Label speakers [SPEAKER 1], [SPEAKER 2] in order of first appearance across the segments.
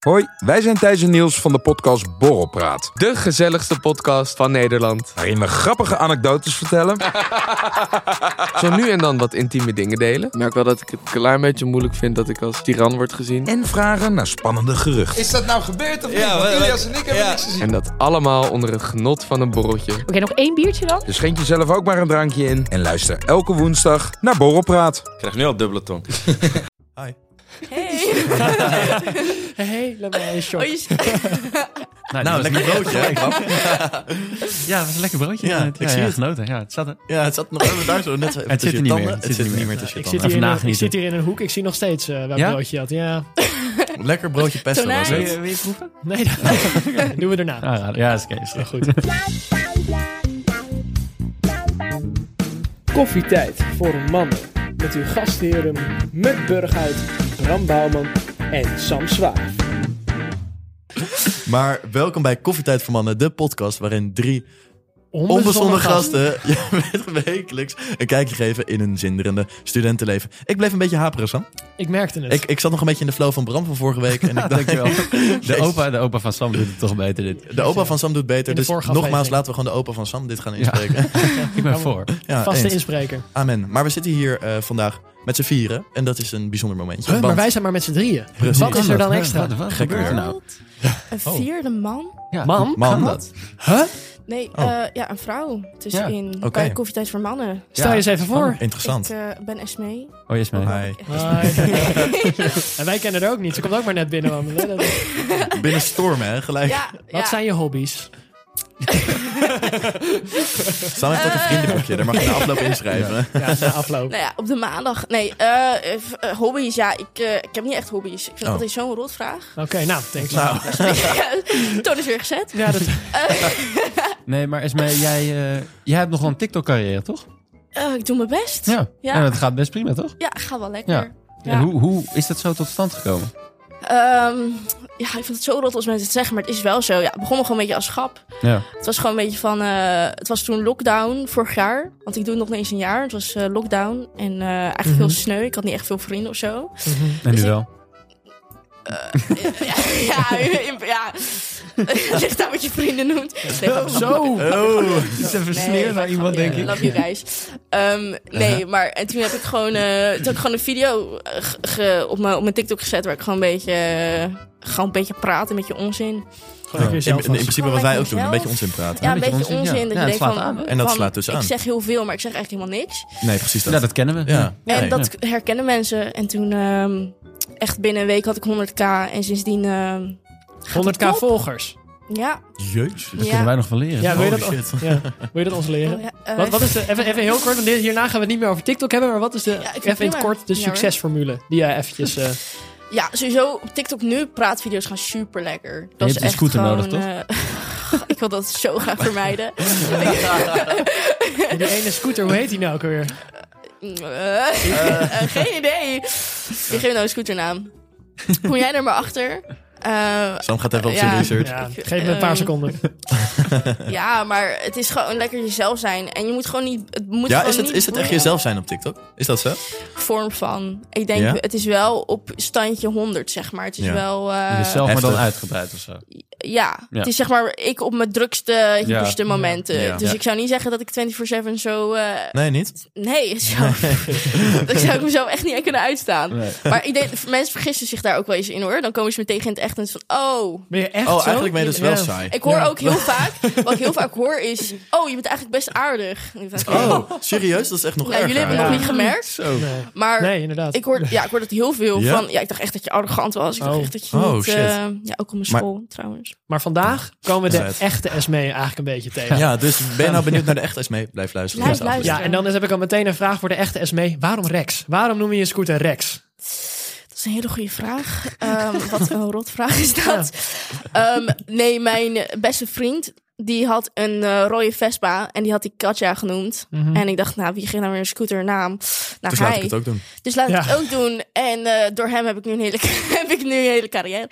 [SPEAKER 1] Hoi, wij zijn Thijs en Niels van de podcast Borrelpraat.
[SPEAKER 2] De gezelligste podcast van Nederland.
[SPEAKER 1] Waarin we grappige anekdotes vertellen.
[SPEAKER 2] Zo nu en dan wat intieme dingen delen. Ik merk wel dat ik het een klein beetje moeilijk vind dat ik als tiran word gezien.
[SPEAKER 1] en vragen naar spannende geruchten.
[SPEAKER 3] Is dat nou gebeurd of niet?
[SPEAKER 4] Ja,
[SPEAKER 3] Want
[SPEAKER 4] wat-
[SPEAKER 3] Ilias en ik hebben
[SPEAKER 4] ja.
[SPEAKER 3] niks gezien.
[SPEAKER 2] En dat allemaal onder het genot van een borreltje.
[SPEAKER 5] Oké, nog één biertje dan?
[SPEAKER 1] Dus schenk jezelf ook maar een drankje in. En luister elke woensdag naar Borrelpraat.
[SPEAKER 4] Ik krijg nu al dubbele tong.
[SPEAKER 5] Hey.
[SPEAKER 6] Hey, laat mij een shot.
[SPEAKER 5] Oh, je-
[SPEAKER 4] Nou,
[SPEAKER 7] Nou, dat was
[SPEAKER 4] lekker broodje.
[SPEAKER 7] niet- ja, dat was een lekker broodje.
[SPEAKER 4] Ja,
[SPEAKER 7] Ja,
[SPEAKER 4] ik
[SPEAKER 7] ik ja,
[SPEAKER 4] zie
[SPEAKER 7] ja.
[SPEAKER 4] het.
[SPEAKER 7] genoten. Ja, het zat er.
[SPEAKER 4] Ja, het zat nog even daar zo net zo even
[SPEAKER 7] Het zit er
[SPEAKER 4] tussen
[SPEAKER 7] niet
[SPEAKER 4] je
[SPEAKER 7] meer.
[SPEAKER 4] tanden.
[SPEAKER 7] Het zit er niet meer tussen je
[SPEAKER 6] Ik
[SPEAKER 7] tanden.
[SPEAKER 6] zit, hier in,
[SPEAKER 7] Vandaag
[SPEAKER 6] een- ik
[SPEAKER 7] niet
[SPEAKER 6] zit hier in een hoek. Ik zie nog steeds eh welk
[SPEAKER 7] Ja?
[SPEAKER 6] broodje je had. Ja.
[SPEAKER 4] Lekker broodje pesto was
[SPEAKER 5] Tonijn.
[SPEAKER 4] het.
[SPEAKER 7] je proeven?
[SPEAKER 6] Nee, dat doen we daarna.
[SPEAKER 7] Aanraden. Ah, Ja, is oké. is
[SPEAKER 6] Ja,
[SPEAKER 7] goed.
[SPEAKER 6] goed.
[SPEAKER 8] Koffietijd voor mannen. Met uw gastheren Muk Burghuis, Bram Bouwman en Sam Zwaar.
[SPEAKER 4] Maar welkom bij Koffietijd voor Mannen, de podcast waarin drie
[SPEAKER 6] Onbezonnen
[SPEAKER 4] onbezonde
[SPEAKER 6] gast.
[SPEAKER 4] gasten je wekelijks een kijkje geven in hun zinderende studentenleven. Ik bleef een beetje haperig, Sam.
[SPEAKER 6] Ik merkte het.
[SPEAKER 4] Ik, ik zat nog een beetje in de flow van Bram van vorige week. En ik dacht,
[SPEAKER 7] Dankjewel. De
[SPEAKER 4] Jezus.
[SPEAKER 7] opa, de opa van Sam doet het toch beter dit.
[SPEAKER 4] de opa van Sam doet beter.
[SPEAKER 6] de
[SPEAKER 4] Dus
[SPEAKER 6] vorige
[SPEAKER 4] nogmaals,
[SPEAKER 6] aflevering.
[SPEAKER 4] laten we gewoon de opa van Sam dit gaan inspreken.
[SPEAKER 7] Ik ben voor.
[SPEAKER 4] Ja,
[SPEAKER 6] Vaste
[SPEAKER 4] eens.
[SPEAKER 6] inspreker.
[SPEAKER 4] Amen. Maar we zitten hier eh, vandaag met z'n vieren. En dat is een bijzonder momentje.
[SPEAKER 6] maar
[SPEAKER 4] want-
[SPEAKER 6] wij zijn maar met z'n drieën.
[SPEAKER 4] Precies.
[SPEAKER 6] Wat is er dan
[SPEAKER 7] Wat-
[SPEAKER 6] extra?
[SPEAKER 7] Wat, wat
[SPEAKER 4] Gek
[SPEAKER 7] gebeurt er
[SPEAKER 4] weer.
[SPEAKER 7] nou?
[SPEAKER 5] Een
[SPEAKER 4] Oh.
[SPEAKER 5] vierde man?
[SPEAKER 7] Ja.
[SPEAKER 6] Man?
[SPEAKER 4] Man,
[SPEAKER 7] Kan
[SPEAKER 4] dat.
[SPEAKER 7] dat?
[SPEAKER 5] Nee,
[SPEAKER 4] Oh.
[SPEAKER 5] eh, ja, een vrouw tussenin.
[SPEAKER 4] oké.
[SPEAKER 5] Bij Koffietijd voor Mannen.
[SPEAKER 6] Stel je eens even voor.
[SPEAKER 4] Interessant.
[SPEAKER 5] Ik eh, ben Esmee.
[SPEAKER 7] Oh, yes, man.
[SPEAKER 4] Hi.
[SPEAKER 6] en wij kennen haar ook niet. Ze komt ook maar net binnen. wandelen. Wat
[SPEAKER 4] Binnen storm, hè? Gelijk.
[SPEAKER 5] Ja, ja.
[SPEAKER 6] zijn je hobby's?
[SPEAKER 4] Sam heeft ook
[SPEAKER 5] Eh.
[SPEAKER 4] een vriendenboekje. Daar mag je de afloop inschrijven.
[SPEAKER 6] Ja, na afloop.
[SPEAKER 5] Nou ja, op de maandag. Nee, eh, eh, v- eh, hobby's. Ja, ik, eh, ik heb niet echt hobby's. Ik vind
[SPEAKER 4] Oh.
[SPEAKER 5] altijd zo'n rotvraag.
[SPEAKER 6] Oké, nou, thanks.
[SPEAKER 4] Nou,
[SPEAKER 5] Toon is weer gezet.
[SPEAKER 6] Ja, dat,
[SPEAKER 7] Nee, maar Esme, jij, eh, jij hebt nog wel een TikTok-carrière, toch?
[SPEAKER 5] Eh, ik doe mijn best.
[SPEAKER 7] Ja.
[SPEAKER 5] Ja.
[SPEAKER 7] En dat gaat best prima, toch?
[SPEAKER 5] Ja, gaat wel lekker.
[SPEAKER 7] Ja.
[SPEAKER 5] Ja.
[SPEAKER 7] En hoe, hoe is dat zo tot stand gekomen?
[SPEAKER 5] Ehm, ja, ik vind het zo rot als mensen het zeggen, maar het is wel zo. Ja, het begon me gewoon een beetje als grap.
[SPEAKER 7] Ja.
[SPEAKER 5] Het was gewoon een beetje van. eh, het was toen lockdown vorig jaar. Want ik doe het nog niet eens een jaar. Het was eh, lockdown. En eh, eigenlijk
[SPEAKER 7] Mhm.
[SPEAKER 5] heel sneu. Ik had niet echt veel vrienden of zo. Eh,
[SPEAKER 7] En nu wel.
[SPEAKER 5] ja, ja, ja. Het ligt aan wat je vrienden noemt. Nee, grapje.
[SPEAKER 6] zo.
[SPEAKER 4] oh.
[SPEAKER 7] Is even
[SPEAKER 5] Nee,
[SPEAKER 7] sneer naar
[SPEAKER 5] grapje.
[SPEAKER 7] iemand, denk ik.
[SPEAKER 5] Love you guys. Ehm, nee, maar en toen heb ik gewoon, eh, toen heb ik gewoon een video eh, ge- ge- op, mijn, op mijn TikTok gezet waar ik gewoon een beetje, eh, gewoon een beetje praten met je onzin.
[SPEAKER 6] Gewoon even
[SPEAKER 4] In,
[SPEAKER 6] jezelf
[SPEAKER 4] in
[SPEAKER 6] vast.
[SPEAKER 4] principe wat wij ook doen. Een beetje onzin praten.
[SPEAKER 5] Ja, een
[SPEAKER 7] een beetje
[SPEAKER 5] beetje onzin.
[SPEAKER 7] onzin, ja.
[SPEAKER 5] dat
[SPEAKER 7] Ja,
[SPEAKER 5] je
[SPEAKER 7] het
[SPEAKER 5] denkt
[SPEAKER 7] slaat
[SPEAKER 5] van,
[SPEAKER 7] aan.
[SPEAKER 4] En dat
[SPEAKER 5] van,
[SPEAKER 4] slaat dus aan.
[SPEAKER 5] Ik zeg heel veel, maar ik zeg eigenlijk helemaal niks.
[SPEAKER 4] Nee, precies dat.
[SPEAKER 7] Ja, dat kennen we.
[SPEAKER 4] Ja.
[SPEAKER 7] Ja.
[SPEAKER 5] En
[SPEAKER 4] Nee.
[SPEAKER 5] dat herkennen mensen. En toen, ehm, echt binnen een week had ik 100k. En sindsdien. ehm, gaat het
[SPEAKER 6] 100k
[SPEAKER 5] top.
[SPEAKER 6] volgers.
[SPEAKER 5] Ja. Oh,
[SPEAKER 4] Jezus.
[SPEAKER 7] Daar kunnen wij nog van leren.
[SPEAKER 6] Ja, wil je dat,
[SPEAKER 4] Holy shit.
[SPEAKER 6] ja, wil je dat ons leren?
[SPEAKER 5] Ja, eh,
[SPEAKER 6] Wat, wat is de, even, even heel kort, want dit- hierna gaan we het niet meer over TikTok hebben, maar wat is de,
[SPEAKER 5] ik vind het
[SPEAKER 6] even in het
[SPEAKER 5] prima.
[SPEAKER 6] kort, de
[SPEAKER 5] Ja, hoor.
[SPEAKER 6] succesformule die jij eventjes... eh,
[SPEAKER 5] ja, sowieso op TikTok nu praatvideo's gaan super lekker. Dat
[SPEAKER 7] hebt
[SPEAKER 5] is
[SPEAKER 7] een
[SPEAKER 5] echt
[SPEAKER 7] scooter
[SPEAKER 5] gewoon,
[SPEAKER 7] nodig, toch?
[SPEAKER 5] eh, ik wil dat zo graag vermijden.
[SPEAKER 6] die ene scooter, hoe heet die nou ook alweer?
[SPEAKER 5] Eh, eh, geen idee. Ik geef nou een scooternaam. Kom jij er maar achter? Eh,
[SPEAKER 4] Sam gaat even op
[SPEAKER 5] Ja.
[SPEAKER 4] zijn research.
[SPEAKER 6] Ja, geef me een paar
[SPEAKER 5] Ehm,
[SPEAKER 6] seconden.
[SPEAKER 5] ja, maar het is gewoon lekker jezelf zijn. En je moet gewoon niet. Het moet
[SPEAKER 4] Ja,
[SPEAKER 5] gewoon
[SPEAKER 4] is het,
[SPEAKER 5] niet
[SPEAKER 4] is het echt
[SPEAKER 5] boeien.
[SPEAKER 4] jezelf zijn op TikTok? Is dat zo?
[SPEAKER 5] vorm van. Ik denk,
[SPEAKER 4] Ja?
[SPEAKER 5] het is wel op standje 100, zeg maar. Het is
[SPEAKER 4] Ja.
[SPEAKER 5] wel. eh,
[SPEAKER 7] Jezelf maar dan
[SPEAKER 4] heftig.
[SPEAKER 7] uitgebreid of zo.
[SPEAKER 5] ja.
[SPEAKER 7] Ja.
[SPEAKER 5] het is zeg maar ik op mijn drukste, hyperste momenten.
[SPEAKER 4] Ja.
[SPEAKER 5] Dus
[SPEAKER 4] Ja.
[SPEAKER 5] ik zou niet zeggen dat ik 24-7 zo. eh,
[SPEAKER 4] Nee, niet?
[SPEAKER 5] nee, zo, dat zou ik mezelf echt niet aan kunnen uitstaan.
[SPEAKER 7] Nee.
[SPEAKER 5] Maar ik denk, mensen vergissen zich daar ook wel eens in hoor. Dan komen ze me tegen in het echt en het is van, oh.
[SPEAKER 6] Ben je echt
[SPEAKER 4] Oh,
[SPEAKER 6] zo?
[SPEAKER 4] eigenlijk ben je dus wel
[SPEAKER 6] Ja.
[SPEAKER 4] saai.
[SPEAKER 5] Ik hoor
[SPEAKER 6] Ja.
[SPEAKER 5] ook heel vaak, wat ik heel vaak hoor is, oh, je bent eigenlijk best aardig. En ik denk,
[SPEAKER 4] Oh, serieus? Dat is echt nog
[SPEAKER 5] Ja,
[SPEAKER 4] erger.
[SPEAKER 5] jullie hebben het nog
[SPEAKER 6] Ja.
[SPEAKER 5] niet gemerkt,
[SPEAKER 4] Zo.
[SPEAKER 6] Oh, Nee.
[SPEAKER 5] maar
[SPEAKER 6] Nee, inderdaad.
[SPEAKER 5] Ik hoor, ja, ik hoor dat heel veel
[SPEAKER 4] Ja?
[SPEAKER 5] van. Ja, ik dacht echt dat je arrogant was. Ik dacht
[SPEAKER 6] Oh.
[SPEAKER 5] echt dat je
[SPEAKER 4] Oh,
[SPEAKER 5] niet.
[SPEAKER 4] shit.
[SPEAKER 5] eh, ja, ook op mijn
[SPEAKER 4] Maar-
[SPEAKER 5] school trouwens.
[SPEAKER 6] Maar vandaag komen we de
[SPEAKER 4] Zet.
[SPEAKER 6] echte SME eigenlijk een beetje tegen. Ja.
[SPEAKER 4] Ja, dus ben je nou benieuwd naar de echte SME? Blijf luisteren.
[SPEAKER 5] Blijf
[SPEAKER 4] Deze aflevering.
[SPEAKER 6] en dan is, heb ik al meteen een vraag voor de echte SME. Waarom Rex? Waarom noem je je scooter Rex?
[SPEAKER 5] Dat is een hele goede vraag. Ehm, wat voor een rotvraag is dat? Ehm, nee, mijn beste vriend. Die had een eh, rode Vespa en die had ik Katja genoemd.
[SPEAKER 6] Mhm.
[SPEAKER 5] En ik dacht, nou, wie geeft nou weer een scooternaam? Nou,
[SPEAKER 4] Mhm. Dus
[SPEAKER 5] hij.
[SPEAKER 4] laat ik het ook doen.
[SPEAKER 5] Dus laat ik
[SPEAKER 6] Ja.
[SPEAKER 5] het ook doen. En eh, door hem heb ik nu een hele, heb ik nu een hele carrière.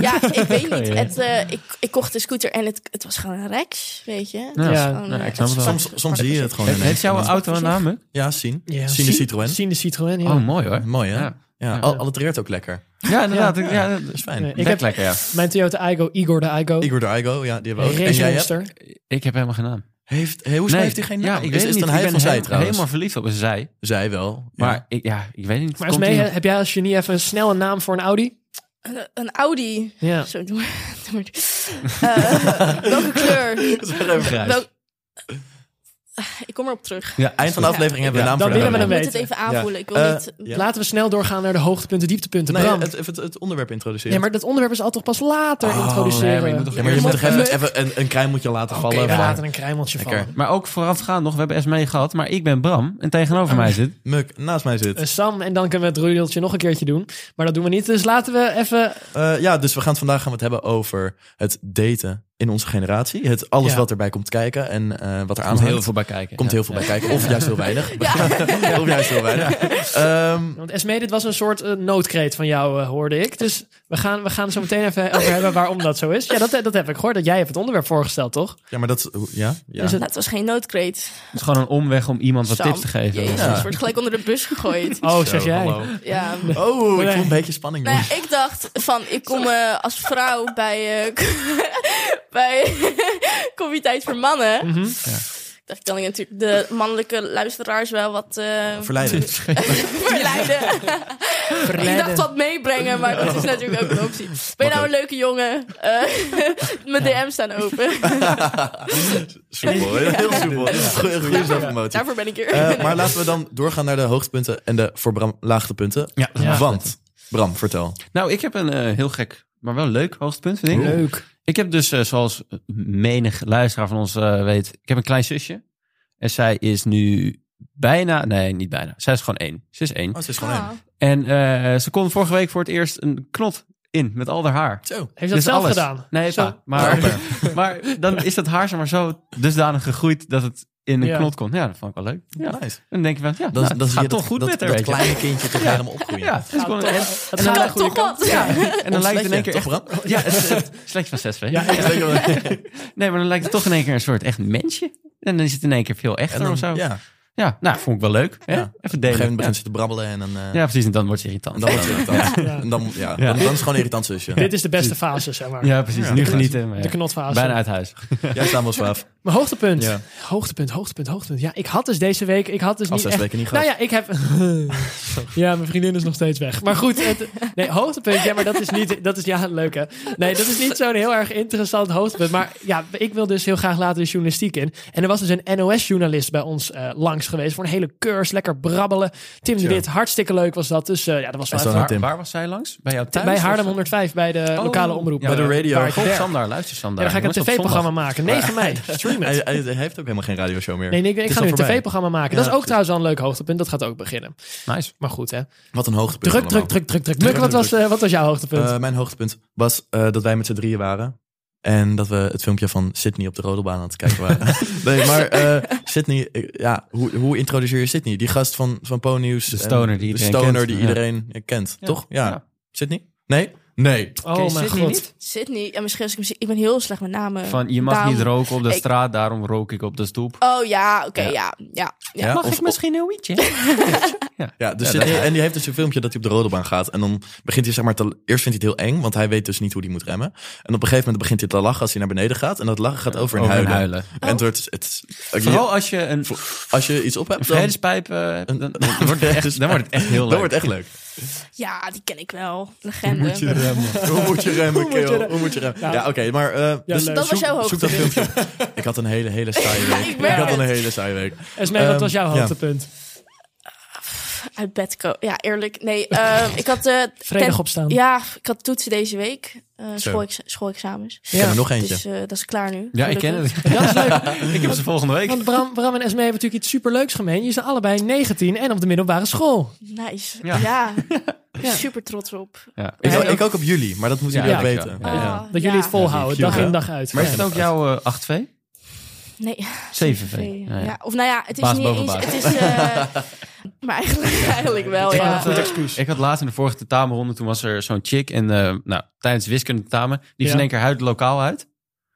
[SPEAKER 5] Ja, ik weet niet. Het, eh, ik, ik kocht de scooter en het, het was gewoon een Rex, weet je. Het
[SPEAKER 7] Ja.
[SPEAKER 5] was
[SPEAKER 6] Ja,
[SPEAKER 5] gewoon,
[SPEAKER 7] nou,
[SPEAKER 5] eh,
[SPEAKER 7] ik snap het wel.
[SPEAKER 5] was-
[SPEAKER 4] Soms, soms zie je het gewoon
[SPEAKER 7] Heeft,
[SPEAKER 4] ineens.
[SPEAKER 7] heeft jouw auto een naam? hè?
[SPEAKER 4] Ja, zien.
[SPEAKER 6] Ja.
[SPEAKER 4] Zien de Citroën.
[SPEAKER 6] Zien de Citroën, ja.
[SPEAKER 7] Oh, mooi hoor.
[SPEAKER 4] Mooi, hè?
[SPEAKER 7] Ja.
[SPEAKER 4] Ja,
[SPEAKER 7] Ja.
[SPEAKER 4] al- allitereert ook lekker.
[SPEAKER 7] Ja, inderdaad.
[SPEAKER 6] Ja.
[SPEAKER 7] Ja,
[SPEAKER 4] Dat
[SPEAKER 7] dat
[SPEAKER 4] is fijn.
[SPEAKER 6] Nee, ik
[SPEAKER 7] werkt
[SPEAKER 6] heb
[SPEAKER 7] lekker, ja.
[SPEAKER 6] mijn Toyota Igo, Igor de Igo.
[SPEAKER 4] Igor de Igo, ja, die hebben we ook. En
[SPEAKER 6] Race
[SPEAKER 4] jij hebt,
[SPEAKER 6] Monster.
[SPEAKER 7] Ik heb helemaal geen naam.
[SPEAKER 4] heeft, hey, hoezo heeft hij geen naam?
[SPEAKER 7] Ja, ik
[SPEAKER 4] is,
[SPEAKER 7] weet
[SPEAKER 4] is
[SPEAKER 7] niet.
[SPEAKER 4] het een hij
[SPEAKER 7] ik
[SPEAKER 4] van
[SPEAKER 7] ben
[SPEAKER 4] zij
[SPEAKER 7] he-
[SPEAKER 4] trouwens?
[SPEAKER 7] helemaal verliefd op zij.
[SPEAKER 4] Zij wel. ja.
[SPEAKER 7] Maar ik, ja, ik weet niet.
[SPEAKER 6] Maar
[SPEAKER 7] komt
[SPEAKER 6] Esmee,
[SPEAKER 7] ie nog-
[SPEAKER 6] heb jij als genie even snel een naam voor een Audi?
[SPEAKER 5] Een, Eh, een Audi.
[SPEAKER 6] Ja.
[SPEAKER 5] Zo, doe maar. doe maar. Eh, welke kleur?
[SPEAKER 4] Dat is echt even grijs.
[SPEAKER 5] Wel- Ik kom erop terug.
[SPEAKER 7] Ja,
[SPEAKER 4] Eind van de
[SPEAKER 5] Ja.
[SPEAKER 4] aflevering hebben we
[SPEAKER 7] Ja.
[SPEAKER 4] een naam
[SPEAKER 6] Dan
[SPEAKER 4] voor de
[SPEAKER 6] willen we
[SPEAKER 5] Ik
[SPEAKER 6] hem
[SPEAKER 4] aflevering.
[SPEAKER 5] moet
[SPEAKER 6] weten.
[SPEAKER 5] het even aanvoelen. Ik wil
[SPEAKER 4] Eh,
[SPEAKER 5] niet...
[SPEAKER 4] ja.
[SPEAKER 6] Laten we snel doorgaan naar de hoogtepunten, dieptepunten. Bram.
[SPEAKER 4] Nee, het, even het, het onderwerp introduceren.
[SPEAKER 6] Nee, maar dat onderwerp is al toch pas later introduceren.
[SPEAKER 7] Oh, nee, maar je moet toch-
[SPEAKER 4] Ja, maar je
[SPEAKER 7] Je
[SPEAKER 4] moet
[SPEAKER 7] moet
[SPEAKER 4] toch even, even een, een kruim moet je laten
[SPEAKER 6] Oké,
[SPEAKER 4] vallen.
[SPEAKER 6] we
[SPEAKER 4] van-
[SPEAKER 6] laten een kruimeltje
[SPEAKER 4] Lekker.
[SPEAKER 6] vallen.
[SPEAKER 7] Maar ook voorafgaand nog, we hebben Esmee gehad, maar ik ben Bram en tegenover mij zit.
[SPEAKER 4] Muk, naast mij zit.
[SPEAKER 6] Eh, Sam, en dan kunnen we het roeideltje nog een keertje doen. Maar dat doen we niet, dus laten we even...
[SPEAKER 4] Eh, ja, dus we gaan het vandaag gaan we het hebben over het daten in onze generatie. Het alles
[SPEAKER 6] Ja.
[SPEAKER 4] wat erbij komt kijken en eh, wat er aan
[SPEAKER 7] bij kijken.
[SPEAKER 4] Komt heel veel bij kijken. Of juist heel weinig. of juist heel weinig. Ehm,
[SPEAKER 6] Want Esmee, dit was een soort eh, noodkreet van jou, eh, hoorde ik. Dus we gaan, we gaan het zo meteen even over hebben waarom dat zo is. Ja, dat, dat heb ik gehoord, dat jij hebt het onderwerp voorgesteld, toch?
[SPEAKER 4] ja, maar dat is... hoe- Ja? ja.
[SPEAKER 6] Is het-
[SPEAKER 5] Dat Nou, was geen noodkreet.
[SPEAKER 7] Het is gewoon een omweg om iemand wat
[SPEAKER 5] Sam.
[SPEAKER 7] tips te geven.
[SPEAKER 5] Jezus,
[SPEAKER 4] Ja.
[SPEAKER 5] je wordt gelijk onder de bus gegooid.
[SPEAKER 6] Oh, zeg jij.
[SPEAKER 4] hallo.
[SPEAKER 5] Ja.
[SPEAKER 4] Oh, ik
[SPEAKER 6] Nee.
[SPEAKER 4] voel een beetje spanning.
[SPEAKER 5] Nou
[SPEAKER 4] jongens.
[SPEAKER 5] ja, ik dacht van, ik kom eh, als vrouw bij, eh bij Comité voor Mannen.
[SPEAKER 7] Mhm.
[SPEAKER 5] Dacht ik kan ik natuurlijk de mannelijke luisteraars wel wat eh,
[SPEAKER 4] Verleidend.
[SPEAKER 5] verleiden. ik dacht wat meebrengen, maar dat is natuurlijk ook een optie. Ben je nou een leuke jongen? Eh, mijn DM's staan open.
[SPEAKER 4] Soepel. hè? Heel soepel. Goeie- Goeie zelfpromotie.
[SPEAKER 5] Daarvoor ben ik hier.
[SPEAKER 4] Eh, maar laten we dan doorgaan naar de hoogtepunten en de voor Bram laagtepunten.
[SPEAKER 7] Ja.
[SPEAKER 4] Want, Bram, vertel.
[SPEAKER 7] Nou, ik heb een eh, heel gek, maar wel leuk hoogtepunt, vind ik.
[SPEAKER 6] Leuk.
[SPEAKER 7] Ik heb dus, eh, zoals menig luisteraar van ons eh, weet, ik heb een klein zusje. En zij is nu bijna, nee, niet bijna. Zij is gewoon één. Ze is één.
[SPEAKER 4] het is
[SPEAKER 5] Ah.
[SPEAKER 7] En eh, ze kon vorige week voor het eerst een knot in met al haar haar.
[SPEAKER 4] Zo.
[SPEAKER 6] Heeft ze dat
[SPEAKER 7] Dus
[SPEAKER 6] zelf
[SPEAKER 7] alles.
[SPEAKER 6] gedaan?
[SPEAKER 7] Nee,
[SPEAKER 6] Zo.
[SPEAKER 7] pa, maar, maar dan is dat haar zeg maar zo dusdanig gegroeid dat het in een
[SPEAKER 6] Ja.
[SPEAKER 7] knot komt. Ja, dat vond ik wel leuk. Ja. En
[SPEAKER 4] Nice.
[SPEAKER 7] dan denk je van, ja,
[SPEAKER 4] Dan,
[SPEAKER 7] nou,
[SPEAKER 4] dan
[SPEAKER 7] het
[SPEAKER 4] zie
[SPEAKER 7] gaat
[SPEAKER 4] je
[SPEAKER 7] toch
[SPEAKER 4] dat,
[SPEAKER 7] goed
[SPEAKER 4] dat,
[SPEAKER 7] met haar.
[SPEAKER 4] dat
[SPEAKER 7] weet je.
[SPEAKER 4] kleine kindje toch
[SPEAKER 7] Ja.
[SPEAKER 4] helemaal opgroeien.
[SPEAKER 7] Ja, ze kon- en,
[SPEAKER 6] Het gaat
[SPEAKER 5] Kan
[SPEAKER 6] naar de
[SPEAKER 5] nou, toch
[SPEAKER 6] goede kant.
[SPEAKER 5] wat? Ja.
[SPEAKER 7] en dan lijkt het in één keer
[SPEAKER 4] Toch,
[SPEAKER 7] echt...
[SPEAKER 4] Bram?
[SPEAKER 7] Ja, het is het slecht van zes weken.
[SPEAKER 6] Ja, echt.
[SPEAKER 7] Nee, maar dan lijkt het toch in één keer een soort echt mensje. En dan is het in één keer veel echter
[SPEAKER 4] En dan,
[SPEAKER 7] of zo.
[SPEAKER 4] ja, op
[SPEAKER 7] Ja.
[SPEAKER 4] een gegeven
[SPEAKER 7] nou, vond ik wel leuk. hè?
[SPEAKER 4] Ja.
[SPEAKER 7] Even
[SPEAKER 4] moment
[SPEAKER 7] delen.
[SPEAKER 4] begint
[SPEAKER 7] Ja.
[SPEAKER 4] ze te brabbelen en dan... eh,
[SPEAKER 7] Ja, precies. En dan wordt ze
[SPEAKER 4] En
[SPEAKER 7] irritant.
[SPEAKER 4] dan wordt het irritant.
[SPEAKER 6] Ja.
[SPEAKER 4] En dan, ja,
[SPEAKER 7] Ja.
[SPEAKER 4] Dan, dan is het gewoon een irritant zusje.
[SPEAKER 6] Dit is de beste fase, zeg maar.
[SPEAKER 7] Ja, precies.
[SPEAKER 4] Ja.
[SPEAKER 7] Nu genieten. maar
[SPEAKER 6] De
[SPEAKER 7] ja.
[SPEAKER 6] knotfase.
[SPEAKER 7] Bijna uit huis.
[SPEAKER 4] Jij staat wel zwaaf.
[SPEAKER 6] Mijn hoogtepunt.
[SPEAKER 4] Ja.
[SPEAKER 6] Hoogtepunt, hoogtepunt, hoogtepunt. Ja, ik had dus deze week... Ik had dus
[SPEAKER 4] Al
[SPEAKER 6] niet
[SPEAKER 4] zes
[SPEAKER 6] echt...
[SPEAKER 4] weken niet
[SPEAKER 6] Nou
[SPEAKER 4] gehad.
[SPEAKER 6] ja, ik heb... ja, mijn vriendin is nog steeds weg. Maar goed, het... nee, hoogtepunt. Ja, maar dat is niet... Dat is, ja, leuk hè. Nee, dat is niet zo'n heel erg interessant hoogtepunt. Maar ja, ik wil dus heel graag later de journalistiek in. En er was dus een NOS-journalist bij ons eh, langs geweest. Voor een hele cursus, lekker brabbelen. Tim de
[SPEAKER 4] Tja.
[SPEAKER 6] Wit, hartstikke leuk was dat. Dus eh, ja, dat was wel
[SPEAKER 4] Hij is
[SPEAKER 6] even...
[SPEAKER 4] dan Tim.
[SPEAKER 7] Waar was zij langs? Bij jou thuis?
[SPEAKER 6] Bij
[SPEAKER 7] of-
[SPEAKER 6] Haarlem 105, bij de
[SPEAKER 7] Oh,
[SPEAKER 6] lokale omroep.
[SPEAKER 7] ja,
[SPEAKER 6] eh,
[SPEAKER 4] bij de radio.
[SPEAKER 6] waar ik
[SPEAKER 7] Kom,
[SPEAKER 6] werk.
[SPEAKER 7] Sander, luister Sander.
[SPEAKER 6] Ja, dan ga ik een
[SPEAKER 7] Jongens, op
[SPEAKER 6] tv-programma
[SPEAKER 7] zondag.
[SPEAKER 6] maken. 9 mei. Stream
[SPEAKER 4] Hij,
[SPEAKER 6] het.
[SPEAKER 4] hij- hij heeft ook helemaal geen radioshow meer.
[SPEAKER 6] Nee, nee, ik, ik
[SPEAKER 4] Het is
[SPEAKER 6] ga
[SPEAKER 4] al
[SPEAKER 6] nu een
[SPEAKER 4] voorbij.
[SPEAKER 6] tv-programma
[SPEAKER 4] Ja,
[SPEAKER 6] maken. dat is ook
[SPEAKER 4] precies.
[SPEAKER 6] trouwens wel een leuk hoogtepunt. Dat gaat ook beginnen.
[SPEAKER 7] Nice.
[SPEAKER 6] Maar goed, hè.
[SPEAKER 4] Wat een hoogtepunt
[SPEAKER 6] Druk, druk,
[SPEAKER 4] allemaal.
[SPEAKER 6] druk, druk, druk.
[SPEAKER 4] Druk,
[SPEAKER 6] Luc, wat
[SPEAKER 4] druk,
[SPEAKER 6] was, eh, wat was jouw hoogtepunt?
[SPEAKER 4] Eh, mijn hoogtepunt was eh, dat wij met z'n drieën waren. En dat we het filmpje van Sydney op de rodelbaan aan het kijken waren. nee, maar eh Sydney, eh, ja, hoe, hoe introduceer je Sydney? Die gast van, van Po Nieuws.
[SPEAKER 7] De
[SPEAKER 4] en
[SPEAKER 7] stoner die
[SPEAKER 4] de
[SPEAKER 7] iedereen
[SPEAKER 4] stoner
[SPEAKER 7] kent.
[SPEAKER 4] die
[SPEAKER 7] Ja.
[SPEAKER 4] iedereen eh, kent, toch? Ja. Sydney? Nee? Nee.
[SPEAKER 7] Ken
[SPEAKER 6] oh
[SPEAKER 7] je
[SPEAKER 6] mijn
[SPEAKER 7] Sydney
[SPEAKER 6] god.
[SPEAKER 7] niet?
[SPEAKER 5] Sydney, ja, misschien als ik hem zie. Ik ben heel slecht met namen.
[SPEAKER 7] Van, je mag
[SPEAKER 5] Daarom-
[SPEAKER 7] niet roken op de
[SPEAKER 5] Ik-
[SPEAKER 7] straat, daarom rook ik op de stoep.
[SPEAKER 5] Oh ja, oké,
[SPEAKER 7] Ja.
[SPEAKER 5] ja. Ja, ja.
[SPEAKER 4] Ja, of-
[SPEAKER 7] misschien een wietje?
[SPEAKER 4] Ja, dus
[SPEAKER 7] Ja,
[SPEAKER 4] Sydney-
[SPEAKER 7] dat-
[SPEAKER 4] en die heeft dus een filmpje dat hij op de rodelbaan gaat. En dan begint hij zeg maar te... Eerst vindt hij het heel eng, want hij weet dus niet hoe hij moet remmen. En op een gegeven moment begint hij te lachen als hij naar beneden gaat. En dat lachen gaat over in
[SPEAKER 7] Over in
[SPEAKER 4] huilen.
[SPEAKER 7] huilen.
[SPEAKER 4] En het wordt... Het, is-
[SPEAKER 7] Vooral als je een
[SPEAKER 4] als je iets op hebt, dan,
[SPEAKER 7] vredespijp eh, hebt, dan, dan wordt het echt, dan wordt het echt heel leuk.
[SPEAKER 4] dan wordt het echt leuk.
[SPEAKER 5] Ja, die ken ik wel. Legende.
[SPEAKER 4] Hoe moet je remmen,
[SPEAKER 6] Hoe moet je
[SPEAKER 4] kerel?
[SPEAKER 6] remmen? Nou.
[SPEAKER 4] Hoe moet je remmen? Ja,
[SPEAKER 6] Ja.
[SPEAKER 4] oké, maar eh, dus
[SPEAKER 6] leuk.
[SPEAKER 5] Dat was jouw
[SPEAKER 4] zoek dat filmpje. ik had een hele, hele saaie
[SPEAKER 5] Ja,
[SPEAKER 4] week.
[SPEAKER 5] ik
[SPEAKER 4] ik,
[SPEAKER 5] merk
[SPEAKER 4] had een
[SPEAKER 5] het.
[SPEAKER 4] hele saaie week.
[SPEAKER 6] Esmee,
[SPEAKER 4] Ehm,
[SPEAKER 6] wat was jouw
[SPEAKER 4] ja.
[SPEAKER 6] hoogtepunt?
[SPEAKER 5] Uit bed komen. Ja, eerlijk. Nee, ehm, ik had... eh,
[SPEAKER 6] Vredig
[SPEAKER 5] ten-
[SPEAKER 6] opstaan.
[SPEAKER 5] Ja, ik had toetsen deze week. eh
[SPEAKER 4] Zo.
[SPEAKER 5] schoolexamens. schoolexamens.
[SPEAKER 4] Ik heb er nog eentje.
[SPEAKER 5] Dus eh, dat is klaar nu.
[SPEAKER 7] Ja, ik ken
[SPEAKER 5] gelukkig.
[SPEAKER 7] het. Dat is leuk. ik heb ze volgende week.
[SPEAKER 6] Want Bram, Bram en Esmee hebben natuurlijk iets superleuks gemeen. Je zijn allebei 19 en op de middelbare school.
[SPEAKER 5] Nice.
[SPEAKER 7] Ja.
[SPEAKER 5] Ja. Super trots op.
[SPEAKER 7] Ja.
[SPEAKER 4] Ik,
[SPEAKER 6] Ja,
[SPEAKER 4] ik ook op jullie, maar dat moeten
[SPEAKER 7] Ja,
[SPEAKER 4] jullie ook
[SPEAKER 7] ik
[SPEAKER 4] weten.
[SPEAKER 7] wel. Ja,
[SPEAKER 5] Ah,
[SPEAKER 7] ja.
[SPEAKER 6] Dat jullie het volhouden,
[SPEAKER 7] Ja,
[SPEAKER 6] dag
[SPEAKER 7] cute,
[SPEAKER 6] in
[SPEAKER 7] hè?
[SPEAKER 6] dag uit.
[SPEAKER 7] Maar is
[SPEAKER 6] Ja.
[SPEAKER 7] het ook jouw eh, 8V?
[SPEAKER 5] Nee,
[SPEAKER 7] 7V?
[SPEAKER 5] ja.
[SPEAKER 7] Nou ja.
[SPEAKER 5] Of nou ja, het is
[SPEAKER 7] Baas
[SPEAKER 5] niet
[SPEAKER 7] boven
[SPEAKER 5] eens...
[SPEAKER 7] baas.
[SPEAKER 5] Het is... eh, maar eigenlijk, eigenlijk wel,
[SPEAKER 7] Ik had,
[SPEAKER 5] ja.
[SPEAKER 7] eh, ik had laatst in de vorige tentamenronde, toen was er zo'n chick. En eh, nou, tijdens wiskunde tentamen, die is
[SPEAKER 6] Ja.
[SPEAKER 7] in één keer huid lokaal uit.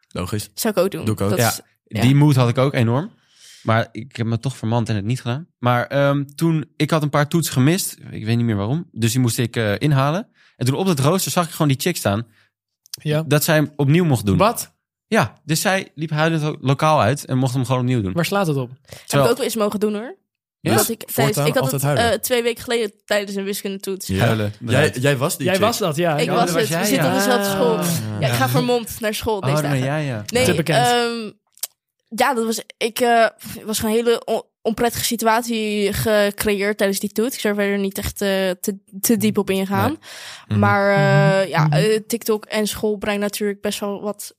[SPEAKER 4] Logisch.
[SPEAKER 5] Zou ik ook doen.
[SPEAKER 4] Doe ik ook.
[SPEAKER 5] Dat is-
[SPEAKER 7] Die moed had ik ook enorm. Maar ik heb me toch vermand en het niet gedaan. Maar ehm, toen, ik had een paar toetsen gemist. Ik weet niet meer waarom. Dus die moest ik eh, inhalen. En toen op dat rooster zag ik gewoon die chick staan.
[SPEAKER 6] Ja.
[SPEAKER 7] Dat zij hem opnieuw mocht doen.
[SPEAKER 6] Wat?
[SPEAKER 7] Ja, dus zij liep huilend lo- lokaal uit en mocht hem gewoon opnieuw doen.
[SPEAKER 6] Waar slaat het op?
[SPEAKER 5] Heb ik
[SPEAKER 7] Terwijl-
[SPEAKER 5] ook wel eens mogen doen hoor.
[SPEAKER 4] Dus
[SPEAKER 7] Ja?
[SPEAKER 5] Omdat ik, tijdens,
[SPEAKER 4] Voortaan
[SPEAKER 5] ik had het
[SPEAKER 4] altijd huilen.
[SPEAKER 5] eh, twee weken geleden tijdens een wiskundetoets.
[SPEAKER 4] Ja.
[SPEAKER 7] Huilen.
[SPEAKER 4] Jij, jij was die
[SPEAKER 6] Jij
[SPEAKER 4] chick.
[SPEAKER 6] was dat, ja.
[SPEAKER 5] Ik
[SPEAKER 6] Ja,
[SPEAKER 5] was
[SPEAKER 7] dat
[SPEAKER 5] het.
[SPEAKER 7] was jij,
[SPEAKER 5] We zitten
[SPEAKER 7] ja.
[SPEAKER 5] op dezelfde school.
[SPEAKER 4] Ah.
[SPEAKER 5] Ja, ik ga vermomd naar school
[SPEAKER 7] Oh,
[SPEAKER 5] deze
[SPEAKER 7] dan ben
[SPEAKER 5] dagen.
[SPEAKER 7] jij, ja.
[SPEAKER 5] Nee,
[SPEAKER 6] Te bekend.
[SPEAKER 5] ehm, ja, dat was. Ik eh, was gewoon een hele on- onprettige situatie gecreëerd tijdens die toet. Ik zou er verder niet echt eh, te, te diep op ingaan. Maar eh, ja, eh, TikTok en school brengt natuurlijk best wel wat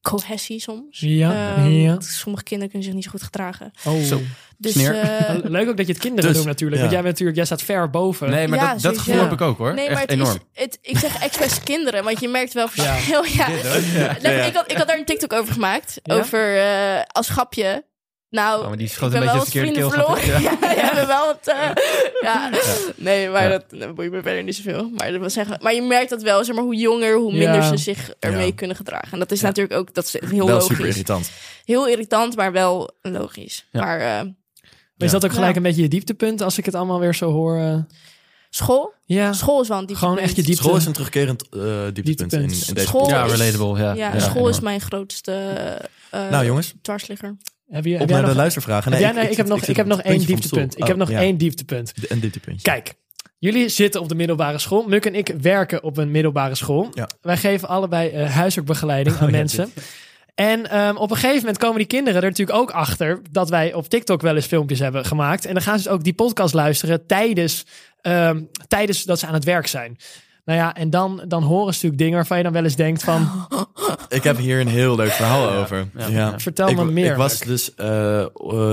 [SPEAKER 5] cohesie soms.
[SPEAKER 6] Ja,
[SPEAKER 5] Ehm,
[SPEAKER 6] ja.
[SPEAKER 5] Sommige kinderen kunnen zich niet zo goed gedragen.
[SPEAKER 6] Oh.
[SPEAKER 7] Zo.
[SPEAKER 5] Dus
[SPEAKER 7] Sneer.
[SPEAKER 5] eh,
[SPEAKER 6] Leuk ook dat je het kinderen
[SPEAKER 4] Dus,
[SPEAKER 6] doet natuurlijk.
[SPEAKER 4] ja.
[SPEAKER 6] Want jij, bent natuurlijk, jij staat ver boven.
[SPEAKER 7] Nee, maar
[SPEAKER 5] Ja,
[SPEAKER 7] dat, dat
[SPEAKER 5] sowieso.
[SPEAKER 7] gevoel
[SPEAKER 6] Ja.
[SPEAKER 7] heb ik ook hoor.
[SPEAKER 5] Nee, maar
[SPEAKER 7] Echt
[SPEAKER 5] het
[SPEAKER 7] enorm.
[SPEAKER 5] is. Het, ik zeg expres kinderen, want je merkt wel
[SPEAKER 6] Ja.
[SPEAKER 5] verschil. Ja. Nee, maar
[SPEAKER 4] Ja.
[SPEAKER 5] ik, had, ik had daar een TikTok over gemaakt.
[SPEAKER 6] Ja?
[SPEAKER 5] Over eh, als grapje. Nou,
[SPEAKER 7] Oh, maar die schoot
[SPEAKER 5] ik
[SPEAKER 7] een
[SPEAKER 5] ben wel
[SPEAKER 7] beetje
[SPEAKER 5] wat
[SPEAKER 7] het verkeerde
[SPEAKER 5] vrienden
[SPEAKER 7] keel.
[SPEAKER 5] verloren. Ja, ja, ik ben wel wat. eh, ja. Nee, maar
[SPEAKER 7] Ja.
[SPEAKER 5] dat, dat boeit me verder niet zoveel. Maar, dat wil zeggen, maar je merkt dat wel, zeg maar, hoe jonger, hoe minder
[SPEAKER 6] Ja.
[SPEAKER 5] ze zich ermee
[SPEAKER 4] Ja.
[SPEAKER 5] kunnen gedragen. En dat is natuurlijk ook dat is heel
[SPEAKER 4] Wel super
[SPEAKER 5] logisch.
[SPEAKER 4] irritant.
[SPEAKER 5] Heel irritant, maar wel logisch.
[SPEAKER 7] Ja.
[SPEAKER 5] Maar eh,
[SPEAKER 6] Is dat ook gelijk
[SPEAKER 5] Ja.
[SPEAKER 6] een beetje je dieptepunt als ik het allemaal weer zo hoor? eh?
[SPEAKER 5] school?
[SPEAKER 6] Ja.
[SPEAKER 5] School is wel een
[SPEAKER 6] Gewoon
[SPEAKER 5] dieptepunt.
[SPEAKER 6] echt je diepte.
[SPEAKER 4] School is een terugkerend eh, dieptepunt in, in
[SPEAKER 6] Dieptepunt.
[SPEAKER 4] deze
[SPEAKER 5] School-
[SPEAKER 4] podcast.
[SPEAKER 7] Ja,
[SPEAKER 5] is-
[SPEAKER 7] relatable. Ja,
[SPEAKER 5] Ja,
[SPEAKER 7] Ja,
[SPEAKER 5] school is
[SPEAKER 7] enorm.
[SPEAKER 5] mijn grootste eh
[SPEAKER 4] Nou jongens,
[SPEAKER 5] dwarsligger.
[SPEAKER 6] Heb je, heb
[SPEAKER 4] op
[SPEAKER 6] jij
[SPEAKER 4] naar
[SPEAKER 6] nog,
[SPEAKER 4] de luistervragen.
[SPEAKER 6] heb jij- nee, ik, heb
[SPEAKER 4] zit-
[SPEAKER 6] nog,
[SPEAKER 4] zit
[SPEAKER 6] ik heb
[SPEAKER 4] op het
[SPEAKER 6] nog één
[SPEAKER 4] puntje van mijn
[SPEAKER 6] dieptepunt.
[SPEAKER 4] stoel.
[SPEAKER 6] Ik heb
[SPEAKER 4] Oh,
[SPEAKER 6] nog
[SPEAKER 4] ja.
[SPEAKER 6] één dieptepunt.
[SPEAKER 4] De- Een dieptepuntje.
[SPEAKER 6] Kijk, jullie zitten op de middelbare school. Muk en ik werken op een middelbare school.
[SPEAKER 4] Ja. Oh,
[SPEAKER 6] Wij geven allebei eh huiswerkbegeleiding aan
[SPEAKER 4] ja,
[SPEAKER 6] mensen. En ehm, op een gegeven moment komen die kinderen er natuurlijk ook achter dat wij op TikTok wel eens filmpjes hebben gemaakt. En dan gaan ze dus ook die podcast luisteren tijdens, ehm, tijdens dat ze aan het werk zijn. Nou ja, en dan, dan horen ze natuurlijk dingen waarvan je dan wel eens denkt van...
[SPEAKER 4] Ik heb hier een heel leuk verhaal over.
[SPEAKER 7] ja,
[SPEAKER 4] Ja.
[SPEAKER 7] ja.
[SPEAKER 6] Vertel
[SPEAKER 4] ik,
[SPEAKER 6] me meer.
[SPEAKER 4] Ik was
[SPEAKER 6] Muk.
[SPEAKER 4] dus eh, eh,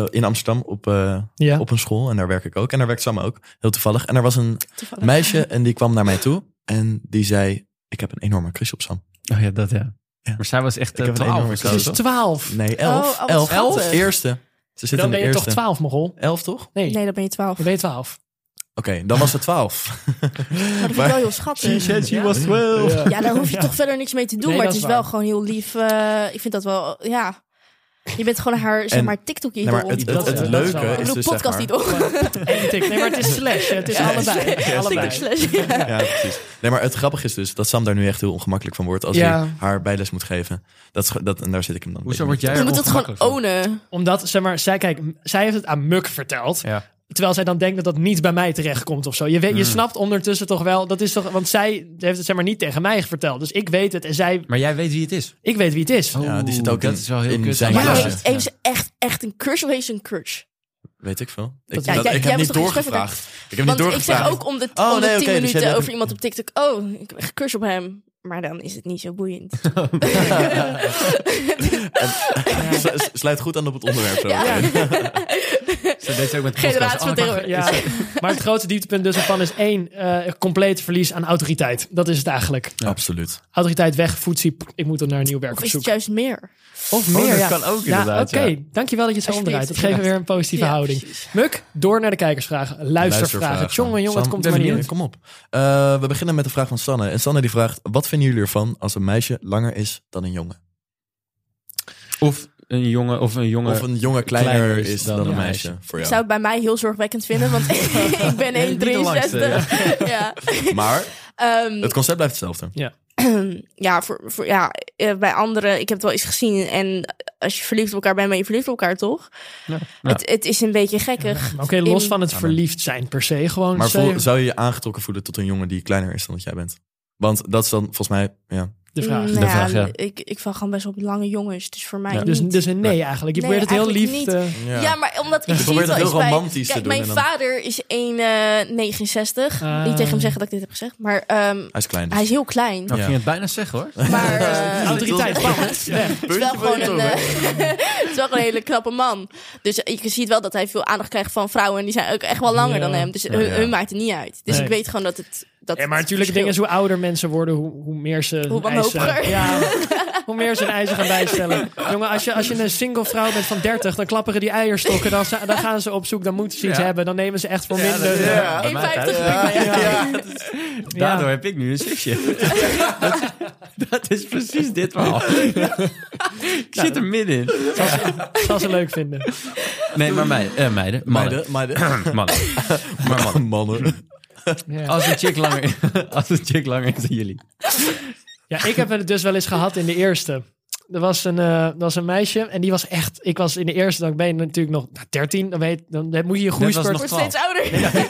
[SPEAKER 4] in Amsterdam op, eh,
[SPEAKER 6] ja.
[SPEAKER 4] op een school en daar werk ik ook. En daar werkt Sam ook, heel toevallig. En er was een
[SPEAKER 5] Toevallig.
[SPEAKER 4] meisje en die kwam naar mij toe en die zei... Ik heb een enorme crush op Sam.
[SPEAKER 7] Oh ja, dat ja.
[SPEAKER 4] Ja.
[SPEAKER 7] Maar zij was echt
[SPEAKER 4] Ik
[SPEAKER 7] eh,
[SPEAKER 4] heb een
[SPEAKER 7] 12
[SPEAKER 4] enorme
[SPEAKER 7] of
[SPEAKER 6] Ze
[SPEAKER 7] zo.
[SPEAKER 4] keuze.
[SPEAKER 6] is twaalf.
[SPEAKER 4] Nee, elf.
[SPEAKER 5] Oh, oh, wat
[SPEAKER 4] elf.
[SPEAKER 5] schattig.
[SPEAKER 4] Elf. Eerste. Ze zit
[SPEAKER 6] Dan
[SPEAKER 4] in
[SPEAKER 6] ben
[SPEAKER 4] de
[SPEAKER 6] je
[SPEAKER 4] eerste.
[SPEAKER 6] toch twaalf, Mogol?
[SPEAKER 4] Elf toch? Oké,
[SPEAKER 6] Nee,
[SPEAKER 5] Nee, dan ben je twaalf.
[SPEAKER 6] dan ben je twaalf.
[SPEAKER 4] dan was ze twaalf.
[SPEAKER 5] Maar dat vind
[SPEAKER 4] Maar-
[SPEAKER 5] ik wel heel schattig.
[SPEAKER 6] Ja.
[SPEAKER 4] twaalf.
[SPEAKER 5] Ja, daar hoef je
[SPEAKER 6] Ja.
[SPEAKER 5] toch verder niks mee te doen.
[SPEAKER 6] Nee,
[SPEAKER 5] maar
[SPEAKER 6] dat
[SPEAKER 5] het is
[SPEAKER 6] is
[SPEAKER 5] wel
[SPEAKER 6] waar.
[SPEAKER 5] gewoon heel lief. eh, ik vind dat wel, ja. Je bent gewoon haar, zeg
[SPEAKER 4] En-
[SPEAKER 5] maar, TikTok-idool.
[SPEAKER 4] Nee, maar het,
[SPEAKER 6] Dat-
[SPEAKER 4] het, het
[SPEAKER 6] dat is
[SPEAKER 4] leuke
[SPEAKER 6] wel waar.
[SPEAKER 5] ik
[SPEAKER 4] is
[SPEAKER 5] bedoel,
[SPEAKER 4] dus zeg maar...
[SPEAKER 5] podcast-idool.
[SPEAKER 6] En tik. Nee, maar het is slash. hè. Het is
[SPEAKER 5] Ja,
[SPEAKER 6] allebei.
[SPEAKER 5] slash.
[SPEAKER 6] allebei.
[SPEAKER 5] TikTok-slash. Ja.
[SPEAKER 4] Ja, precies. Nee, maar het grappige is dus dat Sam daar nu echt heel ongemakkelijk van wordt als
[SPEAKER 6] Ja.
[SPEAKER 4] hij haar bijles moet geven. Dat, is ge- dat, en daar zit ik hem dan.
[SPEAKER 7] Hoezo
[SPEAKER 4] een
[SPEAKER 7] word
[SPEAKER 4] beetje
[SPEAKER 7] jij
[SPEAKER 5] Je
[SPEAKER 7] er
[SPEAKER 5] moet het gewoon
[SPEAKER 7] ongemakkelijk van?
[SPEAKER 5] ownen.
[SPEAKER 6] Omdat, zeg maar, zij, kijk, m- zij heeft het aan Muk verteld.
[SPEAKER 7] Ja. Mm.
[SPEAKER 6] Terwijl zij dan denkt dat dat niet bij mij terechtkomt of zo. Je, weet, je snapt ondertussen toch wel, dat is toch, want zij heeft het zeg maar niet tegen mij verteld. Dus ik weet het en zij,
[SPEAKER 7] Maar jij weet wie het is.
[SPEAKER 6] ik weet wie het is.
[SPEAKER 4] Ja, die zit
[SPEAKER 7] Oeh,
[SPEAKER 4] ook
[SPEAKER 7] dat
[SPEAKER 4] in-
[SPEAKER 7] is wel heel
[SPEAKER 4] in
[SPEAKER 7] kut.
[SPEAKER 4] zijn
[SPEAKER 5] Maar
[SPEAKER 4] Ja.
[SPEAKER 5] heeft, heeft ze echt, echt een crush of heeft ze een crush?
[SPEAKER 4] Weet ik veel. Ik,
[SPEAKER 5] Ja,
[SPEAKER 4] dat-
[SPEAKER 5] jij-
[SPEAKER 4] ik
[SPEAKER 5] jij
[SPEAKER 4] heb
[SPEAKER 5] was
[SPEAKER 4] niet
[SPEAKER 5] toch in gesprek met haar?
[SPEAKER 4] doorgevraagd. Ik heb niet
[SPEAKER 5] Want ik
[SPEAKER 4] doorgevraagd.
[SPEAKER 5] zeg ook om de,
[SPEAKER 4] Oh,
[SPEAKER 5] om de
[SPEAKER 4] nee, oké,
[SPEAKER 5] 10
[SPEAKER 4] dus jij
[SPEAKER 5] minuten
[SPEAKER 4] bent-
[SPEAKER 5] over iemand op TikTok. Oh, ik heb echt een crush op hem. Maar dan is het niet zo boeiend.
[SPEAKER 4] S- Sluit goed aan op het onderwerp. Zo.
[SPEAKER 5] Ja.
[SPEAKER 7] Ze deed ze ook met de
[SPEAKER 5] Generatie
[SPEAKER 7] podcast.
[SPEAKER 5] van
[SPEAKER 7] Oh,
[SPEAKER 5] terror.
[SPEAKER 6] Ja, maar het grootste dieptepunt dus ervan is één, eh compleet verlies aan autoriteit. Dat is het eigenlijk.
[SPEAKER 4] Absoluut.
[SPEAKER 6] Autoriteit weg, voetsie, ik moet er naar een nieuw werk
[SPEAKER 5] Of
[SPEAKER 6] op
[SPEAKER 5] is het
[SPEAKER 6] zoek.
[SPEAKER 5] juist meer?
[SPEAKER 6] Of meer,
[SPEAKER 7] Oh, dat
[SPEAKER 6] ja.
[SPEAKER 7] kan ook
[SPEAKER 6] Ja,
[SPEAKER 7] inderdaad,
[SPEAKER 6] Oké,
[SPEAKER 7] ja.
[SPEAKER 6] dankjewel dat je het zo
[SPEAKER 5] Alsjeblieft.
[SPEAKER 6] omdraait. Dat geeft weer een positieve
[SPEAKER 5] Ja,
[SPEAKER 6] houding.
[SPEAKER 5] precies.
[SPEAKER 6] Muk, door naar de kijkersvragen. Luistervragen. Jongen, jongen, het komt er maar niet uit.
[SPEAKER 4] Kom op. Eh, we beginnen met de vraag van Sanne. En Sanne die vraagt, wat vinden jullie ervan als een meisje langer is dan een jongen?
[SPEAKER 7] Of een jongen, of een jongen.
[SPEAKER 4] Of een jongen kleiner, is, dan, een meisje. Voor jou.
[SPEAKER 5] Ik zou het bij mij heel zorgwekkend vinden, want ik ben
[SPEAKER 7] bent niet de langste,
[SPEAKER 5] 1,63. Ja.
[SPEAKER 4] Maar
[SPEAKER 5] Ehm,
[SPEAKER 4] het concept blijft hetzelfde.
[SPEAKER 5] ja, voor, voor, ja, eh, bij anderen, ik heb het wel eens gezien. En als je verliefd op elkaar bent, ben je verliefd op elkaar, toch?
[SPEAKER 7] Ja.
[SPEAKER 5] Het, het is een beetje gekkig.
[SPEAKER 6] Maar Oké, los
[SPEAKER 5] In-
[SPEAKER 6] van het
[SPEAKER 7] Ah,
[SPEAKER 4] Ja, maar-
[SPEAKER 6] verliefd zijn per se. Gewoon
[SPEAKER 4] Maar
[SPEAKER 6] stel je-
[SPEAKER 4] voel- zou je je aangetrokken voelen tot een jongen die kleiner is dan dat jij bent? Want dat is dan volgens mij, ja.
[SPEAKER 6] de vraag.
[SPEAKER 5] Mm, nou
[SPEAKER 7] De vraag, ja.
[SPEAKER 5] Ik, ik val gewoon best op lange jongens, dus voor mij
[SPEAKER 6] Dus,
[SPEAKER 5] niet.
[SPEAKER 6] dus een nee eigenlijk. Je
[SPEAKER 5] Nee,
[SPEAKER 6] probeert het heel lief. eh,
[SPEAKER 5] eigenlijk
[SPEAKER 6] te-
[SPEAKER 5] ja. maar omdat ik
[SPEAKER 4] Je
[SPEAKER 5] zie het
[SPEAKER 4] probeert
[SPEAKER 5] wel
[SPEAKER 4] het
[SPEAKER 5] eens
[SPEAKER 4] heel
[SPEAKER 5] bij...
[SPEAKER 4] romantisch te
[SPEAKER 5] Kijk,
[SPEAKER 4] doen
[SPEAKER 5] mijn
[SPEAKER 4] en dan-
[SPEAKER 5] vader is 1,69.
[SPEAKER 6] Ah.
[SPEAKER 5] Niet tegen hem zeggen dat ik dit heb gezegd, maar ehm,
[SPEAKER 4] Hij is klein. dus.
[SPEAKER 5] hij is heel klein.
[SPEAKER 7] Nou, ik
[SPEAKER 4] Ja.
[SPEAKER 7] ging het bijna zeggen hoor.
[SPEAKER 5] Maar eh,
[SPEAKER 6] Autoriteit, bam.
[SPEAKER 5] Het is wel gewoon een, eh, het is wel gewoon een hele knappe man. Dus je ziet wel dat hij veel aandacht krijgt van vrouwen. En die zijn ook echt wel langer
[SPEAKER 6] Ja.
[SPEAKER 5] dan hem. Dus hun,
[SPEAKER 4] ja.
[SPEAKER 5] hun maakt het niet uit. Dus
[SPEAKER 6] Nee.
[SPEAKER 5] ik weet gewoon dat het. Dat
[SPEAKER 6] Ja, maar
[SPEAKER 5] het
[SPEAKER 6] natuurlijk, dingen
[SPEAKER 5] verschil-
[SPEAKER 6] is hoe ouder mensen worden, hoe, hoe meer ze. hun
[SPEAKER 5] wanhopiger.
[SPEAKER 6] eisen- Ja, hoe meer ze hun eisen gaan bijstellen. Jongen, als je, als je een single vrouw bent van 30, dan klapperen die eierstokken. Dan, za- dan gaan ze op zoek, dan moeten ze iets
[SPEAKER 7] Ja.
[SPEAKER 6] hebben. Dan nemen ze echt voor
[SPEAKER 7] Ja,
[SPEAKER 6] minder.
[SPEAKER 7] dat- ja.
[SPEAKER 5] Ja, 1,50
[SPEAKER 7] Ja,
[SPEAKER 5] prima.
[SPEAKER 6] ja.
[SPEAKER 7] Daardoor heb ik nu een zusje. dat, dat is precies dit verhaal. ik zit er middenin.
[SPEAKER 6] Zal ze leuk vinden.
[SPEAKER 7] Nee, maar meiden. eh, meiden. Mannen.
[SPEAKER 4] Meiden, meiden.
[SPEAKER 7] Mannen. Maar mannen.
[SPEAKER 4] Mannen.
[SPEAKER 6] Ja.
[SPEAKER 7] Als een chick langer, als een chick langer is dan jullie.
[SPEAKER 6] Ja, ik heb het dus wel eens gehad in de eerste. Er was een, eh, er was een meisje en die was echt... Ik was in de eerste, dan ben je natuurlijk nog nou, 13. Dan, weet, dan moet je je
[SPEAKER 7] was
[SPEAKER 6] groeispurt...
[SPEAKER 7] nog-
[SPEAKER 5] Wordt steeds ouder.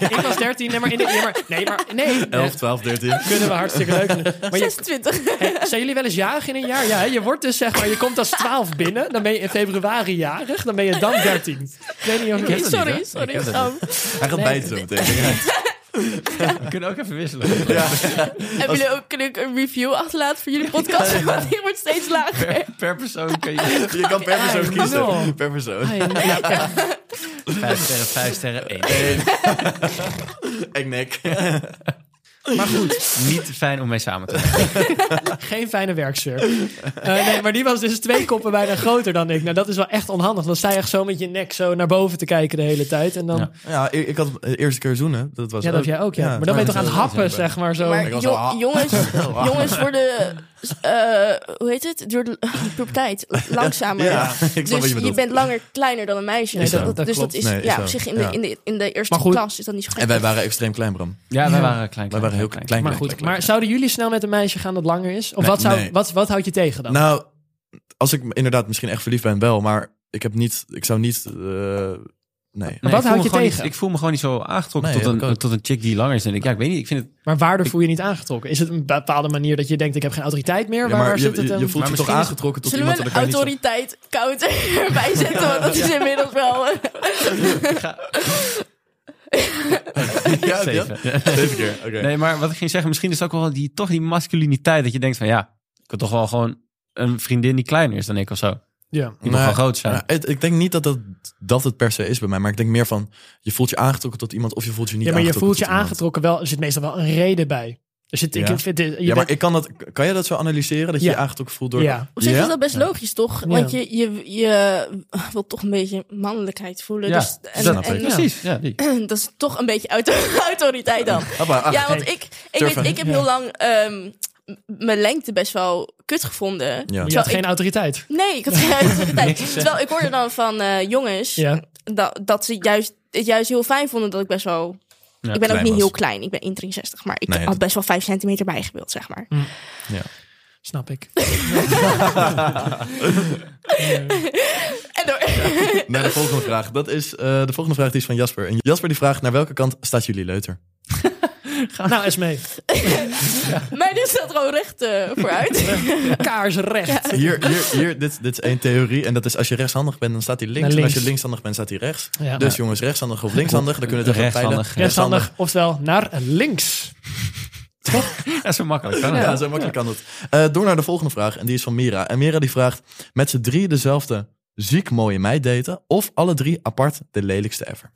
[SPEAKER 6] Ik was 13, nee, maar in de... Nee, maar, nee, maar, nee.
[SPEAKER 4] 11, 12, 13.
[SPEAKER 6] Kunnen we hartstikke leuk vinden. Maar je,
[SPEAKER 5] 26.
[SPEAKER 6] hey, zijn jullie wel eens jarig in een jaar? Ja, hè? je wordt dus zeg maar, je komt als 12 binnen, dan ben je in februari jarig, dan ben je dan 13. Ik weet niet of
[SPEAKER 7] ken dat niet,
[SPEAKER 5] sorry,
[SPEAKER 7] hè?
[SPEAKER 5] sorry.
[SPEAKER 7] Ik ken dat
[SPEAKER 5] Oh,
[SPEAKER 4] Hij gaat bijten zo meteen.
[SPEAKER 7] We kunnen ook even wisselen.
[SPEAKER 5] hebben jullie ook, kunnen ik een review achterlaten voor jullie podcast? Want die wordt steeds lager.
[SPEAKER 7] Per persoon kun je
[SPEAKER 4] Je kan per persoon
[SPEAKER 6] Nul.
[SPEAKER 4] kiezen. Per
[SPEAKER 6] Oh,
[SPEAKER 4] persoon.
[SPEAKER 7] vijf sterren, vijf sterren, één.
[SPEAKER 4] Ik nek.
[SPEAKER 6] Maar goed,
[SPEAKER 7] Niet fijn om mee samen te zijn.
[SPEAKER 6] geen fijne werksfeer. Eh, nee, maar die was dus twee koppen bijna groter dan ik. Nou, dat is wel echt onhandig. Dan sta je echt zo met je nek zo naar boven te kijken de hele tijd. En dan, ja,
[SPEAKER 7] Ja.
[SPEAKER 4] Ja, ik, ik had de eerste keer zoenen. Dat was
[SPEAKER 6] dat heb jij ook, ja. Maar dan ben je toch aan het happen, zeg maar zo.
[SPEAKER 5] Maar
[SPEAKER 4] Ik was
[SPEAKER 5] jo-
[SPEAKER 4] al ha-
[SPEAKER 5] jongens, jongens worden, eh, hoe heet het, door de puberteit langzamer.
[SPEAKER 4] Ja, ik snap
[SPEAKER 5] dus
[SPEAKER 4] wat je
[SPEAKER 5] je,
[SPEAKER 4] bedoelt.
[SPEAKER 5] bent langer kleiner dan een meisje.
[SPEAKER 6] Nee,
[SPEAKER 5] Dus
[SPEAKER 6] dat- dat
[SPEAKER 5] dus dat
[SPEAKER 6] klopt.
[SPEAKER 5] is,
[SPEAKER 4] Nee, is
[SPEAKER 5] ja,
[SPEAKER 4] zo.
[SPEAKER 5] op zich in de,
[SPEAKER 4] Ja.
[SPEAKER 5] in de, in de eerste
[SPEAKER 6] Maar goed.
[SPEAKER 5] klas is dat niet zo gek.
[SPEAKER 4] En wij waren extreem klein, Bram.
[SPEAKER 7] Ja, wij waren klein.
[SPEAKER 4] Wij waren heel klein. klein
[SPEAKER 6] Maar
[SPEAKER 4] klein,
[SPEAKER 6] goed,
[SPEAKER 4] klein,
[SPEAKER 6] maar zouden jullie snel met een meisje gaan dat langer is? Of
[SPEAKER 4] Nee,
[SPEAKER 6] wat, zou,
[SPEAKER 4] nee.
[SPEAKER 6] wat, wat houd je tegen dan?
[SPEAKER 4] klein. Nou, als ik inderdaad misschien echt verliefd ben, wel. Maar ik heb niet... Ik zou niet... eh, nee.
[SPEAKER 6] Maar
[SPEAKER 7] Nee,
[SPEAKER 6] wat
[SPEAKER 7] ik voel
[SPEAKER 6] houd
[SPEAKER 7] me
[SPEAKER 6] je
[SPEAKER 7] gewoon
[SPEAKER 6] tegen?
[SPEAKER 7] Niet, ik voel me gewoon niet zo aangetrokken
[SPEAKER 4] Nee,
[SPEAKER 7] tot,
[SPEAKER 4] dat
[SPEAKER 7] een,
[SPEAKER 4] ook.
[SPEAKER 7] tot een chick die langer is. En ik, ja, ik weet niet, ik vind het...
[SPEAKER 6] Maar waardoor voel je je niet aangetrokken? Is het een bepaalde manier dat je denkt, ik heb geen autoriteit meer?
[SPEAKER 4] Ja,
[SPEAKER 6] waar, waar
[SPEAKER 4] maar
[SPEAKER 6] zit
[SPEAKER 4] je,
[SPEAKER 6] het
[SPEAKER 4] je,
[SPEAKER 6] hem?
[SPEAKER 4] je voelt je
[SPEAKER 7] misschien
[SPEAKER 4] toch
[SPEAKER 7] is-
[SPEAKER 4] aangetrokken tot
[SPEAKER 5] Zullen
[SPEAKER 4] iemand...
[SPEAKER 5] we
[SPEAKER 4] en
[SPEAKER 5] een
[SPEAKER 4] dan kan je niet zo-
[SPEAKER 5] autoriteit koud erbij zetten? Want dat is inmiddels wel... eh,
[SPEAKER 4] Ja, ja.
[SPEAKER 7] Zeven.
[SPEAKER 4] Zeven keer, oké.
[SPEAKER 7] Nee, maar wat ik ging zeggen, misschien is het ook wel die, toch die masculiniteit. Dat je denkt van, ja, ik wil toch wel gewoon een vriendin die kleiner is dan ik of zo. Die
[SPEAKER 6] Ja.
[SPEAKER 7] mag
[SPEAKER 4] Nee,
[SPEAKER 7] wel groot zijn.
[SPEAKER 4] Ja, het- ik denk niet dat, dat dat het per se is bij mij. Maar ik denk meer van, je voelt je aangetrokken tot iemand of je voelt je niet
[SPEAKER 6] ja, maar je voelt je
[SPEAKER 4] aangetrokken. tot iemand.
[SPEAKER 6] aangetrokken wel. Er zit meestal wel een reden bij. Er zit, ik
[SPEAKER 4] Ja.
[SPEAKER 6] vind, je
[SPEAKER 4] Ja, maar
[SPEAKER 6] bent-
[SPEAKER 4] ik kan, dat, kan je dat zo analyseren? Dat je
[SPEAKER 6] Ja.
[SPEAKER 4] je aangetrokken voelt door...
[SPEAKER 6] ja.
[SPEAKER 5] Op zich
[SPEAKER 4] Ja?
[SPEAKER 5] is dat best logisch, toch? Want je, je, je wilt toch een beetje mannelijkheid voelen.
[SPEAKER 7] Ja,
[SPEAKER 5] dus, en,
[SPEAKER 4] snap
[SPEAKER 5] en-
[SPEAKER 4] ik.
[SPEAKER 7] Precies, ja, die.
[SPEAKER 5] dat is toch een beetje auto autoriteit dan.
[SPEAKER 4] Hoppa, ah,
[SPEAKER 5] Ja, want
[SPEAKER 6] hey,
[SPEAKER 5] ik, ik,
[SPEAKER 4] durven.
[SPEAKER 5] weet- ik heb heel lang ehm, m- mijn lengte best wel kut gevonden.
[SPEAKER 4] Ja.
[SPEAKER 6] je had
[SPEAKER 5] Terwijl ik-
[SPEAKER 6] geen autoriteit.
[SPEAKER 5] Nee, ik had geen autoriteit. Terwijl ik hoorde dan van eh, jongens
[SPEAKER 6] Ja.
[SPEAKER 5] dat, dat ze juist, het juist heel fijn vonden dat ik best wel... ik ben ook
[SPEAKER 4] klein
[SPEAKER 5] niet
[SPEAKER 4] was.
[SPEAKER 5] heel klein, ik ben 1,63. Maar ik
[SPEAKER 4] Nee,
[SPEAKER 5] had
[SPEAKER 4] dat- Mm.
[SPEAKER 5] best wel 5 centimeter bijgewild, zeg maar.
[SPEAKER 6] Snap ik.
[SPEAKER 5] En door,
[SPEAKER 4] Naar de volgende vraag. Dat is, eh, de volgende vraag die is van Jasper. En Jasper die vraagt, naar welke kant staat jullie leuter?
[SPEAKER 6] nou, Esmee.
[SPEAKER 5] mijn is dat gewoon recht eh, vooruit.
[SPEAKER 6] Kaarsrecht.
[SPEAKER 4] Hier, hier, hier dit, dit is één theorie. En dat is als je rechtshandig bent, dan staat hij links.
[SPEAKER 6] Naar
[SPEAKER 4] En
[SPEAKER 6] links.
[SPEAKER 4] als je linkshandig bent, staat hij rechts.
[SPEAKER 6] Ja.
[SPEAKER 4] Dus jongens, rechtshandig of linkshandig, dan kunnen we het even
[SPEAKER 7] Rechtshandig.
[SPEAKER 4] peilen.
[SPEAKER 6] Rechtshandig, oftewel naar links.
[SPEAKER 7] Ja, zo makkelijk kan het.
[SPEAKER 4] Ja, zo makkelijk kan dat. Eh, door naar de volgende vraag. En die is van Mira. En Mira die vraagt, met z'n drie dezelfde ziek mooie meid daten... of alle drie apart de lelijkste ever?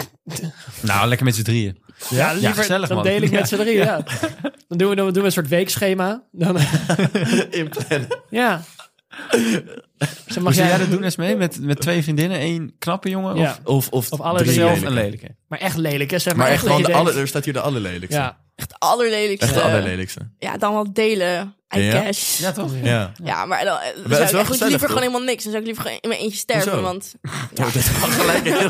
[SPEAKER 7] Nou, lekker met z'n drieën.
[SPEAKER 6] Ja, liever,
[SPEAKER 7] gezellig,
[SPEAKER 6] dan
[SPEAKER 7] man.
[SPEAKER 6] deel ik met z'n drieën. Ja. Dan, doen we, dan doen we een soort weekschema. Dan,
[SPEAKER 4] Inplannen.
[SPEAKER 6] ja. Ze mag
[SPEAKER 7] Mag jij
[SPEAKER 6] jij-
[SPEAKER 7] dat doen, Esmee? Met, met twee vriendinnen, één knappe jongen?
[SPEAKER 6] Ja.
[SPEAKER 7] Of,
[SPEAKER 4] Of, of,
[SPEAKER 6] Of alle
[SPEAKER 4] drie
[SPEAKER 6] dezelfde
[SPEAKER 7] zelf
[SPEAKER 4] lelijke.
[SPEAKER 7] een lelijke?
[SPEAKER 6] Maar echt lelijk, hè? Zeg maar,
[SPEAKER 4] Maar echt
[SPEAKER 6] dat
[SPEAKER 4] gewoon,
[SPEAKER 6] je
[SPEAKER 4] de alle,
[SPEAKER 6] denkt-
[SPEAKER 4] er staat hier de allerlelijkste.
[SPEAKER 6] Ja.
[SPEAKER 5] Echt allerlelijkste.
[SPEAKER 4] Echt de allerlelijkste.
[SPEAKER 5] Ja, dan wel delen. I
[SPEAKER 4] Ja?
[SPEAKER 5] guess.
[SPEAKER 7] Ja, toch?
[SPEAKER 4] Ja.
[SPEAKER 5] Ja, maar dan eh,
[SPEAKER 4] is wel
[SPEAKER 5] zou ik echt
[SPEAKER 4] gezellig,
[SPEAKER 5] liever
[SPEAKER 4] toch?
[SPEAKER 5] gewoon helemaal niks. Dan zou ik liever gewoon in mijn eentje sterven.
[SPEAKER 4] Hoezo?
[SPEAKER 5] Want
[SPEAKER 4] Ja, dat gaat gelijk heel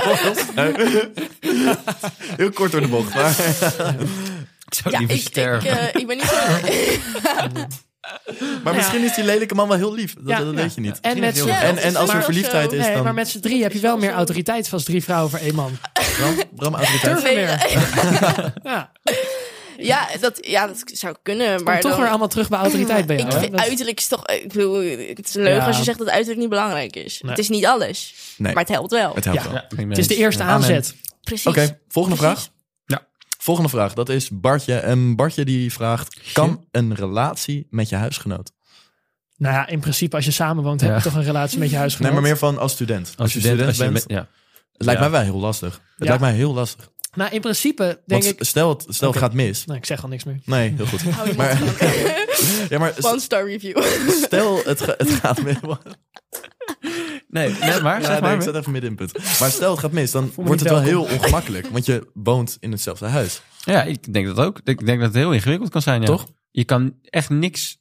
[SPEAKER 4] Heel kort door de bocht, maar...
[SPEAKER 7] Ik zou
[SPEAKER 5] ja, ik,
[SPEAKER 7] liever
[SPEAKER 5] ik,
[SPEAKER 7] sterven.
[SPEAKER 5] eh, ik ben niet zo...
[SPEAKER 4] Maar misschien is die lelijke man wel heel lief. Dat,
[SPEAKER 6] Ja,
[SPEAKER 4] dat
[SPEAKER 6] ja.
[SPEAKER 4] weet je niet.
[SPEAKER 6] En, met
[SPEAKER 7] heel
[SPEAKER 6] z'n-
[SPEAKER 5] Ja,
[SPEAKER 4] En,
[SPEAKER 5] dat
[SPEAKER 4] en
[SPEAKER 5] is
[SPEAKER 4] als
[SPEAKER 5] wel
[SPEAKER 4] er verliefdheid
[SPEAKER 5] zo.
[SPEAKER 4] is,
[SPEAKER 6] Nee,
[SPEAKER 4] dan...
[SPEAKER 6] maar met z'n drie heb je wel meer autoriteit als drie vrouwen voor één man.
[SPEAKER 4] Bram, Bram autoriteit.
[SPEAKER 6] Durven
[SPEAKER 5] Nee,
[SPEAKER 6] meer. Ja,
[SPEAKER 5] Ja, dat, ja, dat zou kunnen. Maar
[SPEAKER 6] maar toch
[SPEAKER 5] dan-
[SPEAKER 6] weer allemaal terug bij autoriteit bij jou.
[SPEAKER 5] Ik
[SPEAKER 6] hè?
[SPEAKER 5] vind,
[SPEAKER 6] Dat-
[SPEAKER 5] uiterlijk is toch... Ik bedoel, het is een leugen
[SPEAKER 6] Ja.
[SPEAKER 5] als je zegt dat uiterlijk niet belangrijk is.
[SPEAKER 6] Nee.
[SPEAKER 5] Het is niet alles.
[SPEAKER 4] Nee,
[SPEAKER 5] Maar het helpt wel.
[SPEAKER 4] het helpt
[SPEAKER 6] Ja.
[SPEAKER 4] wel.
[SPEAKER 7] Ja, ik ben
[SPEAKER 6] het is de
[SPEAKER 7] eens.
[SPEAKER 6] eerste
[SPEAKER 7] Amen.
[SPEAKER 6] aanzet.
[SPEAKER 5] Precies.
[SPEAKER 4] Oké, volgende
[SPEAKER 5] Precies.
[SPEAKER 4] vraag.
[SPEAKER 7] Ja.
[SPEAKER 4] Volgende vraag, dat is Bartje. En Bartje die vraagt, kan een relatie met je huisgenoot?
[SPEAKER 6] Nou ja, in principe als je samen woont heb je
[SPEAKER 7] Ja.
[SPEAKER 6] toch een relatie met je
[SPEAKER 4] Nee,
[SPEAKER 6] huisgenoot.
[SPEAKER 4] maar meer van als student. Als, je student,
[SPEAKER 7] als je
[SPEAKER 4] bent,
[SPEAKER 7] met- ja.
[SPEAKER 4] het lijkt
[SPEAKER 7] ja.
[SPEAKER 4] mij wel heel lastig. Het
[SPEAKER 6] Ja.
[SPEAKER 4] lijkt mij heel lastig.
[SPEAKER 6] Nou, in principe denk
[SPEAKER 4] Want
[SPEAKER 6] ik...
[SPEAKER 4] stel het, stel het
[SPEAKER 6] Oké.
[SPEAKER 4] gaat mis.
[SPEAKER 6] Nou, ik zeg al niks meer.
[SPEAKER 4] Nee, heel goed.
[SPEAKER 5] Hou je
[SPEAKER 4] Maar-
[SPEAKER 5] mond.
[SPEAKER 4] Ja, maar
[SPEAKER 5] One star review.
[SPEAKER 4] stel het, ga- het gaat mis.
[SPEAKER 7] Nee, net maar.
[SPEAKER 4] Ja,
[SPEAKER 7] zeg
[SPEAKER 4] nee,
[SPEAKER 7] maar.
[SPEAKER 4] ik zet even middenpunt. Maar stel het gaat mis, dan wordt
[SPEAKER 6] niet
[SPEAKER 4] het wel heel ongemakkelijk. Want je woont in hetzelfde huis.
[SPEAKER 7] Ja, ik denk dat ook. Ik denk dat het heel ingewikkeld kan zijn. ja.
[SPEAKER 4] Toch?
[SPEAKER 7] Je kan echt niks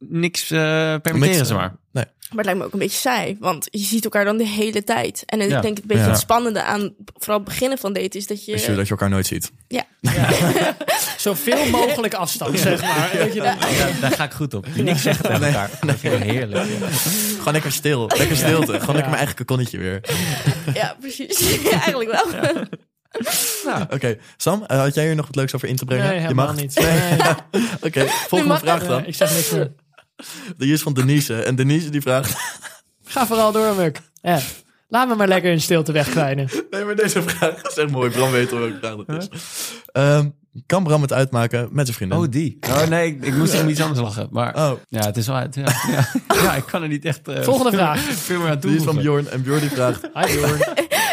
[SPEAKER 7] niks eh permitteren
[SPEAKER 4] Niks,
[SPEAKER 7] ze
[SPEAKER 4] eh,
[SPEAKER 7] maar.
[SPEAKER 5] Maar het lijkt me ook een beetje saai, want je ziet elkaar dan de hele tijd. En ik
[SPEAKER 7] Ja.
[SPEAKER 5] denk het beetje
[SPEAKER 4] Ja.
[SPEAKER 5] het spannende aan vooral het beginnen van daten is dat je...
[SPEAKER 4] Is je dat je elkaar nooit ziet.
[SPEAKER 6] Zoveel mogelijk afstand, zeg maar. Weet je, dat-
[SPEAKER 7] Ja, daar ga ik goed op. Niks zeggen tegen elkaar. Dat vind ik heerlijk.
[SPEAKER 4] Gewoon lekker stil. Lekker stilte. Gewoon lekker mijn eigen kokonnetje weer.
[SPEAKER 5] Ja, precies. Ja, eigenlijk wel.
[SPEAKER 4] Oké, Sam, eh, had jij hier nog wat leuks over in te brengen?
[SPEAKER 6] Nee,
[SPEAKER 4] je
[SPEAKER 6] helemaal
[SPEAKER 4] mag.
[SPEAKER 6] niet.
[SPEAKER 4] Nee.
[SPEAKER 6] Nee.
[SPEAKER 4] Oké, volgende
[SPEAKER 5] mag
[SPEAKER 4] vraag
[SPEAKER 6] Eh,
[SPEAKER 4] dan.
[SPEAKER 6] ik zeg niks meer.
[SPEAKER 4] Die is van Denise. En Denise die vraagt...
[SPEAKER 6] Ga vooral door, Muk. Eh, laat me maar lekker in stilte wegkwijnen.
[SPEAKER 4] Nee, maar deze vraag is echt mooi. Bram weet al welke vraag dat is. Ehm, kan Bram het uitmaken met zijn vriendin?
[SPEAKER 7] Oh, die. Oh nee, ik, ik moest om iets anders lachen. Maar
[SPEAKER 4] Oh,
[SPEAKER 7] ja, het is wel uit. Ja, ja. Ja, ik kan er niet echt eh,
[SPEAKER 6] Volgende
[SPEAKER 7] veel-
[SPEAKER 6] vraag.
[SPEAKER 7] veel meer aan
[SPEAKER 4] die is van
[SPEAKER 7] toevoegen.
[SPEAKER 4] Bjorn. En Bjorn die vraagt...
[SPEAKER 6] Hi, Jorn.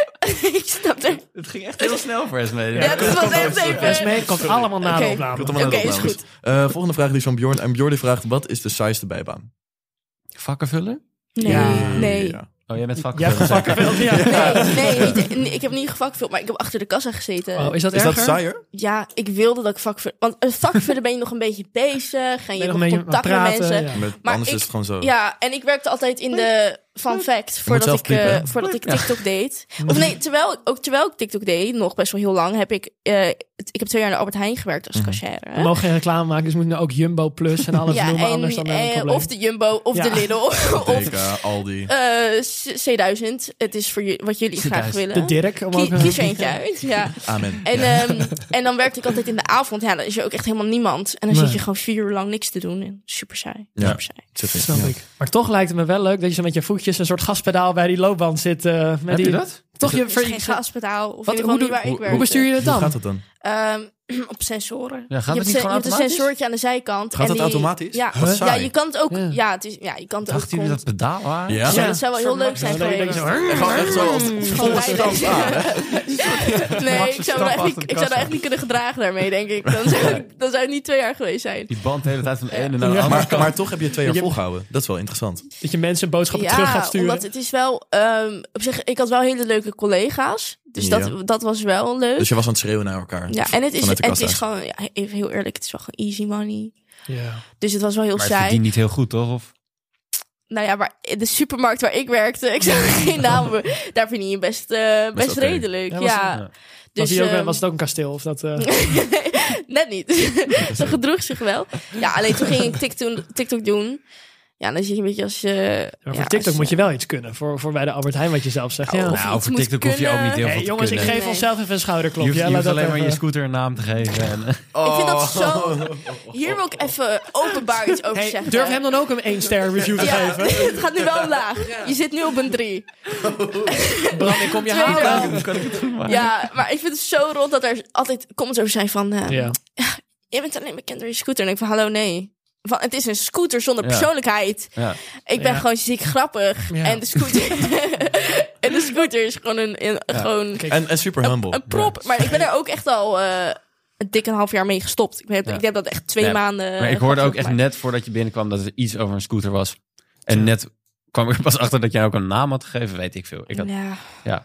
[SPEAKER 5] ik snap er...
[SPEAKER 7] Het ging echt heel snel voor E, Esmee.
[SPEAKER 5] Ja, dat was echt even...
[SPEAKER 6] Esmee komt allemaal na de
[SPEAKER 5] Oké.
[SPEAKER 6] opname.
[SPEAKER 4] Komt allemaal
[SPEAKER 5] Oké,
[SPEAKER 4] naar de
[SPEAKER 5] is
[SPEAKER 4] opnames. Eh, volgende vraag die is van Bjorn. En Bjorn die vraagt... Wat is de saaiste bijbaan?
[SPEAKER 7] Vakkenvuller?
[SPEAKER 5] Nee,
[SPEAKER 6] Ja.
[SPEAKER 5] nee.
[SPEAKER 4] Ja.
[SPEAKER 7] Oh, jij bent
[SPEAKER 6] Jij hebt
[SPEAKER 7] vakkenvuller.
[SPEAKER 6] gevakken veel. Ja.
[SPEAKER 5] Nee, nee, niet- nee, ik heb niet gevakvuld, maar ik heb achter de kassa gezeten.
[SPEAKER 6] Oh, is dat
[SPEAKER 4] Is
[SPEAKER 6] erger?
[SPEAKER 4] dat saaier?
[SPEAKER 5] Ja, ik wilde dat ik vakver... Want een vakverder ben je nog een beetje bezig
[SPEAKER 6] Ben
[SPEAKER 5] en je
[SPEAKER 6] je nog een
[SPEAKER 5] hebt nog
[SPEAKER 6] beetje aan het
[SPEAKER 5] contact met
[SPEAKER 6] praten?
[SPEAKER 5] mensen.
[SPEAKER 6] Ja.
[SPEAKER 4] Met,
[SPEAKER 5] Maar
[SPEAKER 4] anders
[SPEAKER 5] ik-
[SPEAKER 4] is het gewoon zo.
[SPEAKER 5] Ja, en ik werkte altijd in de Fun Fact voordat
[SPEAKER 4] zelf
[SPEAKER 5] ik, eh,
[SPEAKER 4] piepen, hè?
[SPEAKER 5] voordat ik TikTok deed. Of nee, terwijl, ook terwijl ik TikTok deed, nog best wel heel lang, heb ik, eh, het- ik heb twee jaar in de Albert Heijn gewerkt
[SPEAKER 6] Mhm.
[SPEAKER 5] als cashier.
[SPEAKER 6] We mogen geen reclame maken, dus we moeten nu ook Jumbo Plus en alles noemen, anders dan hebben we
[SPEAKER 5] eh,
[SPEAKER 6] een probleem.
[SPEAKER 5] of de Jumbo, of
[SPEAKER 6] Ja.
[SPEAKER 5] de Lidl, of
[SPEAKER 4] Apotheca, Aldi.
[SPEAKER 5] eh, C- C1000. Het is voor ju- wat jullie graag
[SPEAKER 7] C1000.
[SPEAKER 5] willen.
[SPEAKER 6] de Dirk. Om
[SPEAKER 5] Kie-
[SPEAKER 6] ook-
[SPEAKER 5] kies er eentje uit, ja.
[SPEAKER 4] Amen.
[SPEAKER 5] En, ehm, en dan werkte ik altijd in de avond. Ja, dan is er ook echt helemaal niemand. En dan
[SPEAKER 6] Nee.
[SPEAKER 5] zit je gewoon vier uur lang niks te doen. En super saai.
[SPEAKER 4] Ja.
[SPEAKER 5] Super saai.
[SPEAKER 4] Zit er-
[SPEAKER 6] Snap
[SPEAKER 4] ja.
[SPEAKER 6] ik. Maar toch lijkt het me wel leuk dat je zo met je voetjes een soort gaspedaal bij die loopband zit. eh, met
[SPEAKER 7] Heb
[SPEAKER 6] die,
[SPEAKER 7] je dat?
[SPEAKER 6] Toch je,
[SPEAKER 5] Er is geen gaspedaal. Of
[SPEAKER 6] Wat-
[SPEAKER 5] in ieder
[SPEAKER 6] hoe
[SPEAKER 5] geval niet
[SPEAKER 6] doe-
[SPEAKER 5] waar ik werk.
[SPEAKER 6] hoe bestuur je dat
[SPEAKER 4] Hoe
[SPEAKER 6] dan?
[SPEAKER 4] gaat dat dan?
[SPEAKER 5] Ehm, op sensoren.
[SPEAKER 7] Ja, gaat het
[SPEAKER 5] je
[SPEAKER 7] niet gewoon
[SPEAKER 5] hebt, je hebt een
[SPEAKER 7] automatisch?
[SPEAKER 5] sensortje aan de zijkant.
[SPEAKER 4] Gaat
[SPEAKER 5] en
[SPEAKER 4] dat
[SPEAKER 5] die-
[SPEAKER 4] automatisch?
[SPEAKER 5] Ja,
[SPEAKER 4] Wat
[SPEAKER 5] ja
[SPEAKER 4] saai.
[SPEAKER 5] je kan het ook.
[SPEAKER 6] Ja.
[SPEAKER 5] Ja, het is, ja je kan het ook.
[SPEAKER 7] Dachten jullie dat
[SPEAKER 5] constant-
[SPEAKER 7] pedaal waren?
[SPEAKER 4] Ja?
[SPEAKER 5] Ja, dat zou wel heel leuk zijn
[SPEAKER 6] Ja, dan denk je
[SPEAKER 5] geweest.
[SPEAKER 6] zo,
[SPEAKER 4] Gewoon echt zo als
[SPEAKER 5] Hmm. Gewoon
[SPEAKER 4] volle
[SPEAKER 5] rijden.
[SPEAKER 4] stand aan. hè?
[SPEAKER 5] Nee, ik
[SPEAKER 7] Max,
[SPEAKER 5] zou,
[SPEAKER 7] stap
[SPEAKER 5] daar echt,
[SPEAKER 7] achter
[SPEAKER 5] niet-
[SPEAKER 7] de
[SPEAKER 5] ik zou daar
[SPEAKER 7] kassa.
[SPEAKER 5] echt niet kunnen gedragen daarmee, denk ik. Dan zou, ik- dan zou het niet twee jaar geweest zijn.
[SPEAKER 7] Die band de hele tijd van de ene naar de
[SPEAKER 6] Ja.
[SPEAKER 7] andere.
[SPEAKER 4] Maar, maar toch heb je twee jaar
[SPEAKER 6] Je-
[SPEAKER 4] volgehouden. Dat is wel interessant.
[SPEAKER 6] dat je mensen boodschappen terug gaat sturen.
[SPEAKER 5] omdat het is wel... ehm, op zich, ik had wel hele leuke collega's. Dus
[SPEAKER 4] Ja.
[SPEAKER 5] dat, dat was wel leuk.
[SPEAKER 4] Dus je was aan het schreeuwen naar elkaar.
[SPEAKER 5] ja, en het is,
[SPEAKER 4] vanuit de
[SPEAKER 5] en het is
[SPEAKER 4] kassa.
[SPEAKER 5] gewoon... Ja, even heel eerlijk, het is wel gewoon easy money.
[SPEAKER 6] Ja.
[SPEAKER 5] Dus het was wel heel
[SPEAKER 7] Maar het
[SPEAKER 5] saai.
[SPEAKER 7] verdient niet heel goed, toch? Of?
[SPEAKER 5] Nou ja, maar de supermarkt waar ik werkte, ik zou geen naam noemen, daar vind je je best, eh, best
[SPEAKER 4] oké.
[SPEAKER 5] redelijk.
[SPEAKER 6] Ja,
[SPEAKER 5] Ja,
[SPEAKER 6] was-
[SPEAKER 7] ja.
[SPEAKER 6] was,
[SPEAKER 5] Dus,
[SPEAKER 6] die ook,
[SPEAKER 5] ehm,
[SPEAKER 6] was het ook een kasteel? Of dat, eh,
[SPEAKER 5] Net niet. Ze gedroeg zich wel. Ja, alleen toen ging ik TikTok, TikTok doen. Ja, dan zie je een beetje als je...
[SPEAKER 6] maar
[SPEAKER 5] ja,
[SPEAKER 6] voor TikTok
[SPEAKER 5] als-
[SPEAKER 6] moet je wel iets kunnen. Voor, voor bij de Albert Heijn, wat je zelf zegt.
[SPEAKER 5] Oh,
[SPEAKER 6] ja.
[SPEAKER 5] of
[SPEAKER 7] Nou,
[SPEAKER 5] iets
[SPEAKER 7] voor
[SPEAKER 5] moet
[SPEAKER 7] TikTok hoef je ook
[SPEAKER 5] kunnen.
[SPEAKER 7] niet heel
[SPEAKER 6] Hey,
[SPEAKER 7] veel te
[SPEAKER 6] jongens, ik
[SPEAKER 7] kunnen.
[SPEAKER 6] geef
[SPEAKER 5] Nee.
[SPEAKER 6] onszelf even een schouderklop.
[SPEAKER 7] Je hoeft,
[SPEAKER 6] ja,
[SPEAKER 7] je
[SPEAKER 6] laat
[SPEAKER 7] hoeft
[SPEAKER 6] dat
[SPEAKER 7] alleen maar je
[SPEAKER 6] even-
[SPEAKER 7] scooter een naam te geven. En,
[SPEAKER 5] Ik vind dat zo... Hier wil ik even openbaar iets over
[SPEAKER 6] Hey,
[SPEAKER 5] zeggen.
[SPEAKER 6] durf hem dan ook een 1 ster review te
[SPEAKER 5] ja,
[SPEAKER 6] geven.
[SPEAKER 5] het gaat nu wel omlaag. Je zit nu op een drie.
[SPEAKER 6] Bram, ik kom je
[SPEAKER 5] Tweede
[SPEAKER 6] halen.
[SPEAKER 5] wel.
[SPEAKER 7] kan ik het goed maken?
[SPEAKER 5] Ja, maar ik vind het zo rot dat er altijd comments over zijn van... eh,
[SPEAKER 6] Ja.
[SPEAKER 5] je bent alleen bekend door je scooter. En ik van, hallo, nee. Van, het is een scooter zonder
[SPEAKER 7] Ja.
[SPEAKER 5] persoonlijkheid.
[SPEAKER 7] Ja.
[SPEAKER 5] Ik ben
[SPEAKER 6] Ja.
[SPEAKER 5] gewoon ziek grappig.
[SPEAKER 6] Ja.
[SPEAKER 5] En, de scooter, en de scooter is gewoon een, een- gewoon
[SPEAKER 4] En, en super humble.
[SPEAKER 5] een prop. Maar ik ben er ook echt al eh een dikke half jaar mee gestopt. Ik heb,
[SPEAKER 7] Ja.
[SPEAKER 5] ik heb Eh, dat echt twee
[SPEAKER 7] Nee,
[SPEAKER 5] maanden...
[SPEAKER 7] Maar ik hoorde ook echt
[SPEAKER 5] gemaakt.
[SPEAKER 7] net voordat je binnenkwam dat er iets over een scooter was. En net kwam ik er pas achter dat jij ook een naam had gegeven, weet ik veel. Ik had,
[SPEAKER 5] Ja.
[SPEAKER 7] dus
[SPEAKER 6] Kijk,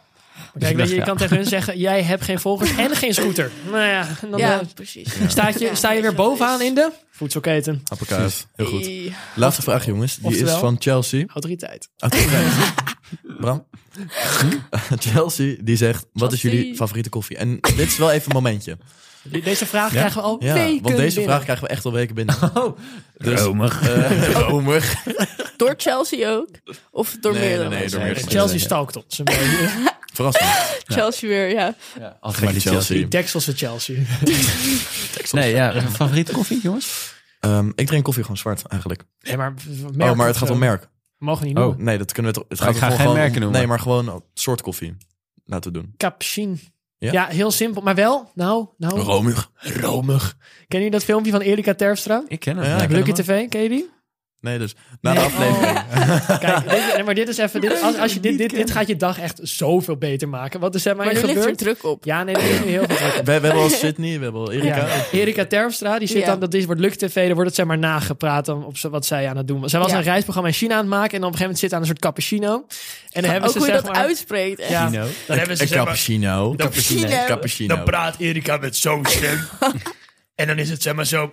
[SPEAKER 7] ik
[SPEAKER 6] weet
[SPEAKER 7] dacht,
[SPEAKER 6] je, je
[SPEAKER 7] ja.
[SPEAKER 6] kan tegen hun zeggen, jij hebt geen volgers en geen scooter. Nou ja, dan
[SPEAKER 5] ja,
[SPEAKER 6] eh,
[SPEAKER 5] precies.
[SPEAKER 6] staat je,
[SPEAKER 5] Ja,
[SPEAKER 6] sta je
[SPEAKER 5] weet
[SPEAKER 6] weer
[SPEAKER 5] je wat het
[SPEAKER 6] bovenaan
[SPEAKER 5] is.
[SPEAKER 6] in de voedselketen.
[SPEAKER 4] Appelkaas. Heel goed.
[SPEAKER 5] Ie.
[SPEAKER 4] Laatste vraag, jongens. Die is
[SPEAKER 6] Oftewel?
[SPEAKER 4] van Chelsea.
[SPEAKER 6] Autoriteit.
[SPEAKER 4] Ah, toch, nee. Bram? Chelsea, die zegt... Wat is
[SPEAKER 5] Chelsea.
[SPEAKER 4] jullie favoriete koffie? En dit is wel even een momentje.
[SPEAKER 6] Die- Deze vraag krijgen we al
[SPEAKER 4] Ja,
[SPEAKER 6] weken
[SPEAKER 4] want deze
[SPEAKER 6] binnen. Oh.
[SPEAKER 4] vraag krijgen we echt al weken binnen. Dus,
[SPEAKER 7] Romig.
[SPEAKER 4] eh,
[SPEAKER 7] Oh.
[SPEAKER 4] romig.
[SPEAKER 5] Door Chelsea ook? Of door
[SPEAKER 4] Nee,
[SPEAKER 5] meerdere
[SPEAKER 4] nee, nee,
[SPEAKER 5] mensen?
[SPEAKER 4] door meerdere
[SPEAKER 6] Chelsea stalkt ons een beetje.
[SPEAKER 4] Verrassend.
[SPEAKER 5] Chelsea weer, ja.
[SPEAKER 7] Ja, altijd maar
[SPEAKER 4] Gekke
[SPEAKER 7] die Chelsea.
[SPEAKER 4] Chelsea.
[SPEAKER 6] Deksels van Chelsea.
[SPEAKER 7] Nee, ja, favoriete koffie, jongens?
[SPEAKER 4] Ehm, ik drink koffie gewoon zwart, eigenlijk.
[SPEAKER 6] Nee, maar,
[SPEAKER 4] oh, maar het gaat om
[SPEAKER 6] merken.
[SPEAKER 4] merk.
[SPEAKER 6] Mogen eh, we niet
[SPEAKER 7] Oh.
[SPEAKER 6] noemen.
[SPEAKER 4] Nee, dat kunnen we toch... Het
[SPEAKER 7] Maar
[SPEAKER 4] gaat
[SPEAKER 7] ik
[SPEAKER 4] toch
[SPEAKER 7] ga
[SPEAKER 4] gewoon
[SPEAKER 7] geen
[SPEAKER 4] gewoon om-
[SPEAKER 7] merken noemen.
[SPEAKER 4] Nee, maar gewoon een soort koffie. Laten we doen.
[SPEAKER 6] Cappuccino. Ja?
[SPEAKER 4] Ja?
[SPEAKER 6] heel simpel. Maar wel, nou, nou.
[SPEAKER 4] Romig.
[SPEAKER 6] romig. Ken je dat filmpje van Erika Terpstra?
[SPEAKER 7] Ik ken
[SPEAKER 4] Ja,
[SPEAKER 7] hem.
[SPEAKER 4] ik-
[SPEAKER 7] Ja,
[SPEAKER 6] Lucky
[SPEAKER 4] hem
[SPEAKER 6] TV, ken je die?
[SPEAKER 4] Nee, dus na
[SPEAKER 6] Nee.
[SPEAKER 4] de aflevering.
[SPEAKER 6] Kijk, dit, nee, maar dit is even. Dit, als, als je dit, dit, dit gaat je dag echt zoveel beter maken. Wat is er maar
[SPEAKER 5] Maar nu ligt er
[SPEAKER 6] gebeurd?
[SPEAKER 5] druk op.
[SPEAKER 6] Ja, nee, dat is nu heel veel druk.
[SPEAKER 4] We, we hebben al Sydney, we hebben al Erika.
[SPEAKER 6] Ja. Erika Terpstra, die zit
[SPEAKER 5] Ja.
[SPEAKER 6] dan, dat is, wordt Luc TV, daar wordt het zeg maar nagepraat om, op ze- wat zij aan het doen was. Zij was
[SPEAKER 5] Ja.
[SPEAKER 6] een reisprogramma in China aan het maken en dan op een gegeven moment zit aan een soort cappuccino. En dan hebben
[SPEAKER 5] Ook
[SPEAKER 6] ze
[SPEAKER 5] hoe je
[SPEAKER 6] zeg
[SPEAKER 5] dat
[SPEAKER 6] maar,
[SPEAKER 5] uitspreekt. eh, echt.
[SPEAKER 6] Ja,
[SPEAKER 7] Cappuccino.
[SPEAKER 6] dan hebben ze
[SPEAKER 4] Een
[SPEAKER 6] zeg maar,
[SPEAKER 4] cappuccino.
[SPEAKER 5] Cappuccino.
[SPEAKER 4] Cappuccino.
[SPEAKER 6] praat Erika met zo stem.
[SPEAKER 3] En dan is het zeg maar zo.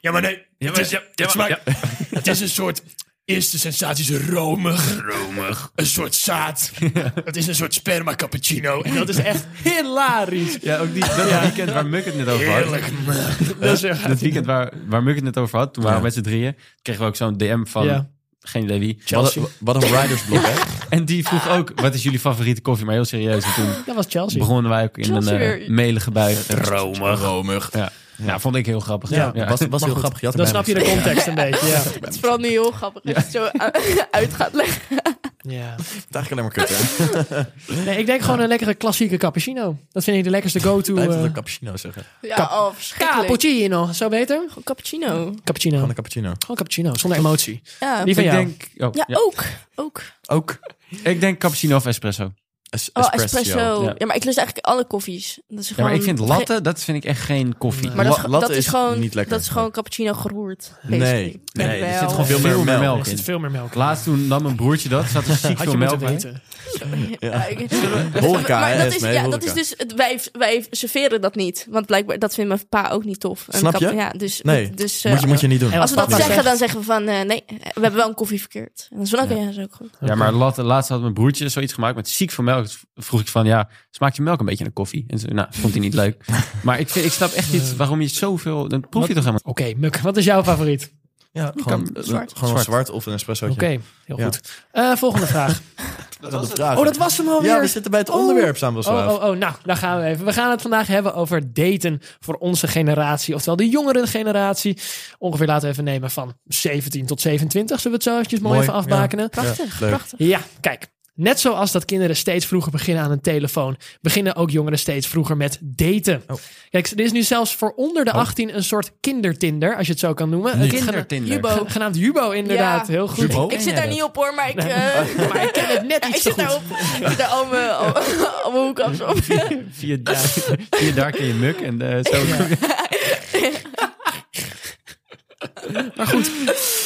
[SPEAKER 3] Ja, maar nee. Ja, maar, ja, het, smaakt, het is een soort. Eerste sensatie is romig. Romig. Een soort zaad. Het is een soort sperma cappuccino. En dat is echt
[SPEAKER 6] Hilarisch.
[SPEAKER 7] Ja, ook die, dat weekend waar Muk het net over had.
[SPEAKER 3] heerlijk.
[SPEAKER 6] Dat is echt-
[SPEAKER 7] Dat weekend waar, waar Muk het net over had, toen waren we met z'n drieën, kregen we ook zo'n DM van
[SPEAKER 6] Ja.
[SPEAKER 7] geen idee wie.
[SPEAKER 4] Wat, een- wat een ridersblok, hè?
[SPEAKER 7] En die vroeg ook, wat is jullie favoriete koffie? Maar heel serieus. En toen
[SPEAKER 6] Dat was Chelsea.
[SPEAKER 7] begonnen wij ook in
[SPEAKER 5] Chelsea
[SPEAKER 7] een eh,
[SPEAKER 5] weer.
[SPEAKER 7] melige bui.
[SPEAKER 4] Romig. Romig.
[SPEAKER 7] Ja. ja, vond ik heel grappig.
[SPEAKER 6] Ja.
[SPEAKER 4] Was, was heel grappig. Je had
[SPEAKER 6] Dan
[SPEAKER 4] hem
[SPEAKER 6] snap je
[SPEAKER 4] bijna
[SPEAKER 6] de context een beetje. Ja.
[SPEAKER 5] Het is vooral nu heel grappig als je het zo u- uit gaat leggen.
[SPEAKER 6] Ja.
[SPEAKER 4] gezien. Het is eigenlijk alleen maar kut, hè?
[SPEAKER 6] Nee, ik denk gewoon een lekkere klassieke cappuccino. Dat vind ik de lekkerste go-to.
[SPEAKER 4] Blijf dat
[SPEAKER 6] eh,
[SPEAKER 4] een cappuccino zeggen.
[SPEAKER 5] Ja,
[SPEAKER 6] Kap-
[SPEAKER 5] oh, verschrikkelijk.
[SPEAKER 6] cappuccino. Zo beter?
[SPEAKER 5] Gewoon cappuccino.
[SPEAKER 6] Cappuccino.
[SPEAKER 4] Van
[SPEAKER 6] Gewoon
[SPEAKER 4] een cappuccino.
[SPEAKER 6] cappuccino, zonder emotie.
[SPEAKER 5] Ja.
[SPEAKER 6] Die van
[SPEAKER 7] Ik
[SPEAKER 6] jou.
[SPEAKER 7] denk, oh,
[SPEAKER 5] ja,
[SPEAKER 7] ja.
[SPEAKER 5] ook. Ook.
[SPEAKER 4] Ook
[SPEAKER 7] ik denk cappuccino of espresso.
[SPEAKER 4] es-
[SPEAKER 5] Oh,
[SPEAKER 4] espresso.
[SPEAKER 5] espresso.
[SPEAKER 7] ja.
[SPEAKER 5] Ja. maar ik lust eigenlijk alle koffies. Dat is
[SPEAKER 7] Ja,
[SPEAKER 5] gewoon...
[SPEAKER 7] maar ik vind latte, dat vind ik echt geen koffie.
[SPEAKER 5] Maar dat, is
[SPEAKER 4] La-
[SPEAKER 5] ge-
[SPEAKER 4] latte
[SPEAKER 5] dat is,
[SPEAKER 4] is
[SPEAKER 5] gewoon,
[SPEAKER 4] niet lekker.
[SPEAKER 5] dat is gewoon cappuccino geroerd.
[SPEAKER 4] Nee.
[SPEAKER 5] basically.
[SPEAKER 4] Nee, er
[SPEAKER 5] Jawel.
[SPEAKER 4] zit
[SPEAKER 7] gewoon veel, meer melk,
[SPEAKER 6] Er
[SPEAKER 7] in.
[SPEAKER 6] zit veel meer melk in.
[SPEAKER 7] Laatst toen nam mijn broertje dat, zat er ziek
[SPEAKER 6] Had
[SPEAKER 7] veel
[SPEAKER 6] je
[SPEAKER 7] melk
[SPEAKER 6] moeten
[SPEAKER 7] in.
[SPEAKER 6] weten.
[SPEAKER 5] Ja, ik-
[SPEAKER 4] Horeca,
[SPEAKER 5] maar
[SPEAKER 4] hè,
[SPEAKER 5] dat is,
[SPEAKER 4] Esme,
[SPEAKER 5] ja, dat
[SPEAKER 4] horeca.
[SPEAKER 5] is dus, het- wij, wij serveren dat niet. Want blijkbaar, dat vindt mijn pa ook niet tof. Een
[SPEAKER 4] Snap je?
[SPEAKER 5] kap- Ja, dus,
[SPEAKER 4] Nee,
[SPEAKER 5] dus eh,
[SPEAKER 4] Moet, je, moet je niet doen.
[SPEAKER 6] En
[SPEAKER 5] als we dat
[SPEAKER 6] Papa
[SPEAKER 5] zeggen,
[SPEAKER 6] zegt-
[SPEAKER 5] dan zeggen we van, eh, nee, we hebben wel een koffie verkeerd. En dan is van, oké, ja, dat is ook goed.
[SPEAKER 7] Ja, maar latte, laatst had mijn broertje zoiets gemaakt met ziek veel melk. Dus vroeg ik van, ja, smaakt je melk een beetje naar koffie? En ze, nou, vond hij niet leuk. Maar ik, vind- ik snap echt niet waarom je zoveel... Dan proef je toch helemaal...
[SPEAKER 6] Oké, Muk, wat is jouw favoriet?
[SPEAKER 4] Ja, gewoon, eh,
[SPEAKER 5] zwart.
[SPEAKER 4] gewoon
[SPEAKER 7] Zwart.
[SPEAKER 4] een zwart of een espresso.
[SPEAKER 6] Oké, heel
[SPEAKER 4] Ja.
[SPEAKER 6] goed. Eh, volgende vraag.
[SPEAKER 4] vraag.
[SPEAKER 6] Oh, dat was hem alweer.
[SPEAKER 4] Ja, we zitten bij het
[SPEAKER 6] Oh.
[SPEAKER 4] onderwerp samen wel
[SPEAKER 6] Oh,
[SPEAKER 4] zwaar.
[SPEAKER 6] oh, oh, nou, daar gaan we even. We gaan het vandaag hebben over daten voor onze generatie. Oftewel de jongere generatie. Ongeveer laten we even nemen van 17 tot 27. Zullen we het zo eventjes mooi,
[SPEAKER 4] Mooi,
[SPEAKER 6] even afbakenen?
[SPEAKER 5] Prachtig,
[SPEAKER 4] leuk.
[SPEAKER 5] prachtig.
[SPEAKER 6] Ja, kijk. Net zoals dat kinderen steeds vroeger beginnen aan een telefoon, beginnen ook jongeren steeds vroeger met daten.
[SPEAKER 4] Oh.
[SPEAKER 6] Kijk, er is nu zelfs voor onder de 18 een soort kindertinder, als je het zo kan noemen. Een
[SPEAKER 7] Kindertinder.
[SPEAKER 5] Jubo.
[SPEAKER 6] gena- Genaamd Jubo, inderdaad.
[SPEAKER 5] Ja.
[SPEAKER 6] Heel goed.
[SPEAKER 4] Jubo?
[SPEAKER 5] Ik zit daar niet op hoor, maar ik, eh,
[SPEAKER 6] Maar ik ken het net
[SPEAKER 5] ja, ik
[SPEAKER 6] iets te
[SPEAKER 5] zit daar
[SPEAKER 6] goed.
[SPEAKER 5] op. Ik zit daar eh, al mijn, al, al mijn hoekafs op.
[SPEAKER 7] Via, via daar ken je muk en eh, zo.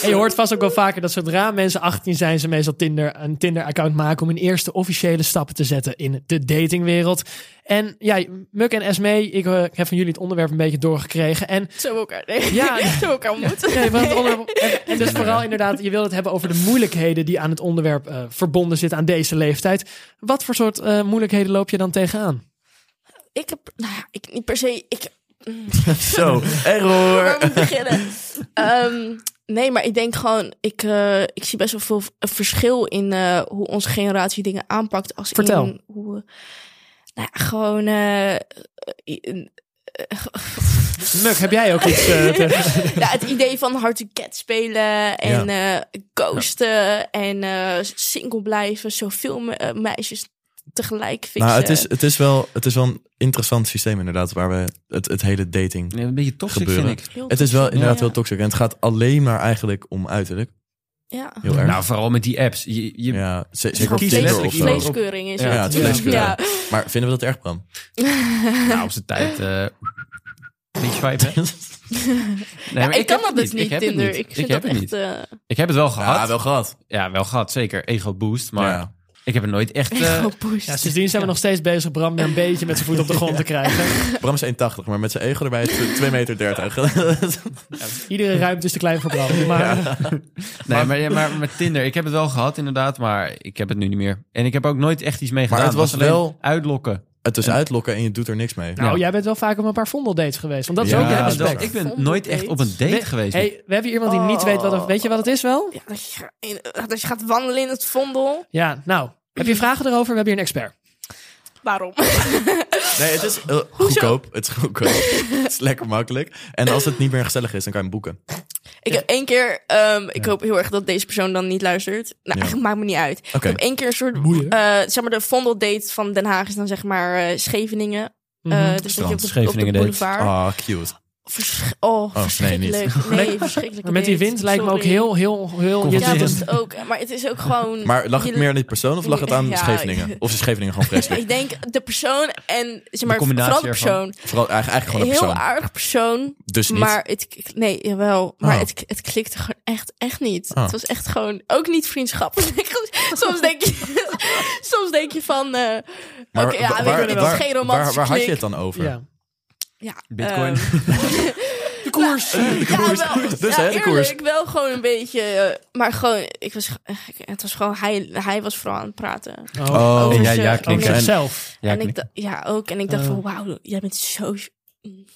[SPEAKER 6] En je hoort vast ook wel vaker dat zodra mensen 18 zijn, ze meestal Tinder, een Tinder-account maken om hun eerste officiële stappen te zetten in de datingwereld. En ja, Muk en Esme, ik eh, heb van jullie het onderwerp een beetje doorgekregen. En
[SPEAKER 5] Zo elkaar, nee.
[SPEAKER 6] Ja.
[SPEAKER 5] Zo elkaar ontmoeten.
[SPEAKER 6] Nee, maar het onderwerp- en, en dus vooral inderdaad, je wilt het hebben over de moeilijkheden die aan het onderwerp eh, verbonden zitten aan deze leeftijd. Wat voor soort eh, moeilijkheden loop je dan tegenaan?
[SPEAKER 5] Ik heb, nou ja, ik niet per se, ik,
[SPEAKER 4] Zo, error.
[SPEAKER 5] waar moet ik beginnen? Ehm, nee, maar ik denk gewoon, ik, eh, ik zie best wel veel v- verschil in eh, hoe onze generatie dingen aanpakt. Als
[SPEAKER 6] Vertel.
[SPEAKER 5] In hoe, we- nou ja, gewoon. eh, eh, in-
[SPEAKER 6] Muk, heb jij ook iets? eh, te-
[SPEAKER 5] ja, het idee van hard to get spelen en eh ghosten en eh, single blijven, zoveel me- eh, meisjes tegelijk fixen.
[SPEAKER 4] Nou, het is, het, is wel, het is wel een interessant systeem inderdaad, waar we het, het hele dating...
[SPEAKER 7] Nee, een beetje toxisch
[SPEAKER 4] Gebeuren.
[SPEAKER 7] vind ik.
[SPEAKER 5] Heel
[SPEAKER 4] Het is wel
[SPEAKER 5] toxisch.
[SPEAKER 4] inderdaad
[SPEAKER 5] Ja.
[SPEAKER 4] heel toxic. En het gaat alleen maar eigenlijk om uiterlijk.
[SPEAKER 5] Ja.
[SPEAKER 4] Heel erg.
[SPEAKER 7] Nou, vooral met die apps. Je, je,
[SPEAKER 4] ja, ze-
[SPEAKER 5] Het is
[SPEAKER 4] zeker op
[SPEAKER 7] kiest
[SPEAKER 4] Tinder
[SPEAKER 7] letterlijk
[SPEAKER 4] of
[SPEAKER 5] gewoon
[SPEAKER 7] iemand.
[SPEAKER 4] zo.
[SPEAKER 5] vleeskeuring is
[SPEAKER 7] Ja,
[SPEAKER 5] het.
[SPEAKER 4] Ja, het is vleeskeuring.
[SPEAKER 5] Ja.
[SPEAKER 4] Maar vinden we dat erg, Bram?
[SPEAKER 7] Nou, op zijn tijd... eh niet swipen. hè? Nee, maar
[SPEAKER 5] ik, kan
[SPEAKER 7] heb het
[SPEAKER 5] dat dus niet,
[SPEAKER 7] Ik heb het
[SPEAKER 5] Tinder.
[SPEAKER 7] niet.
[SPEAKER 5] Ik vind
[SPEAKER 7] heb
[SPEAKER 5] dat
[SPEAKER 7] het
[SPEAKER 5] echt...
[SPEAKER 7] niet.
[SPEAKER 5] eh,
[SPEAKER 7] Ik heb het wel gehad.
[SPEAKER 4] Ja, wel gehad.
[SPEAKER 7] Ja, wel gehad, zeker. Ego boost, maar
[SPEAKER 4] Ja.
[SPEAKER 7] ik heb het nooit echt... eh,
[SPEAKER 5] gewoon poes.
[SPEAKER 6] ja, sindsdien zijn we nog steeds bezig Bram weer een beetje met zijn voet op de grond te krijgen.
[SPEAKER 4] Bram is 1,80, maar met zijn ego erbij is het 2,30 meter.
[SPEAKER 6] Iedere ruimte is te klein voor Bram. Maar
[SPEAKER 7] nee, maar, ja, maar met Tinder, ik heb het wel gehad inderdaad, maar ik heb het nu niet meer. En ik heb ook nooit echt iets mee
[SPEAKER 4] Maar
[SPEAKER 7] gedaan.
[SPEAKER 4] het was
[SPEAKER 7] alleen
[SPEAKER 4] wel-
[SPEAKER 7] Uitlokken.
[SPEAKER 4] het is uitlokken en je doet er niks mee.
[SPEAKER 6] nou,
[SPEAKER 7] Ja.
[SPEAKER 6] jij bent wel vaak op een paar vondeldates geweest. Want dat is
[SPEAKER 4] Ja,
[SPEAKER 6] ook
[SPEAKER 4] dat
[SPEAKER 6] een
[SPEAKER 4] is
[SPEAKER 6] respect.
[SPEAKER 4] wel-
[SPEAKER 7] ik ben
[SPEAKER 5] Vond
[SPEAKER 7] nooit
[SPEAKER 5] het
[SPEAKER 7] echt
[SPEAKER 5] date.
[SPEAKER 7] op een date
[SPEAKER 6] Nee,
[SPEAKER 7] geweest.
[SPEAKER 6] Hey, we hebben hier iemand die niet weet wat... Weet je wat het is wel?
[SPEAKER 5] Ja, dat, je, dat je gaat wandelen in het vondel.
[SPEAKER 6] Ja, nou. Heb je vragen erover? We hebben hier een expert.
[SPEAKER 5] Waarom?
[SPEAKER 4] Nee, het is eh, goedkoop. Het is goedkoop. het is lekker makkelijk. En als het niet meer gezellig is, dan kan je hem boeken.
[SPEAKER 5] ik heb één keer... ehm, ik hoop heel erg dat deze persoon dan niet luistert. Nou, eigenlijk maakt me niet uit. Ik heb één keer een soort...
[SPEAKER 6] Boeien.
[SPEAKER 5] eh, zeg maar, de vondeldate van Den Haag is dan zeg maar eh, Scheveningen. Eh, dus dat je
[SPEAKER 7] Strand,
[SPEAKER 5] op de, op de
[SPEAKER 7] Scheveningen date.
[SPEAKER 5] boulevard...
[SPEAKER 4] Ah, cute.
[SPEAKER 5] Versch- oh,
[SPEAKER 4] nee,
[SPEAKER 5] verschrikkelijk. Nee, verschrikkelijk.
[SPEAKER 6] Maar met die wind lijkt me ook heel, heel, heel...
[SPEAKER 5] Ja, dat
[SPEAKER 6] irritant.
[SPEAKER 5] is het ook. Maar het is ook gewoon...
[SPEAKER 4] Maar lag het
[SPEAKER 5] je-
[SPEAKER 4] meer aan die persoon of lag het aan
[SPEAKER 5] Ja.
[SPEAKER 4] Scheveningen? Of is Scheveningen gewoon vreselijk?
[SPEAKER 5] Ik denk de persoon en zeg maar,
[SPEAKER 7] combinatie
[SPEAKER 5] vooral de
[SPEAKER 7] ervan.
[SPEAKER 5] persoon.
[SPEAKER 4] Vooral eigenlijk, eigenlijk gewoon
[SPEAKER 5] Een
[SPEAKER 4] de
[SPEAKER 5] heel
[SPEAKER 4] persoon.
[SPEAKER 5] aardig persoon.
[SPEAKER 4] Dus niet.
[SPEAKER 5] Maar het, nee, jawel. Maar
[SPEAKER 4] Oh.
[SPEAKER 5] het, het klikte gewoon echt, echt niet.
[SPEAKER 4] Oh.
[SPEAKER 5] Het was echt gewoon ook niet vriendschappelijk. soms, denk je, soms denk je van. eh Oké,
[SPEAKER 4] Maar
[SPEAKER 5] ja,
[SPEAKER 4] waar-
[SPEAKER 5] weet je,
[SPEAKER 4] waar-
[SPEAKER 5] het is
[SPEAKER 4] waar,
[SPEAKER 5] geen romantische
[SPEAKER 4] waar had je
[SPEAKER 5] klik.
[SPEAKER 4] het dan over?
[SPEAKER 6] Ja.
[SPEAKER 5] Ja,
[SPEAKER 7] Bitcoin.
[SPEAKER 5] ehm,
[SPEAKER 6] koers.
[SPEAKER 5] De koers. Ja, wel,
[SPEAKER 4] Dus,
[SPEAKER 5] ja,
[SPEAKER 4] hè, de koers.
[SPEAKER 5] eerlijk, wel gewoon een beetje... eh, maar gewoon, ik was, eh, het was gewoon... Hij, hij was vooral aan het praten.
[SPEAKER 4] Oh,
[SPEAKER 5] Over
[SPEAKER 4] en jij
[SPEAKER 5] ze-
[SPEAKER 4] ja
[SPEAKER 5] over
[SPEAKER 6] Over
[SPEAKER 4] knikken.
[SPEAKER 5] ze-
[SPEAKER 4] En-
[SPEAKER 6] zichzelf.
[SPEAKER 7] Ja,
[SPEAKER 5] en ik dacht- ja, ook. En ik
[SPEAKER 4] Eh.
[SPEAKER 5] dacht
[SPEAKER 6] Oh.
[SPEAKER 5] van, wauw, jij bent zo...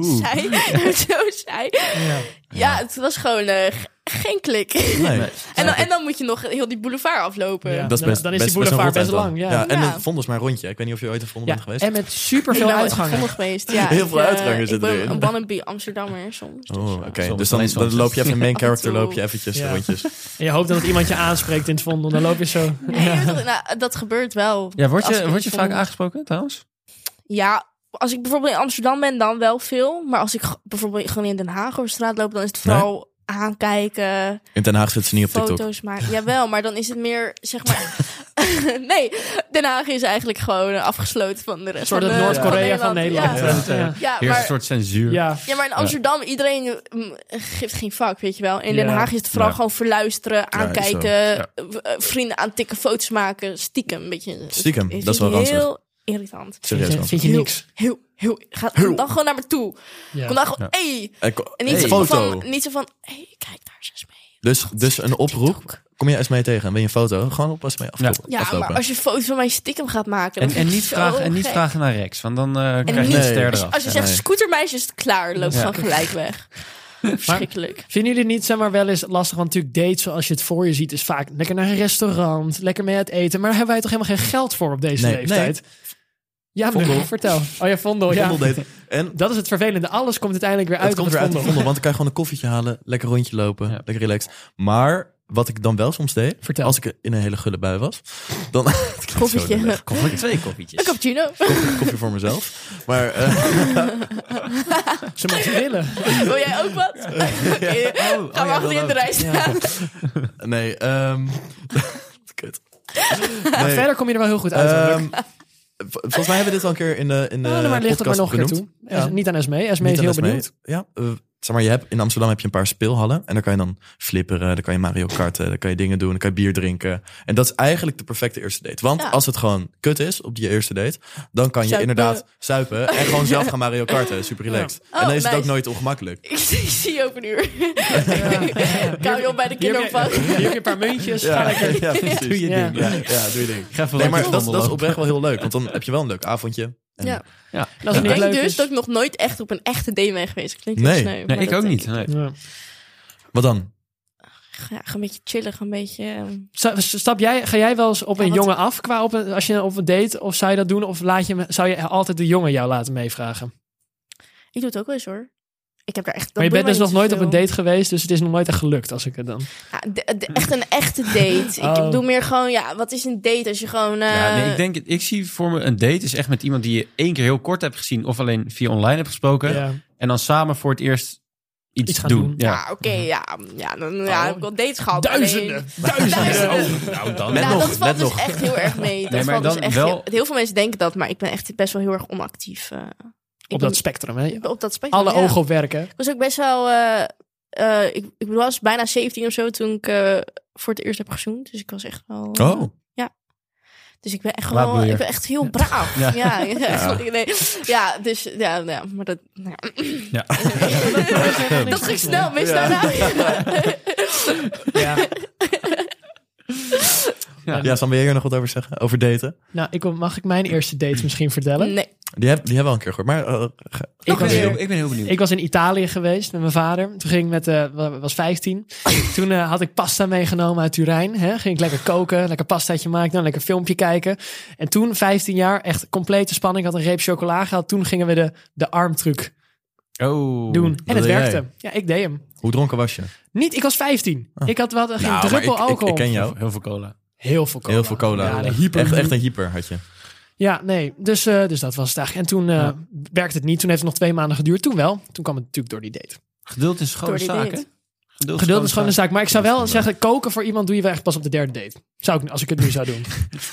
[SPEAKER 5] Zij, zo zij.
[SPEAKER 6] Ja.
[SPEAKER 5] Ja, het was gewoon eh, ge- geen klik.
[SPEAKER 4] Nee.
[SPEAKER 5] en, dan, en dan moet je nog heel die boulevard aflopen.
[SPEAKER 6] Ja.
[SPEAKER 4] Dat is
[SPEAKER 6] Dan-
[SPEAKER 4] best,
[SPEAKER 6] dan is die
[SPEAKER 4] een
[SPEAKER 6] boulevard
[SPEAKER 4] route
[SPEAKER 6] best
[SPEAKER 4] dan.
[SPEAKER 6] lang, ja.
[SPEAKER 4] en
[SPEAKER 5] Ja.
[SPEAKER 4] een Vondel is maar een rondje. Ik weet niet of je ooit in Vondel bent geweest.
[SPEAKER 6] en met superveel
[SPEAKER 5] ik ben
[SPEAKER 6] uitgangen.
[SPEAKER 5] uitgevonden geweest. Ja,
[SPEAKER 4] Heel
[SPEAKER 5] Ik,
[SPEAKER 4] veel
[SPEAKER 5] eh,
[SPEAKER 4] uitgangen zitten
[SPEAKER 5] Ik ben
[SPEAKER 4] erin.
[SPEAKER 5] een wannabe Amsterdammer soms. dus,
[SPEAKER 4] Oh,
[SPEAKER 5] eh,
[SPEAKER 4] oké.
[SPEAKER 7] Soms,
[SPEAKER 4] Dus dan,
[SPEAKER 7] alleen soms.
[SPEAKER 4] dan loop je even main character,
[SPEAKER 5] Af en toe.
[SPEAKER 4] loop je eventjes
[SPEAKER 6] Ja.
[SPEAKER 4] rondjes.
[SPEAKER 6] En je hoopt dat iemand je aanspreekt in het vondel. Dan loop je zo.
[SPEAKER 5] nee, je weet toch, nou, dat gebeurt wel.
[SPEAKER 7] Ja, word
[SPEAKER 5] Als ik
[SPEAKER 7] je, word je
[SPEAKER 5] vond-
[SPEAKER 7] vaak aangesproken trouwens?
[SPEAKER 5] Ja, als ik bijvoorbeeld in Amsterdam ben, dan wel veel. Maar als ik g- bijvoorbeeld gewoon in Den Haag over straat loop, dan is het vooral aankijken,
[SPEAKER 4] In Den Haag zitten ze niet op TikTok.
[SPEAKER 5] foto's maken. Jawel, maar dan is het meer, zeg maar... nee, Den Haag is eigenlijk gewoon eh, afgesloten van de
[SPEAKER 6] Een
[SPEAKER 5] rest
[SPEAKER 6] soort
[SPEAKER 5] van
[SPEAKER 6] het
[SPEAKER 5] de-
[SPEAKER 6] Noord-Korea van Nederland.
[SPEAKER 5] Ja,
[SPEAKER 6] Ja. Ja.
[SPEAKER 5] Ja,
[SPEAKER 7] Eerst een
[SPEAKER 5] maar,
[SPEAKER 7] soort censuur.
[SPEAKER 6] Ja.
[SPEAKER 5] ja, maar in Amsterdam, iedereen mm, geeft geen fuck, weet je wel. In Den
[SPEAKER 6] Ja.
[SPEAKER 5] Haag is het vooral
[SPEAKER 7] Ja.
[SPEAKER 5] gewoon verluisteren,
[SPEAKER 4] is zo.
[SPEAKER 5] aankijken,
[SPEAKER 7] Ja.
[SPEAKER 5] w- eh, vrienden aantikken, foto's maken, stiekem een beetje.
[SPEAKER 4] Stiekem,
[SPEAKER 5] Vind
[SPEAKER 4] dat is wel
[SPEAKER 5] ik
[SPEAKER 4] ranzig.
[SPEAKER 5] Heel irritant.
[SPEAKER 4] Serieus man.
[SPEAKER 6] Vind je
[SPEAKER 5] Heel-
[SPEAKER 6] niks?
[SPEAKER 5] Heel, heel, ga dan gewoon naar me toe.
[SPEAKER 6] Ja.
[SPEAKER 5] Kom dan gewoon, hey.
[SPEAKER 4] Eh, ko-
[SPEAKER 5] En niet,
[SPEAKER 4] hey,
[SPEAKER 5] zo van-
[SPEAKER 4] foto.
[SPEAKER 5] van, niet zo van, hey, kijk daar eens mee.
[SPEAKER 4] Dus, dus een oproep. Kom je Esmee tegen en wil je een foto? Gewoon op Esmee aflopen.
[SPEAKER 5] Ja,
[SPEAKER 4] aflopen.
[SPEAKER 5] maar als je foto's van mij stiekem gaat maken... dan
[SPEAKER 7] En, en,
[SPEAKER 5] vind ik
[SPEAKER 7] niet
[SPEAKER 5] het zo
[SPEAKER 7] vragen, en niet
[SPEAKER 5] gek.
[SPEAKER 7] vragen naar Rex, want dan eh krijg je
[SPEAKER 5] niet-
[SPEAKER 7] een ster
[SPEAKER 4] Nee.
[SPEAKER 7] eraf.
[SPEAKER 5] Als je zegt
[SPEAKER 4] Nee.
[SPEAKER 5] scootermeisje, is het klaar. Loop
[SPEAKER 7] Ja.
[SPEAKER 5] gewoon gelijk weg. Verschrikkelijk.
[SPEAKER 6] Vinden jullie het niet zeg maar, wel eens lastig? Want natuurlijk dates zoals je het voor je ziet is vaak lekker naar een restaurant, lekker mee uit eten. Maar daar hebben wij toch helemaal geen geld voor op deze
[SPEAKER 4] Nee,
[SPEAKER 6] leeftijd? Ja, maar vertel. Oh ja, Vondel. Ja.
[SPEAKER 4] Vondel daten. En
[SPEAKER 6] Dat is het vervelende. Alles komt uiteindelijk weer uit
[SPEAKER 4] het komt
[SPEAKER 6] op
[SPEAKER 4] weer uit de
[SPEAKER 6] Vondel.
[SPEAKER 4] Vondel, want dan kan je gewoon een koffietje halen, lekker rondje lopen,
[SPEAKER 7] Ja.
[SPEAKER 4] lekker relaxed. Maar wat ik dan wel soms deed,
[SPEAKER 6] Vertel.
[SPEAKER 4] als ik in een hele gulle bui was, dan Het klinkt zo
[SPEAKER 5] Koffietje.
[SPEAKER 4] lullig.
[SPEAKER 7] Koffie, twee koffietjes.
[SPEAKER 5] Een cappuccino.
[SPEAKER 4] koffie, koffie voor mezelf. Maar eh,
[SPEAKER 6] Ze mogen willen.
[SPEAKER 5] Wil jij ook wat?
[SPEAKER 4] oh
[SPEAKER 5] Oké, Ga
[SPEAKER 4] ja,
[SPEAKER 5] maar achter je
[SPEAKER 4] wel
[SPEAKER 5] in de rij staan.
[SPEAKER 4] nee, ehm kut.
[SPEAKER 6] Maar
[SPEAKER 4] Nee,
[SPEAKER 6] verder kom je er wel heel goed uit. hoor.
[SPEAKER 4] ehm, v- volgens mij hebben we dit al een keer in de in de
[SPEAKER 6] Oh, nou, maar ligt het maar
[SPEAKER 4] podcast
[SPEAKER 6] nog een keer
[SPEAKER 4] benoemd.
[SPEAKER 6] toe. Es- Niet aan E? SME. SME
[SPEAKER 4] Niet
[SPEAKER 6] is
[SPEAKER 4] aan
[SPEAKER 6] heel
[SPEAKER 4] SME.
[SPEAKER 6] benieuwd.
[SPEAKER 4] Ja, eh, zeg maar, je hebt, in Amsterdam heb je een paar speelhallen. En daar kan je dan flipperen, daar kan je Mario karten, daar kan je dingen doen, daar kan je bier drinken. En dat is eigenlijk de perfecte eerste date. Want
[SPEAKER 5] Ja.
[SPEAKER 4] als het gewoon kut is op die eerste date, dan kan je
[SPEAKER 5] Zuipen.
[SPEAKER 4] inderdaad zuipen en gewoon zelf gaan Mario karten. Super relaxed.
[SPEAKER 5] Oh,
[SPEAKER 4] en dan is het ook
[SPEAKER 5] nice.
[SPEAKER 4] nooit ongemakkelijk.
[SPEAKER 5] Ik zie- ik zie je over een uur. Kou je op bij de
[SPEAKER 6] Hier heb je-
[SPEAKER 5] kinderopvang.
[SPEAKER 6] hier heb je een paar muntjes. Ga
[SPEAKER 4] Ja,
[SPEAKER 6] lekker.
[SPEAKER 4] ja, precies.
[SPEAKER 6] je ding.
[SPEAKER 4] Ja, ja, doe je ding.
[SPEAKER 7] ga even
[SPEAKER 4] Nee, maar
[SPEAKER 7] lekker
[SPEAKER 4] dat, dat is
[SPEAKER 7] wandelen.
[SPEAKER 4] oprecht wel heel leuk, want dan heb je wel een leuk avondje. En-
[SPEAKER 5] Ja.
[SPEAKER 6] En als
[SPEAKER 5] Ik
[SPEAKER 6] het niet
[SPEAKER 5] denk
[SPEAKER 6] leuk
[SPEAKER 5] dus
[SPEAKER 6] is.
[SPEAKER 5] dat ik nog nooit echt op een echte date ben geweest. Klinkt
[SPEAKER 4] Nee.
[SPEAKER 5] heel sneu,
[SPEAKER 7] Nee,
[SPEAKER 5] maar
[SPEAKER 7] ik
[SPEAKER 5] dat eh,
[SPEAKER 7] ook
[SPEAKER 5] denk
[SPEAKER 7] niet. Nee.
[SPEAKER 6] Ja.
[SPEAKER 4] Wat dan?
[SPEAKER 5] Ja, ga een beetje chillen, ga een beetje... ehm,
[SPEAKER 6] Sta- Stap jij, ga jij wel eens op
[SPEAKER 5] Ja,
[SPEAKER 6] een
[SPEAKER 5] want-
[SPEAKER 6] jongen af qua op een, als je op een date? Of zou je dat doen? Of laat je, hem- zou je altijd de jongen jou laten meevragen?
[SPEAKER 5] Ik doe het ook wel eens hoor. Ik heb daar echt. dat
[SPEAKER 6] maar je
[SPEAKER 5] doen
[SPEAKER 6] bent dus
[SPEAKER 5] wij
[SPEAKER 6] nog nooit
[SPEAKER 5] niet
[SPEAKER 6] op een
[SPEAKER 5] zoveel.
[SPEAKER 6] date geweest, dus het is nog nooit echt gelukt als ik het dan.
[SPEAKER 5] Ja, de- de- echt een echte date.
[SPEAKER 6] Oh.
[SPEAKER 5] Ik doe meer gewoon, ja, wat is een date als je gewoon. eh,
[SPEAKER 7] Ja, nee, ik denk, het- ik zie voor me een date is echt met iemand die je één keer heel kort hebt gezien of alleen via online hebt gesproken.
[SPEAKER 6] Ja.
[SPEAKER 7] En dan samen voor het eerst iets,
[SPEAKER 6] Iets gaan
[SPEAKER 7] doen.
[SPEAKER 6] doen.
[SPEAKER 7] Ja.
[SPEAKER 5] Ja, oké, ja. Ja, dan ja, heb ik wel dates gehad.
[SPEAKER 3] Duizenden.
[SPEAKER 5] alleen-
[SPEAKER 3] Duizenden.
[SPEAKER 5] Duizenden.
[SPEAKER 7] Nou, dan.
[SPEAKER 4] Net
[SPEAKER 5] nou,
[SPEAKER 4] nog,
[SPEAKER 5] dat valt
[SPEAKER 4] net
[SPEAKER 5] dus
[SPEAKER 4] nog.
[SPEAKER 5] echt heel erg mee. Dat
[SPEAKER 7] Nee, maar
[SPEAKER 5] valt dus
[SPEAKER 7] dan
[SPEAKER 5] echt
[SPEAKER 7] wel-
[SPEAKER 5] heel, heel veel mensen denken dat, maar ik ben echt best wel heel erg onactief. eh. Ik
[SPEAKER 6] Op
[SPEAKER 5] ben-
[SPEAKER 6] dat spectrum, hè?
[SPEAKER 5] op dat spectrum.
[SPEAKER 6] Alle
[SPEAKER 5] ja.
[SPEAKER 6] ogen op werken.
[SPEAKER 5] Ik was ook best wel. eh, eh, ik, ik was bijna 17 of zo toen ik eh, voor het eerst heb gezoend. Dus ik was echt wel. eh,
[SPEAKER 4] Oh,
[SPEAKER 5] Dus ik ben echt
[SPEAKER 7] Laat
[SPEAKER 5] gewoon,
[SPEAKER 7] bloeien.
[SPEAKER 5] ik ben echt heel braaf. Ja, ja,
[SPEAKER 4] Ja.
[SPEAKER 5] nee. ja dus ja, nou ja, maar dat. Nou, ja.
[SPEAKER 7] Ja.
[SPEAKER 5] dat ging snel mis daarna.
[SPEAKER 6] Ja.
[SPEAKER 4] ja, Sam, wil je hier nog wat over zeggen? Over daten?
[SPEAKER 6] Nou, ik, wil- mag ik mijn eerste date misschien vertellen?
[SPEAKER 5] Nee,
[SPEAKER 4] Die, heb, die hebben we al een keer gehoord, maar eh, ga-
[SPEAKER 6] Ik
[SPEAKER 7] ben
[SPEAKER 6] was
[SPEAKER 7] heel,
[SPEAKER 6] hier.
[SPEAKER 7] ik ben heel benieuwd.
[SPEAKER 6] Ik was in Italië geweest met mijn vader. Toen ging ik met, eh, wa- was 15. Toen eh, had ik pasta meegenomen uit Turijn. Hè? Ging ik lekker koken, lekker pastaatje maken, dan lekker filmpje kijken. En toen, 15 jaar, echt complete spanning. Ik had een reep chocola gehad. Toen gingen we de, de armtruc
[SPEAKER 7] oh.
[SPEAKER 6] doen. En het
[SPEAKER 4] deed jij?
[SPEAKER 6] werkte. Ja, ik deed hem.
[SPEAKER 4] hoe dronken was je?
[SPEAKER 6] Niet, ik was 15. Ik had wel geen
[SPEAKER 4] Nou, maar
[SPEAKER 6] druppel
[SPEAKER 4] ik- ik-
[SPEAKER 6] alcohol.
[SPEAKER 4] Ik, ken jou.
[SPEAKER 7] Oh, Heel veel cola.
[SPEAKER 6] Heel veel cola.
[SPEAKER 4] Heel veel cola.
[SPEAKER 6] Ja, de hyper.
[SPEAKER 4] echt, echt een hyper had je.
[SPEAKER 6] Ja, nee. Dus, eh, dus dat was het eigenlijk. En toen eh, werkte het niet. Toen heeft het nog twee maanden geduurd. Toen wel. Toen kwam het natuurlijk door die date.
[SPEAKER 7] Geduld is
[SPEAKER 5] door
[SPEAKER 7] schone
[SPEAKER 5] die
[SPEAKER 7] zaak, hè?
[SPEAKER 5] date.
[SPEAKER 7] Geduld
[SPEAKER 6] Geduld is gewoon een zaak. Maar ik zou
[SPEAKER 4] Dat is
[SPEAKER 6] wel
[SPEAKER 4] gewoon
[SPEAKER 6] zeggen, koken voor iemand doe je wel echt pas op de derde date. Zou ik, als ik het nu zou doen.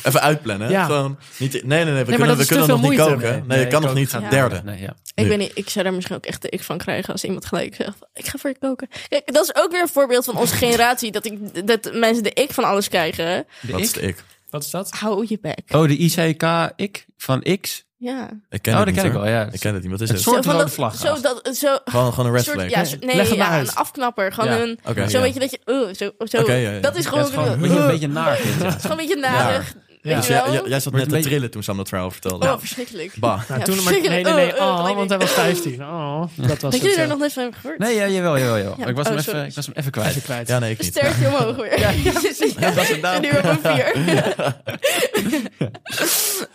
[SPEAKER 4] Even uitplannen. hè?
[SPEAKER 6] Ja.
[SPEAKER 4] Gewoon niet, nee, nee, nee. We
[SPEAKER 6] maar
[SPEAKER 4] kunnen,
[SPEAKER 6] dat
[SPEAKER 4] we
[SPEAKER 6] is te
[SPEAKER 4] kunnen
[SPEAKER 6] veel
[SPEAKER 4] nog niet
[SPEAKER 6] moeite.
[SPEAKER 4] koken. Nee,
[SPEAKER 7] Nee,
[SPEAKER 4] je kan nog
[SPEAKER 7] koken
[SPEAKER 4] niet.
[SPEAKER 7] gaat-
[SPEAKER 4] Derde.
[SPEAKER 7] Nee, ja.
[SPEAKER 5] Ik,
[SPEAKER 4] Nu.
[SPEAKER 5] weet niet, ik zou daar misschien ook echt de ik van krijgen als iemand gelijk zegt: Ik ga voor je koken. Kijk, dat is ook weer een voorbeeld van onze generatie. Dat, ik, dat mensen de ik van alles krijgen.
[SPEAKER 4] Wat is de ik?
[SPEAKER 6] Wat is dat?
[SPEAKER 5] Hou je bek.
[SPEAKER 7] Oh, de ICK, ik, van X.
[SPEAKER 5] Ja.
[SPEAKER 4] Ik ken
[SPEAKER 7] Oh,
[SPEAKER 4] het
[SPEAKER 7] dat
[SPEAKER 4] niet,
[SPEAKER 7] ken ik
[SPEAKER 4] hoor.
[SPEAKER 7] wel, ja.
[SPEAKER 4] Ik ken het niet. Wat is
[SPEAKER 7] Het
[SPEAKER 4] het?
[SPEAKER 7] soort
[SPEAKER 5] Zo van
[SPEAKER 7] rode
[SPEAKER 5] dat-
[SPEAKER 7] vlag.
[SPEAKER 5] Zo dat, zo,
[SPEAKER 4] Gewoon, gewoon een red
[SPEAKER 5] soort,
[SPEAKER 4] flag.
[SPEAKER 5] ja, zo- nee,
[SPEAKER 6] Leg het maar
[SPEAKER 5] ja,
[SPEAKER 6] uit.
[SPEAKER 5] een afknapper. Gewoon
[SPEAKER 7] Ja,
[SPEAKER 5] een,
[SPEAKER 4] oké,
[SPEAKER 5] zo
[SPEAKER 4] ja.
[SPEAKER 5] weet je dat je, eh, zo, zo.
[SPEAKER 4] Oké, ja, ja.
[SPEAKER 5] Dat is
[SPEAKER 7] Ja,
[SPEAKER 5] gewoon,
[SPEAKER 7] het
[SPEAKER 5] het
[SPEAKER 7] is gewoon een beetje, een beetje naar. vind je.
[SPEAKER 5] is gewoon een beetje narig. Weet
[SPEAKER 4] Dus
[SPEAKER 5] je wel?
[SPEAKER 4] jij, jij- jij zat
[SPEAKER 7] Wordt
[SPEAKER 4] net
[SPEAKER 7] een
[SPEAKER 4] te
[SPEAKER 7] beetje-
[SPEAKER 4] trillen toen Sam dat verhaal vertelde.
[SPEAKER 5] Oh, verschrikkelijk.
[SPEAKER 4] Bah.
[SPEAKER 6] Nou,
[SPEAKER 5] Ja,
[SPEAKER 6] toen maar, nee, nee,
[SPEAKER 5] verschrikkelijk.
[SPEAKER 6] nee.
[SPEAKER 5] Oh, oh,
[SPEAKER 6] Oh,
[SPEAKER 5] nee,
[SPEAKER 6] want hij
[SPEAKER 5] nee.
[SPEAKER 6] was 15. Oh, dat was
[SPEAKER 5] Dat jullie
[SPEAKER 6] het.
[SPEAKER 5] er
[SPEAKER 6] eh,
[SPEAKER 5] nog nooit van hebben gehoord?
[SPEAKER 7] Nee, ja, jawel, jawel, jawel.
[SPEAKER 5] Ja.
[SPEAKER 7] Ik, was
[SPEAKER 5] Oh,
[SPEAKER 7] hem even,
[SPEAKER 5] sorry.
[SPEAKER 7] ik was hem even
[SPEAKER 6] even
[SPEAKER 7] kwijt.
[SPEAKER 6] kwijt.
[SPEAKER 4] Ja, nee, ik niet.
[SPEAKER 5] Sterretje omhoog hoor. Ja,
[SPEAKER 4] dat is het nou.
[SPEAKER 5] En nu op een vier.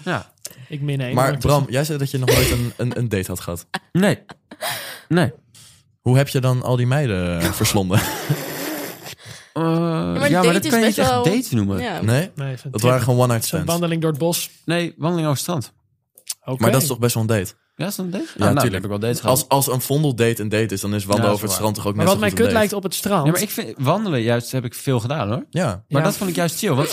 [SPEAKER 7] Ja.
[SPEAKER 6] Ik min één.
[SPEAKER 4] Maar
[SPEAKER 6] ondertussen.
[SPEAKER 4] Bram, jij zei dat je nog nooit een, een, een date had gehad.
[SPEAKER 7] Nee. Nee.
[SPEAKER 4] Hoe heb je dan al die meiden eh, verslonden?
[SPEAKER 7] Eh,
[SPEAKER 5] maar
[SPEAKER 7] ja,
[SPEAKER 5] date
[SPEAKER 7] maar dat
[SPEAKER 5] is
[SPEAKER 7] kan je niet
[SPEAKER 5] best
[SPEAKER 7] echt
[SPEAKER 5] wel-
[SPEAKER 7] date noemen.
[SPEAKER 4] Nee?
[SPEAKER 5] Ja.
[SPEAKER 6] Nee, even een
[SPEAKER 4] Dat
[SPEAKER 6] trip.
[SPEAKER 4] waren gewoon one-night
[SPEAKER 6] Zo'n
[SPEAKER 4] stands.
[SPEAKER 6] wandeling door het bos.
[SPEAKER 7] Nee, wandeling over strand.
[SPEAKER 6] Oké.
[SPEAKER 4] Maar dat is toch best wel een date?
[SPEAKER 7] Ja, is dat een date? Ja,
[SPEAKER 4] tuurlijk.
[SPEAKER 7] Ah, nou, heb ik wel dates gehad.
[SPEAKER 4] Als, als een vondeldate een date is, dan is wandelen
[SPEAKER 7] Ja,
[SPEAKER 4] over het
[SPEAKER 7] is
[SPEAKER 4] strand toch ook
[SPEAKER 6] Maar
[SPEAKER 4] net
[SPEAKER 6] wat
[SPEAKER 4] zo
[SPEAKER 6] mij
[SPEAKER 4] goed een
[SPEAKER 6] kut lijkt
[SPEAKER 4] date?
[SPEAKER 6] op het strand.
[SPEAKER 7] Ja, maar ik vind wandelen juist heb ik veel gedaan hoor.
[SPEAKER 4] Ja.
[SPEAKER 6] Ja.
[SPEAKER 7] Maar dat vond ik juist chill. Want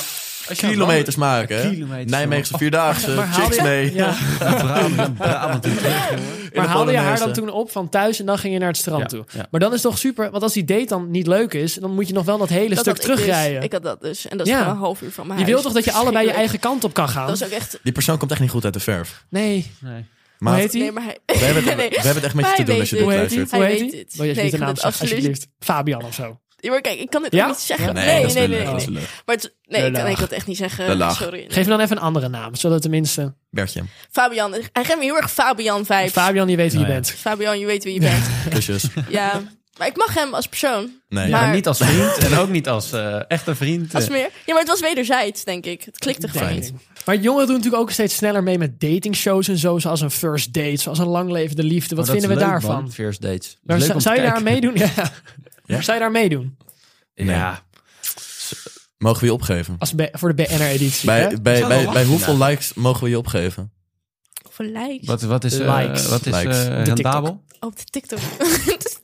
[SPEAKER 7] als je
[SPEAKER 4] Kilometers maken, hè?
[SPEAKER 7] Kilometers,
[SPEAKER 4] Nijmeegse Vierdaagse, chicks mee.
[SPEAKER 6] Ja.
[SPEAKER 7] aan het wandelen- Brabant- Brabant en terug, jongen.
[SPEAKER 6] Maar haalde je haar
[SPEAKER 4] Polonaise.
[SPEAKER 6] dan toen op van thuis en dan ging je naar het strand
[SPEAKER 7] Ja,
[SPEAKER 6] toe?
[SPEAKER 7] ja.
[SPEAKER 6] Maar dan is toch super, want als die date dan niet leuk is, dan moet je nog wel dat hele
[SPEAKER 5] Dat
[SPEAKER 6] stuk
[SPEAKER 5] had ik dus.
[SPEAKER 6] terugrijden.
[SPEAKER 5] Ik had dat dus. En dat is
[SPEAKER 6] Ja.
[SPEAKER 5] gewoon een half uur van mijn
[SPEAKER 6] je
[SPEAKER 5] huis.
[SPEAKER 6] wil toch dat je allebei je
[SPEAKER 5] Verschrikkelijk.
[SPEAKER 6] eigen kant op kan gaan?
[SPEAKER 5] Dat was ook echt...
[SPEAKER 4] Die persoon komt echt niet goed uit de verf.
[SPEAKER 6] Nee.
[SPEAKER 7] Nee.
[SPEAKER 4] Maar
[SPEAKER 6] Hoe heet
[SPEAKER 5] Nee,
[SPEAKER 6] die?
[SPEAKER 5] maar hij...
[SPEAKER 4] we hebben, het,
[SPEAKER 5] Nee.
[SPEAKER 4] we hebben het echt met je
[SPEAKER 5] Maar
[SPEAKER 4] te
[SPEAKER 5] hij
[SPEAKER 4] doen als je
[SPEAKER 5] weet
[SPEAKER 4] dit
[SPEAKER 6] Hoe heet
[SPEAKER 4] luistert.
[SPEAKER 6] die?
[SPEAKER 5] Hij
[SPEAKER 6] Hoe heet
[SPEAKER 5] weet
[SPEAKER 6] die?
[SPEAKER 5] het.
[SPEAKER 6] Wil je even
[SPEAKER 5] Nee,
[SPEAKER 6] niet de
[SPEAKER 5] ik
[SPEAKER 6] naam
[SPEAKER 5] vind het
[SPEAKER 6] zeggen,
[SPEAKER 5] absoluut-
[SPEAKER 6] alsjeblieft? Fabian of zo.
[SPEAKER 5] Ja, maar kijk, ik kan dit
[SPEAKER 6] Ja?
[SPEAKER 5] ook niet zeggen.
[SPEAKER 4] Nee,
[SPEAKER 5] Nee,
[SPEAKER 4] dat is
[SPEAKER 5] nee,
[SPEAKER 4] lullig,
[SPEAKER 5] nee.
[SPEAKER 4] dat is
[SPEAKER 5] nee.
[SPEAKER 4] lullig.
[SPEAKER 5] Maar het- nee, ik kan,
[SPEAKER 6] Lullig.
[SPEAKER 5] ik dat echt niet zeggen.
[SPEAKER 4] Lullig.
[SPEAKER 5] Sorry. nee.
[SPEAKER 6] Geef hem dan even een andere naam, zodat tenminste...
[SPEAKER 4] Bertje,
[SPEAKER 5] Fabian. Hij geeft me heel erg Fabian-vibes.
[SPEAKER 6] Fabian, je weet wie
[SPEAKER 7] Nou
[SPEAKER 6] je
[SPEAKER 7] ja.
[SPEAKER 6] bent.
[SPEAKER 5] Fabian, je weet wie je bent.
[SPEAKER 4] kusjes.
[SPEAKER 5] ja. Maar ik mag hem als persoon.
[SPEAKER 4] Nee.
[SPEAKER 5] Maar-
[SPEAKER 7] Maar niet als vriend en ook niet als eh, echte vriend.
[SPEAKER 5] Als meer. Ja, maar het was wederzijds, denk ik. Het klikte gewoon
[SPEAKER 6] Fijn.
[SPEAKER 5] niet.
[SPEAKER 6] Maar jongeren doen natuurlijk ook steeds sneller mee met datingshows en zo, zoals een first date, zoals een langlevende liefde. Wat
[SPEAKER 7] Maar Oh,
[SPEAKER 6] vinden
[SPEAKER 7] dat
[SPEAKER 6] we
[SPEAKER 7] is leuk,
[SPEAKER 6] daarvan?
[SPEAKER 7] man, First dates.
[SPEAKER 6] Maar
[SPEAKER 7] Leuk
[SPEAKER 6] zou,
[SPEAKER 7] om te
[SPEAKER 6] zou je daar aan
[SPEAKER 7] kijken.
[SPEAKER 6] meedoen? Ja. Maar Zou je daar aan meedoen?
[SPEAKER 7] Ja.
[SPEAKER 4] Mogen we je opgeven?
[SPEAKER 6] Als B- voor de BNR-editie. hè?
[SPEAKER 4] Bij, bij,
[SPEAKER 7] zou wel
[SPEAKER 4] bij, bij
[SPEAKER 7] lachen,
[SPEAKER 4] hoeveel likes mogen we je opgeven?
[SPEAKER 5] Voor likes
[SPEAKER 7] Wat, wat is, eh,
[SPEAKER 6] Likes.
[SPEAKER 7] wat is eh,
[SPEAKER 4] Likes. De
[SPEAKER 6] TikTok.
[SPEAKER 7] rendabel?
[SPEAKER 5] op de TikTok.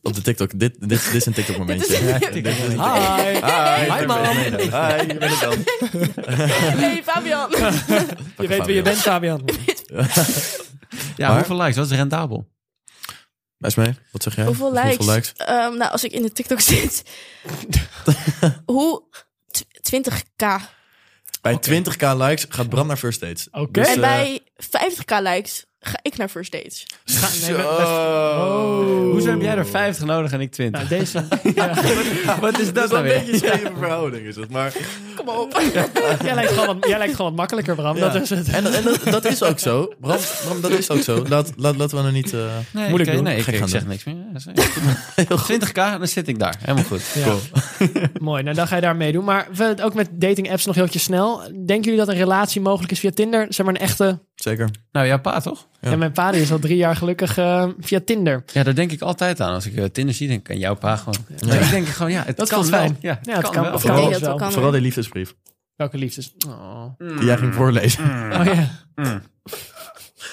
[SPEAKER 4] Op de TikTok. Dit, dit, dit is een TikTok momentje.
[SPEAKER 5] Dit is een-
[SPEAKER 6] Hi.
[SPEAKER 4] Hi,
[SPEAKER 6] Hi, man.
[SPEAKER 4] Hi, je bent het dan.
[SPEAKER 5] hey Fabian.
[SPEAKER 6] Je weet wie je bent, Fabian.
[SPEAKER 7] Ja,
[SPEAKER 4] Maar-
[SPEAKER 7] hoeveel likes? Wat is rendabel?
[SPEAKER 4] Wijs mee, wat zeg jij?
[SPEAKER 5] Hoeveel likes? Ehm, nou, als ik in de TikTok zit. Hoe? Tw- 20k.
[SPEAKER 4] Bij 20k likes gaat Bram naar first dates. Dus, eh,
[SPEAKER 6] Oké.
[SPEAKER 5] en bij 50k likes ga ik naar first dates.
[SPEAKER 7] Oh.
[SPEAKER 4] Zo.
[SPEAKER 7] Hoezo heb jij er 50 nodig en ik 20?
[SPEAKER 6] Nou, deze.
[SPEAKER 7] wat is dat dan
[SPEAKER 4] Een
[SPEAKER 7] weer?
[SPEAKER 4] beetje scheve verhouding is het, maar...
[SPEAKER 5] Kom op.
[SPEAKER 6] Jij lijkt gewoon wat, jij lijkt gewoon wat makkelijker, Bram.
[SPEAKER 4] Ja.
[SPEAKER 6] Dat is het.
[SPEAKER 4] En, en dat, dat is ook zo. Bram, Bram, dat is ook zo. Laat, laat, laten we nou niet... eh,
[SPEAKER 7] Nee,
[SPEAKER 6] Moeilijk
[SPEAKER 7] oké,
[SPEAKER 6] doen.
[SPEAKER 7] nee, ik,
[SPEAKER 4] Gek
[SPEAKER 7] ik
[SPEAKER 4] gaan
[SPEAKER 7] zeg
[SPEAKER 4] doen.
[SPEAKER 7] niks meer. Ja, dat is goed. 20k, dan zit ik daar. Helemaal goed.
[SPEAKER 6] Ja. Mooi, nou dan ga je daar meedoen. Maar we, ook met dating apps nog heel snel. Denken jullie dat een relatie mogelijk is via Tinder? Zeg maar een echte...
[SPEAKER 4] Zeker.
[SPEAKER 7] Nou, jouw pa toch?
[SPEAKER 6] Ja. mijn pa die is al drie jaar gelukkig eh, via Tinder.
[SPEAKER 7] Ja, daar denk ik altijd aan. Als ik eh, Tinder zie, denk ik aan jouw pa gewoon. Maar ik denk gewoon, ja, het
[SPEAKER 6] Dat
[SPEAKER 7] kan
[SPEAKER 6] voelt
[SPEAKER 7] wel.
[SPEAKER 6] fijn.
[SPEAKER 7] Ja, het
[SPEAKER 6] Ja, het
[SPEAKER 7] kan,
[SPEAKER 6] kan-
[SPEAKER 7] wel.
[SPEAKER 6] het kan.
[SPEAKER 4] Vooral,
[SPEAKER 5] Nee, dat wel kan.
[SPEAKER 4] vooral die liefdesbrief.
[SPEAKER 6] Welke liefdes. Oh,
[SPEAKER 4] Die jij ging voorlezen.
[SPEAKER 6] oh ja.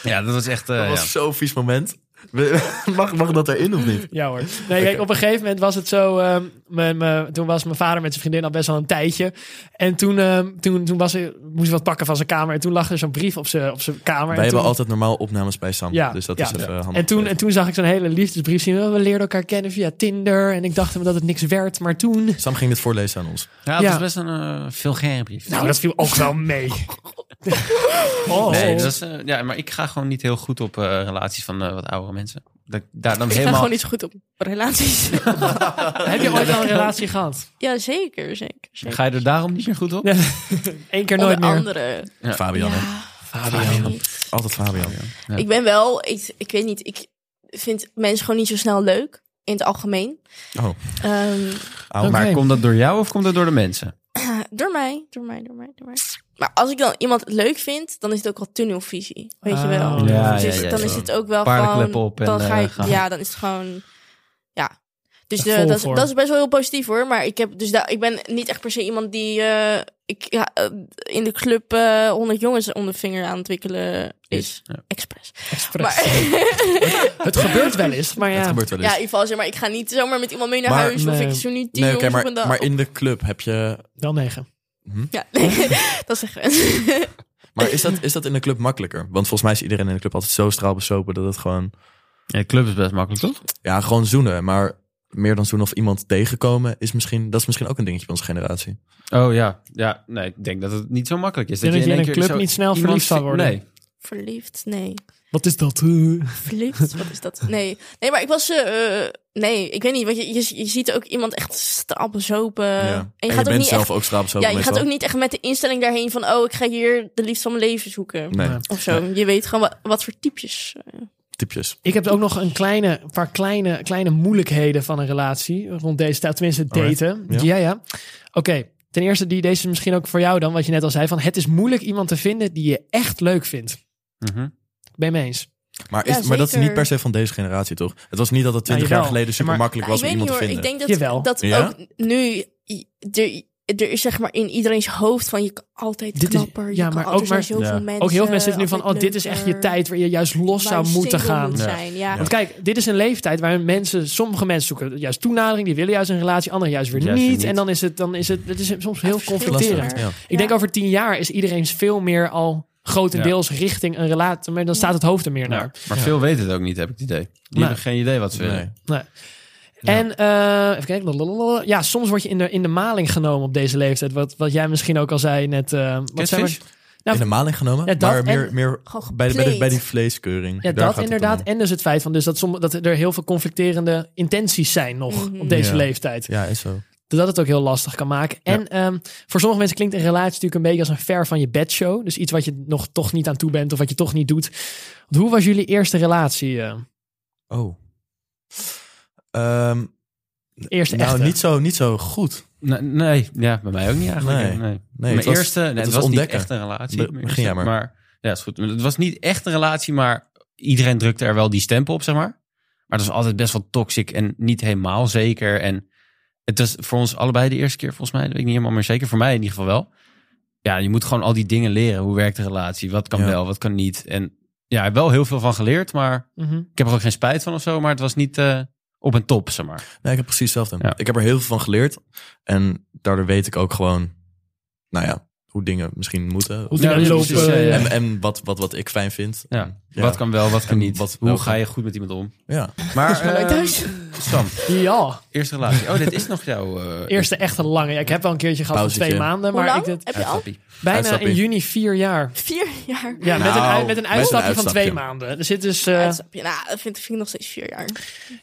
[SPEAKER 7] Ja, dat was echt... eh,
[SPEAKER 4] Dat
[SPEAKER 7] ja.
[SPEAKER 4] was zo'n vies moment. We- Mag, mag dat erin of niet?
[SPEAKER 6] Ja hoor. Nee, kijk, op een gegeven moment was het zo. ehm, mijn- mijn- toen was mijn vader met zijn vriendin al best wel een tijdje. En toen, ehm, toen, toen was hij, moest hij wat pakken van zijn kamer. En toen lag er zo'n brief op zijn, op zijn kamer.
[SPEAKER 4] Wij
[SPEAKER 6] en
[SPEAKER 4] hebben
[SPEAKER 6] toen,
[SPEAKER 4] altijd normaal opnames bij Sam.
[SPEAKER 6] Ja,
[SPEAKER 4] dus dat
[SPEAKER 6] ja.
[SPEAKER 4] is even handig.
[SPEAKER 6] en, toen, en toen zag ik zo'n hele liefdesbrief zien. Oh, we leerden elkaar kennen via Tinder. En ik dacht hem dat het niks werd. Maar toen.
[SPEAKER 4] Sam ging dit voorlezen aan ons.
[SPEAKER 7] Ja, het
[SPEAKER 6] Ja.
[SPEAKER 7] was best een eh vulgaire brief.
[SPEAKER 6] Nou, dat viel ook wel mee. oh.
[SPEAKER 7] nee,
[SPEAKER 4] dus-
[SPEAKER 7] dat is, eh, ja, maar ik ga gewoon niet heel goed op eh, relaties van eh, wat oudere mensen. Dat ik daar dan
[SPEAKER 5] Ik ga
[SPEAKER 7] helemaal...
[SPEAKER 5] gewoon niet zo goed op relaties.
[SPEAKER 6] Heb je ooit al een relatie gehad?
[SPEAKER 5] ja, zeker, zeker. zeker.
[SPEAKER 7] Ga je er daarom niet meer goed op?
[SPEAKER 6] Ja. Eén keer nooit
[SPEAKER 5] Onder
[SPEAKER 6] meer.
[SPEAKER 5] andere.
[SPEAKER 7] Ja.
[SPEAKER 4] Fabian. hè?
[SPEAKER 5] Fabian.
[SPEAKER 4] Altijd Fabian.
[SPEAKER 7] Ja.
[SPEAKER 5] Ik ben wel, ik, ik weet niet, ik vind mensen gewoon niet zo snel leuk in het algemeen.
[SPEAKER 4] Oh.
[SPEAKER 5] Ehm,
[SPEAKER 4] Au.
[SPEAKER 6] Oké.
[SPEAKER 7] Oh, Maar komt dat door jou of komt dat door de mensen?
[SPEAKER 5] Eh, door mij, door mij, door mij, door mij. Maar als ik dan iemand leuk vind, dan is het ook wel tunnelvisie. Weet je wel.
[SPEAKER 6] Oh, ja,
[SPEAKER 5] Dus
[SPEAKER 7] ja, ja,
[SPEAKER 5] dan
[SPEAKER 7] ja.
[SPEAKER 5] is het ook wel
[SPEAKER 7] Paardenkleppen
[SPEAKER 5] gewoon...
[SPEAKER 7] op en,
[SPEAKER 5] dan ga
[SPEAKER 7] eh,
[SPEAKER 5] ik,
[SPEAKER 7] gaan.
[SPEAKER 5] Ja, dan is het gewoon... Ja. Dus
[SPEAKER 6] Vol
[SPEAKER 5] eh, dat, is,
[SPEAKER 6] voor.
[SPEAKER 5] dat is best wel heel positief hoor. Maar ik, heb, dus daar ik ben niet echt per se iemand die eh, ik, ja, eh, in de club eh 100 jongens onder de vinger aan het wikkelen is.
[SPEAKER 7] Ja.
[SPEAKER 5] Express.
[SPEAKER 6] Expres.
[SPEAKER 5] Maar,
[SPEAKER 6] Het gebeurt wel eens, maar
[SPEAKER 4] Dat
[SPEAKER 6] ja.
[SPEAKER 4] gebeurt wel eens.
[SPEAKER 5] Ja, in ieder geval zeg maar, ik ga niet zomaar met iemand mee naar
[SPEAKER 4] Maar-
[SPEAKER 5] huis of
[SPEAKER 6] Nee.
[SPEAKER 5] ik zoen niet die
[SPEAKER 4] nee,
[SPEAKER 5] nee,
[SPEAKER 4] oké,
[SPEAKER 5] jongens op een
[SPEAKER 4] maar,
[SPEAKER 5] dag.
[SPEAKER 4] maar in de club heb je...
[SPEAKER 6] Wel negen.
[SPEAKER 5] Ja, nee, dat zeggen we.
[SPEAKER 4] Maar is dat, is dat in de club makkelijker? Want volgens mij is iedereen in de club altijd zo straalbesopen dat het gewoon...
[SPEAKER 7] Ja, de club is best makkelijk, toch?
[SPEAKER 4] Ja, gewoon zoenen. Maar meer dan zoenen of iemand tegenkomen is misschien... Dat is misschien ook een dingetje bij onze generatie.
[SPEAKER 7] Oh ja, ja. Nee, ik denk dat het niet zo makkelijk is.
[SPEAKER 6] denk dat je in
[SPEAKER 7] één
[SPEAKER 6] een
[SPEAKER 7] keer
[SPEAKER 6] club
[SPEAKER 7] zo
[SPEAKER 6] niet snel
[SPEAKER 7] iemand
[SPEAKER 6] verliefd zal
[SPEAKER 7] vindt-
[SPEAKER 6] worden.
[SPEAKER 7] Nee.
[SPEAKER 5] Verliefd? Nee.
[SPEAKER 6] Wat is dat?
[SPEAKER 5] Verliefd? Wat is dat? Nee. Nee, maar ik was... eh, eh, nee, ik weet niet. Want je, je, je ziet ook iemand echt stapelzopen.
[SPEAKER 4] Ja.
[SPEAKER 5] Eh, En
[SPEAKER 4] En
[SPEAKER 5] je
[SPEAKER 4] je
[SPEAKER 5] gaat ook
[SPEAKER 4] bent
[SPEAKER 5] niet
[SPEAKER 4] zelf
[SPEAKER 5] echt...
[SPEAKER 4] ook straatzoon
[SPEAKER 5] Ja, je
[SPEAKER 4] meestal.
[SPEAKER 5] gaat ook niet echt met de instelling daarheen van... Oh, ik ga hier de liefde van mijn leven zoeken.
[SPEAKER 4] Nee,
[SPEAKER 6] Nee.
[SPEAKER 5] Of zo. Je weet gewoon wat, wat voor types. eh,
[SPEAKER 4] tipjes.
[SPEAKER 6] Ik heb ook nog een kleine, een paar kleine, kleine moeilijkheden van een relatie rond deze tijd. Tenminste,
[SPEAKER 4] Alright.
[SPEAKER 6] daten.
[SPEAKER 4] Ja.
[SPEAKER 6] Ja, ja. Oké. Ten eerste, die, deze is misschien ook voor jou dan, wat je net al zei. Van, het is moeilijk iemand te vinden die je echt leuk vindt.
[SPEAKER 7] Mhm.
[SPEAKER 6] Ben je mee eens?
[SPEAKER 4] Maar, is,
[SPEAKER 5] Ja,
[SPEAKER 4] maar dat is
[SPEAKER 5] zeker.
[SPEAKER 4] niet per se van deze generatie, toch? Het was niet dat het
[SPEAKER 6] Ja,
[SPEAKER 4] 20 jaar
[SPEAKER 6] jawel.
[SPEAKER 4] geleden super
[SPEAKER 6] Maar-
[SPEAKER 4] makkelijk was
[SPEAKER 5] Nou,
[SPEAKER 4] om
[SPEAKER 5] ik weet
[SPEAKER 4] iemand te
[SPEAKER 5] niet
[SPEAKER 4] vinden.
[SPEAKER 5] hoor. Ik denk
[SPEAKER 6] Jawel.
[SPEAKER 5] dat, dat
[SPEAKER 4] Ja?
[SPEAKER 5] ook nu... i- Er, er is zeg maar in iedereen's hoofd van... Je kan altijd
[SPEAKER 6] Dit is-
[SPEAKER 5] knapper.
[SPEAKER 6] ja,
[SPEAKER 5] je
[SPEAKER 6] maar
[SPEAKER 5] kan,
[SPEAKER 6] ook
[SPEAKER 5] er zijn
[SPEAKER 6] maar-
[SPEAKER 5] zoveel
[SPEAKER 4] Ja.
[SPEAKER 5] mensen.
[SPEAKER 6] Ook heel veel mensen zitten nu van, oh,
[SPEAKER 5] altijd
[SPEAKER 6] dit is echt je
[SPEAKER 5] leuker,
[SPEAKER 6] tijd waar je juist los
[SPEAKER 5] waar
[SPEAKER 6] zou
[SPEAKER 5] je
[SPEAKER 6] moeten
[SPEAKER 5] single
[SPEAKER 6] gaan.
[SPEAKER 5] moet
[SPEAKER 4] Ja.
[SPEAKER 5] zijn, ja.
[SPEAKER 4] Ja.
[SPEAKER 6] Want kijk, dit is een leeftijd waar mensen, sommige mensen zoeken juist toenadering, die willen juist een relatie, anderen juist weer
[SPEAKER 7] Juist weer
[SPEAKER 6] niet.
[SPEAKER 7] niet.
[SPEAKER 6] En dan is het, dan is het, het is soms heel
[SPEAKER 5] verschilt
[SPEAKER 6] confronterend.
[SPEAKER 5] erg.
[SPEAKER 4] Lastig, ja.
[SPEAKER 6] Ik denk over tien jaar is iedereen veel meer al grotendeels richting een relatie, maar dan staat het hoofd er meer naar.
[SPEAKER 7] Ja, maar veel weten het ook niet, heb ik het idee. Die hebben geen idee wat ze
[SPEAKER 4] Nee.
[SPEAKER 7] willen.
[SPEAKER 6] En eh, even kijken, lalalala. ja, soms word je in de, in de maling genomen op deze leeftijd. Wat, wat jij misschien ook al zei net. eh, wat zijn we?
[SPEAKER 7] Catfish?
[SPEAKER 6] Nou,
[SPEAKER 4] in de maling genomen,
[SPEAKER 6] ja, dat
[SPEAKER 4] maar
[SPEAKER 6] en-
[SPEAKER 4] meer, meer
[SPEAKER 5] Gewoon
[SPEAKER 4] bij, de, bij, de,
[SPEAKER 5] gepleed.
[SPEAKER 4] bij die vleeskeuring.
[SPEAKER 6] Ja,
[SPEAKER 4] Daar gaat het
[SPEAKER 6] dat inderdaad.
[SPEAKER 4] om.
[SPEAKER 6] En dus het feit van dus dat, somm- dat er heel veel conflicterende intenties zijn nog
[SPEAKER 5] Mhm.
[SPEAKER 6] op deze
[SPEAKER 4] Ja.
[SPEAKER 6] leeftijd. Dus
[SPEAKER 4] Ja, is zo.
[SPEAKER 6] dat het ook heel lastig kan maken. En ehm, voor sommige mensen klinkt een relatie natuurlijk een beetje als een ver van je bedshow. Dus iets wat je nog toch niet aan toe bent of wat je toch niet doet. Want hoe was jullie eerste relatie? eh?
[SPEAKER 4] Oh. Ehm,
[SPEAKER 6] eerste
[SPEAKER 4] nou,
[SPEAKER 6] echte?
[SPEAKER 4] niet zo, niet zo goed.
[SPEAKER 7] Nee, nee, ja, bij mij ook niet eigenlijk.
[SPEAKER 4] Nee.
[SPEAKER 7] Nee.
[SPEAKER 4] Nee, het
[SPEAKER 7] Mijn
[SPEAKER 4] was-
[SPEAKER 7] eerste, nee,
[SPEAKER 4] het
[SPEAKER 7] het
[SPEAKER 4] was
[SPEAKER 7] was,
[SPEAKER 4] ontdekken.
[SPEAKER 7] niet echt een relatie.
[SPEAKER 4] Be-
[SPEAKER 7] Mijn
[SPEAKER 4] begin jij
[SPEAKER 7] eerste,
[SPEAKER 4] maar.
[SPEAKER 7] Ja, is goed. Het was niet echt een relatie, maar iedereen drukte er wel die stempel op, zeg maar. Maar het was altijd best wel toxic en niet helemaal zeker. En het was voor ons allebei de eerste keer, volgens mij. Dat weet ik niet helemaal meer zeker. Voor mij in ieder geval wel. Ja, je moet gewoon al die dingen leren. Hoe werkt de relatie? Wat kan
[SPEAKER 4] Ja.
[SPEAKER 7] wel, wat kan niet? En ja, wel heel veel van geleerd, maar
[SPEAKER 6] Mhm.
[SPEAKER 7] ik heb er ook geen spijt van of zo. Maar het was niet eh, op een top, zeg maar.
[SPEAKER 4] Nee, ik heb precies hetzelfde.
[SPEAKER 7] Ja.
[SPEAKER 4] Ik heb er heel veel van geleerd. En daardoor weet ik ook gewoon, nou ja, hoe dingen misschien moeten.
[SPEAKER 6] Hoe dingen
[SPEAKER 7] Ja,
[SPEAKER 6] lopen.
[SPEAKER 7] precies, ja, ja.
[SPEAKER 4] En, en wat, wat, wat ik fijn vind.
[SPEAKER 7] Ja.
[SPEAKER 4] Ja.
[SPEAKER 7] Wat kan wel, wat kan
[SPEAKER 4] En
[SPEAKER 7] niet.
[SPEAKER 4] wat wel
[SPEAKER 7] Hoe
[SPEAKER 4] kan.
[SPEAKER 7] ga je goed met iemand om?
[SPEAKER 4] Ja.
[SPEAKER 7] Maar
[SPEAKER 5] Maar
[SPEAKER 7] eh,
[SPEAKER 5] thuis.
[SPEAKER 7] Sam,
[SPEAKER 6] Ja,
[SPEAKER 7] eerste relatie. Oh, dit is nog jouw eh,
[SPEAKER 6] eerste echte lange. Ja, ik heb wel een keertje gehad van
[SPEAKER 4] Pauzetje.
[SPEAKER 6] twee maanden.
[SPEAKER 5] Hoe
[SPEAKER 6] Maar
[SPEAKER 5] lang
[SPEAKER 6] ik deed
[SPEAKER 5] heb je al?
[SPEAKER 7] uitstapje.
[SPEAKER 6] bijna
[SPEAKER 4] Uitstapje.
[SPEAKER 6] in juni vier jaar.
[SPEAKER 5] Vier jaar.
[SPEAKER 6] Ja, met,
[SPEAKER 7] Nou,
[SPEAKER 6] een, ui- met een uitstapje van
[SPEAKER 4] uitstapje.
[SPEAKER 6] twee maanden. Er zit dus... eh,
[SPEAKER 5] Uitstapje. Nou, dat vind, vind ik nog steeds vier jaar.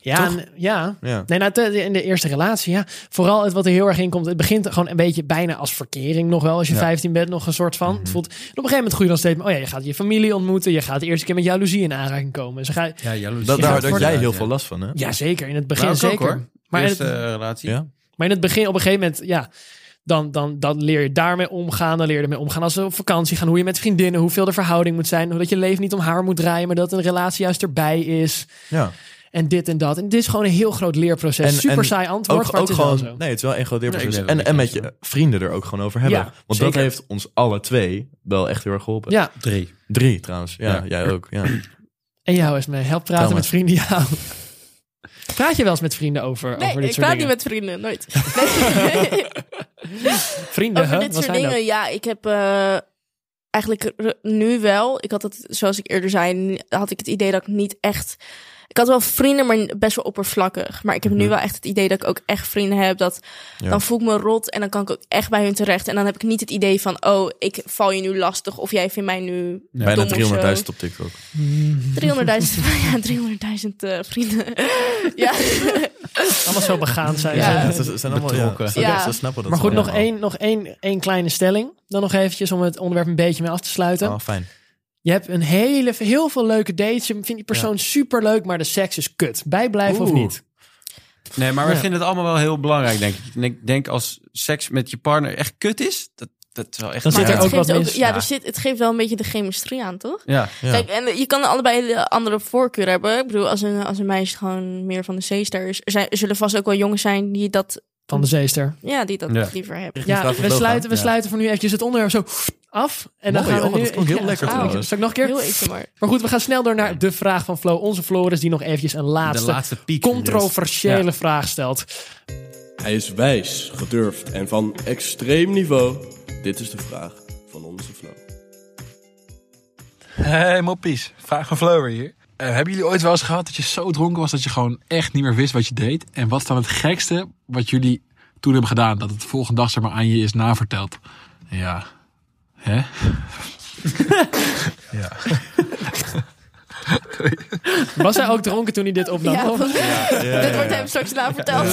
[SPEAKER 6] ja,
[SPEAKER 4] Toch?
[SPEAKER 6] en- ja,
[SPEAKER 4] ja.
[SPEAKER 6] Nee, nou, te- in de eerste relatie, ja. Vooral het wat er heel erg in komt. Het begint gewoon een beetje bijna als verkering nog wel. Als je 15 bent, nog een soort van. Het voelt, en op een gegeven moment groei je dan steeds meer. Oh ja, je gaat je familie ontmoeten. Je gaat de eerste keer met jaloezie in aanraking komen. Dus dan ga je,
[SPEAKER 7] Ja, jaloezie.
[SPEAKER 4] Dat, daar, daar had
[SPEAKER 7] Ja,
[SPEAKER 4] jij heel
[SPEAKER 7] ja.
[SPEAKER 4] veel last van, hè?
[SPEAKER 6] ja, zeker. In het begin
[SPEAKER 7] Maar ook
[SPEAKER 6] zeker.
[SPEAKER 7] ook, hoor.
[SPEAKER 6] Maar, in
[SPEAKER 7] eerste
[SPEAKER 6] het,
[SPEAKER 7] eh, relatie.
[SPEAKER 4] Ja.
[SPEAKER 6] maar in het begin, op een gegeven moment, ja. Dan, dan, dan leer je daarmee omgaan. Dan leer je ermee omgaan als ze op vakantie gaan. Hoe je met vriendinnen, hoeveel de verhouding moet zijn. Dat je leven niet om haar moet draaien, maar dat een relatie juist erbij is.
[SPEAKER 4] Ja.
[SPEAKER 6] En dit en dat. En dit is gewoon een heel groot leerproces.
[SPEAKER 4] En-
[SPEAKER 6] Super
[SPEAKER 4] en
[SPEAKER 6] saai antwoord,
[SPEAKER 4] ook,
[SPEAKER 6] maar
[SPEAKER 4] ook
[SPEAKER 6] het is wel
[SPEAKER 4] gewoon,
[SPEAKER 6] zo.
[SPEAKER 4] nee, het is wel een groot deelproces.
[SPEAKER 7] Nee, ik ben
[SPEAKER 4] en,
[SPEAKER 7] wel
[SPEAKER 4] en
[SPEAKER 7] met
[SPEAKER 4] met
[SPEAKER 7] je
[SPEAKER 4] je vrienden er ook gewoon over hebben.
[SPEAKER 6] Ja,
[SPEAKER 4] Want dat
[SPEAKER 6] zeker.
[SPEAKER 4] heeft ons alle twee wel echt heel erg geholpen.
[SPEAKER 6] Ja,
[SPEAKER 7] Drie.
[SPEAKER 4] Drie trouwens. Ja,
[SPEAKER 7] Ja.
[SPEAKER 4] jij ook. Ja.
[SPEAKER 6] En jou eens mee. Help praten
[SPEAKER 4] Thomas.
[SPEAKER 6] met vrienden jou. Praat je wel eens met vrienden over,
[SPEAKER 5] Nee,
[SPEAKER 6] over
[SPEAKER 5] ik
[SPEAKER 6] dit
[SPEAKER 5] praat
[SPEAKER 6] soort
[SPEAKER 5] niet
[SPEAKER 6] dingen?
[SPEAKER 5] met vrienden. Nooit. Nee.
[SPEAKER 6] Vrienden,
[SPEAKER 5] Over
[SPEAKER 6] hè?
[SPEAKER 5] dit
[SPEAKER 6] Wat
[SPEAKER 5] soort
[SPEAKER 6] zijn
[SPEAKER 5] dingen,
[SPEAKER 6] dat?
[SPEAKER 5] ja, ik heb eh, eigenlijk r- nu wel. Ik had het, zoals ik eerder zei, n- had ik het idee dat ik niet echt. Ik had wel vrienden, maar n- best wel oppervlakkig. Maar ik heb
[SPEAKER 6] Mhm.
[SPEAKER 5] nu wel echt het idee dat ik ook echt vrienden heb. Dat
[SPEAKER 4] Ja.
[SPEAKER 5] dan voel ik me rot en dan kan ik ook echt bij hun terecht. En dan heb ik niet het idee van, oh, ik val je nu lastig of jij vindt mij nu
[SPEAKER 4] Bijna
[SPEAKER 5] dom of zo.
[SPEAKER 4] 300.000 op TikTok.
[SPEAKER 5] 300.000, ja, 300.000 eh, vrienden. ja.
[SPEAKER 6] Allemaal zo begaan zijn.
[SPEAKER 5] Ja.
[SPEAKER 6] ze.
[SPEAKER 4] Ja, ze, ze zijn allemaal
[SPEAKER 7] Betrokken.
[SPEAKER 4] ja, ze-
[SPEAKER 5] Ja.
[SPEAKER 4] ze snappen dat.
[SPEAKER 6] Maar goed,
[SPEAKER 4] wel
[SPEAKER 6] nog,
[SPEAKER 4] allemaal.
[SPEAKER 6] één, nog één, één kleine stelling. Dan nog eventjes om het onderwerp een beetje mee af te sluiten.
[SPEAKER 4] Oh, fijn.
[SPEAKER 6] Je hebt een hele, heel veel leuke dates. Je vindt die persoon super leuk, maar de seks is kut. Bijblijven of
[SPEAKER 4] Oeh.
[SPEAKER 6] niet?
[SPEAKER 7] Nee, maar wij
[SPEAKER 6] Ja.
[SPEAKER 7] vinden het allemaal wel heel belangrijk, denk ik. En ik denk als seks met je partner echt kut is, dat, dat is wel echt...
[SPEAKER 6] Dan
[SPEAKER 5] Maar
[SPEAKER 6] zit er
[SPEAKER 5] het
[SPEAKER 6] ook wat
[SPEAKER 5] geeft ook,
[SPEAKER 6] mis.
[SPEAKER 5] ja,
[SPEAKER 7] Ja.
[SPEAKER 5] er zit, het geeft wel een beetje de chemistrie aan, toch?
[SPEAKER 7] Ja,
[SPEAKER 4] Ja.
[SPEAKER 5] Kijk, en je kan allebei hele andere voorkeur hebben. Ik bedoel, als een, als een meisje gewoon meer van de zeester is, er, zijn, er zullen vast ook wel jongens zijn die dat,
[SPEAKER 6] Van de zeester.
[SPEAKER 5] ja, die dat
[SPEAKER 7] Ja.
[SPEAKER 5] liever hebben.
[SPEAKER 4] vraag
[SPEAKER 6] Ja,
[SPEAKER 4] of
[SPEAKER 6] we
[SPEAKER 4] logo.
[SPEAKER 6] sluiten, we
[SPEAKER 4] Ja.
[SPEAKER 6] sluiten voor nu eventjes het onderwerp zo af. En dan
[SPEAKER 4] Mooi,
[SPEAKER 6] gaan
[SPEAKER 4] oh,
[SPEAKER 6] we nu...
[SPEAKER 4] dat klonk heel lekker
[SPEAKER 6] wauw.
[SPEAKER 4] trouwens.
[SPEAKER 6] Zal ik nog een keer?
[SPEAKER 5] Heel even maar.
[SPEAKER 6] Maar goed, we gaan snel door naar de vraag van Flo. Onze Floris, die nog eventjes een
[SPEAKER 7] de
[SPEAKER 6] laatste
[SPEAKER 7] laatste piek.
[SPEAKER 6] controversiële
[SPEAKER 7] Ja.
[SPEAKER 6] vraag stelt.
[SPEAKER 9] Hij is wijs, gedurfd en van extreem niveau. Dit is de vraag van onze vrouw.
[SPEAKER 10] Hey moppies, vraag van Fleur hier. Eh, hebben jullie ooit wel eens gehad dat je zo dronken was dat je gewoon echt niet meer wist wat je deed? En wat is dan het gekste wat jullie toen hebben gedaan? Dat het de volgende dag zeg maar aan je is naverteld. Ja. Hè? ja.
[SPEAKER 6] Was hij ook dronken toen hij dit opnam?
[SPEAKER 5] Ja,
[SPEAKER 6] Of-
[SPEAKER 4] ja,
[SPEAKER 5] Dit
[SPEAKER 4] ja,
[SPEAKER 5] wordt
[SPEAKER 4] ja.
[SPEAKER 5] hem straks na verteld.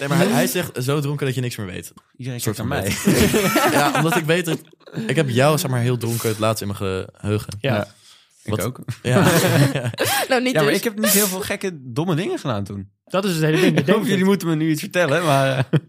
[SPEAKER 4] Nee, maar hij, hij zegt zo dronken dat je niks meer weet.
[SPEAKER 7] Iedereen
[SPEAKER 4] Soort
[SPEAKER 7] kijkt
[SPEAKER 4] van
[SPEAKER 7] naar mij.
[SPEAKER 4] weet. ja, omdat ik weet dat... Ik heb jou zeg maar heel dronken het laatst in mijn geheugen.
[SPEAKER 6] Ja.
[SPEAKER 7] Ik
[SPEAKER 4] Wat-
[SPEAKER 7] ook.
[SPEAKER 4] Ja.
[SPEAKER 5] nou, niet
[SPEAKER 7] Ja, maar
[SPEAKER 5] dus.
[SPEAKER 7] ik heb niet heel veel gekke, domme dingen gedaan toen.
[SPEAKER 6] Dat is het hele ding.
[SPEAKER 7] Ik
[SPEAKER 6] Ik
[SPEAKER 7] hoop,
[SPEAKER 6] denk
[SPEAKER 7] jullie
[SPEAKER 6] het.
[SPEAKER 7] moeten me nu iets vertellen, maar... eh,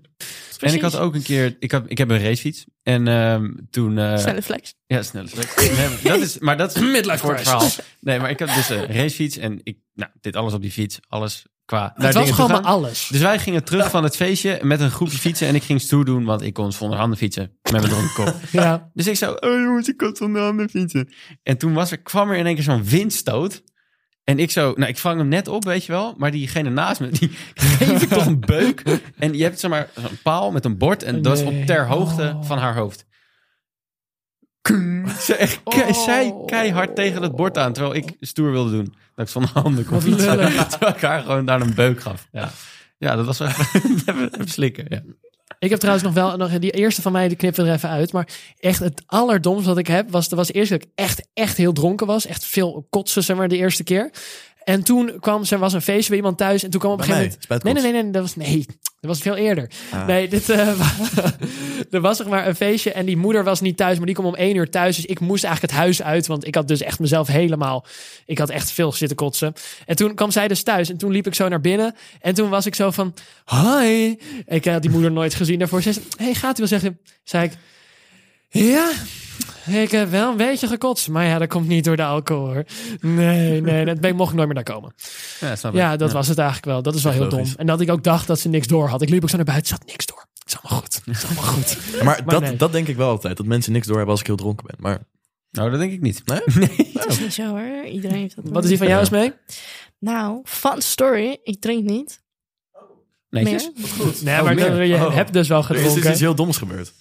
[SPEAKER 7] En ik had ook een keer... Ik, had, ik heb een racefiets. En ehm, toen... eh,
[SPEAKER 5] Snelle flex.
[SPEAKER 7] Ja, snelle flex. Nee, maar dat is, maar dat is
[SPEAKER 6] Midlife
[SPEAKER 7] kort
[SPEAKER 6] crisis.
[SPEAKER 7] verhaal. Nee, maar ik heb dus een racefiets en ik... Nou, dit alles op die fiets. Alles qua... naar
[SPEAKER 6] Het
[SPEAKER 7] dingen
[SPEAKER 6] was
[SPEAKER 7] toe
[SPEAKER 6] gewoon
[SPEAKER 7] gaan.
[SPEAKER 6] maar alles.
[SPEAKER 7] Dus wij gingen terug van het feestje met een groepje fietsen. En ik ging stoer doen, want ik kon zonder handen fietsen. Met mijn dronken kop.
[SPEAKER 6] Ja.
[SPEAKER 7] Dus ik zo, oh jongens, ik kan zonder handen fietsen. En toen was er, kwam er in één keer zo'n windstoot. En ik zo, nou ik vang hem net op, weet je wel. Maar diegene naast me, die geef ik toch een beuk. En je hebt zeg maar een paal met een bord. En dat is op
[SPEAKER 6] Oh, Nee.
[SPEAKER 7] ter hoogte
[SPEAKER 6] Oh.
[SPEAKER 7] van haar hoofd. Kung. Ze echt ke-
[SPEAKER 6] Oh.
[SPEAKER 7] zij keihard tegen het bord aan. Terwijl ik stoer wilde doen. Dat ik zonder handen kon
[SPEAKER 6] Wat
[SPEAKER 7] fietsen.
[SPEAKER 6] lullig.
[SPEAKER 7] Terwijl ik haar gewoon daar een beuk gaf. Ja, ja dat was wel even, even slikken. Ja.
[SPEAKER 6] Ik heb trouwens nog wel, nog, die eerste van mij, die knippen er even uit. Maar echt het allerdomste wat ik heb, was, dat was eerst dat ik echt, echt heel dronken was. Echt veel kotsen, zeg maar, de eerste keer. En toen kwam, er was een feestje bij iemand thuis. En toen kwam op een
[SPEAKER 4] Bij
[SPEAKER 6] gegeven
[SPEAKER 4] mij,
[SPEAKER 6] moment... Nee,
[SPEAKER 4] spuitkots.
[SPEAKER 6] nee, nee, nee, dat was, nee, dat was veel eerder.
[SPEAKER 4] Ah.
[SPEAKER 6] Nee, dit, eh, wa- er was zeg maar een feestje en die moeder was niet thuis, maar die kwam om één uur thuis. Dus ik moest eigenlijk het huis uit, want ik had dus echt mezelf helemaal, ik had echt veel zitten kotsen. En toen kwam zij dus thuis en toen liep ik zo naar binnen en toen was ik zo van, hi. Ik eh, had die moeder nooit gezien daarvoor. Ze zei, hey, gaat u wel zeggen? Zei ik, ja, ik heb wel een beetje gekotst, maar ja, dat komt niet door de alcohol hoor. Nee, nee, dat ben, mocht ik nooit meer naar komen.
[SPEAKER 7] Oh, Ja, snap ik.
[SPEAKER 6] Ja, dat was het eigenlijk wel. Dat is wel heel dom.
[SPEAKER 4] logisch.
[SPEAKER 6] En dat ik ook dacht dat ze niks door had. Ik liep ook zo naar buiten, zat niks door. Het is allemaal goed. Het is allemaal goed.
[SPEAKER 4] Maar, dat,
[SPEAKER 6] nee.
[SPEAKER 4] dat denk ik wel altijd. Dat mensen niks doorhebben als ik heel dronken ben. Maar
[SPEAKER 7] Nou, dat denk ik niet.
[SPEAKER 5] Dat is niet zo hoor. Iedereen heeft dat.
[SPEAKER 6] Wat is die van jou eens mee?
[SPEAKER 5] Nou, fun story. Ik drink niet
[SPEAKER 7] Netjes.
[SPEAKER 5] meer.
[SPEAKER 6] Nee, maar
[SPEAKER 7] meer.
[SPEAKER 6] je
[SPEAKER 4] Oh.
[SPEAKER 6] hebt dus wel
[SPEAKER 4] er is dus
[SPEAKER 6] gedronken.
[SPEAKER 4] iets heel doms gebeurd.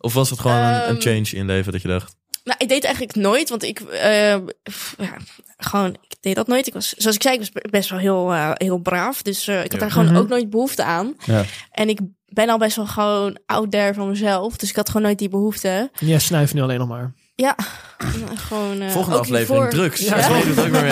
[SPEAKER 4] Of was het gewoon een, een
[SPEAKER 5] Ehm,
[SPEAKER 4] change in leven dat je dacht...
[SPEAKER 5] Nou, ik deed eigenlijk nooit, want ik, eh, pff, ja, gewoon, ik deed dat nooit. Ik was, zoals ik zei, ik was be- best wel heel, eh, heel braaf. Dus eh, ik had daar gewoon
[SPEAKER 6] Mhm.
[SPEAKER 5] ook nooit behoefte aan.
[SPEAKER 7] Ja.
[SPEAKER 5] En ik ben al best wel gewoon out there van mezelf. Dus ik had gewoon nooit die behoefte.
[SPEAKER 6] Ja, snuif nu alleen nog maar.
[SPEAKER 5] Ja, eh, gewoon. eh,
[SPEAKER 4] Volgende
[SPEAKER 5] ook
[SPEAKER 4] aflevering,
[SPEAKER 5] hiervoor.
[SPEAKER 4] drugs.
[SPEAKER 5] Ja. Dus
[SPEAKER 4] Ja. Sorry, doe het ook maar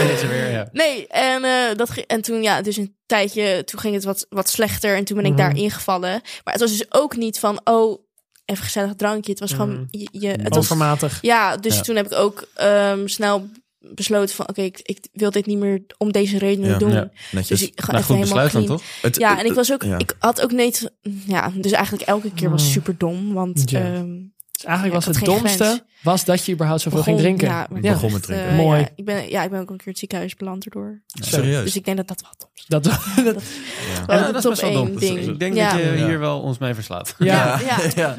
[SPEAKER 4] mee.
[SPEAKER 7] Deze weer, ja.
[SPEAKER 5] Nee, en, eh, dat ging, en toen, ja, dus een tijdje, toen ging het wat, wat slechter. En toen ben ik
[SPEAKER 6] Mhm.
[SPEAKER 5] daar ingevallen. Maar het was dus ook niet van, oh, even gezellig drankje. Het was
[SPEAKER 6] Mhm.
[SPEAKER 5] gewoon, je, je- het was
[SPEAKER 6] Overmatig.
[SPEAKER 5] Ja, dus
[SPEAKER 7] Ja.
[SPEAKER 5] toen heb ik ook ehm, snel besloten van... oké, ik, ik wil dit niet meer om deze redenen
[SPEAKER 4] Ja.
[SPEAKER 5] doen.
[SPEAKER 7] Ja.
[SPEAKER 5] Dus
[SPEAKER 4] Netjes.
[SPEAKER 5] ik ga
[SPEAKER 7] Nou,
[SPEAKER 5] echt
[SPEAKER 7] goed
[SPEAKER 5] helemaal
[SPEAKER 7] besluit dan
[SPEAKER 5] clean.
[SPEAKER 7] toch?
[SPEAKER 4] Het-
[SPEAKER 5] Ja, en ik was ook...
[SPEAKER 4] ja.
[SPEAKER 5] Ik had ook niet... Ja, dus eigenlijk elke keer was
[SPEAKER 6] Hmm.
[SPEAKER 5] super dom. Want
[SPEAKER 6] Ja.
[SPEAKER 5] ehm,
[SPEAKER 6] Dus eigenlijk
[SPEAKER 5] Ja,
[SPEAKER 6] was
[SPEAKER 5] ik
[SPEAKER 6] het
[SPEAKER 5] had geen
[SPEAKER 6] domste
[SPEAKER 5] grens.
[SPEAKER 6] was dat je überhaupt zoveel
[SPEAKER 5] begon-
[SPEAKER 6] ging drinken.
[SPEAKER 5] Ja, maar
[SPEAKER 4] Begon
[SPEAKER 5] echt,
[SPEAKER 4] met drinken.
[SPEAKER 5] eh,
[SPEAKER 6] Mooi.
[SPEAKER 5] Ja, ik, ben, ja, ik ben ook een keer het ziekenhuis beland erdoor.
[SPEAKER 4] Serieus.
[SPEAKER 5] Dus ik denk dat dat wel dom is.
[SPEAKER 6] Dat, dat-
[SPEAKER 5] Wel
[SPEAKER 7] Ja,
[SPEAKER 5] een
[SPEAKER 7] dat is
[SPEAKER 5] top
[SPEAKER 7] best wel
[SPEAKER 5] één
[SPEAKER 7] dom. Dus
[SPEAKER 5] ding.
[SPEAKER 7] ik denk
[SPEAKER 5] ja.
[SPEAKER 7] dat je
[SPEAKER 4] Ja.
[SPEAKER 7] hier wel ons mee verslaat.
[SPEAKER 6] ja.
[SPEAKER 5] Ja.
[SPEAKER 4] Ja.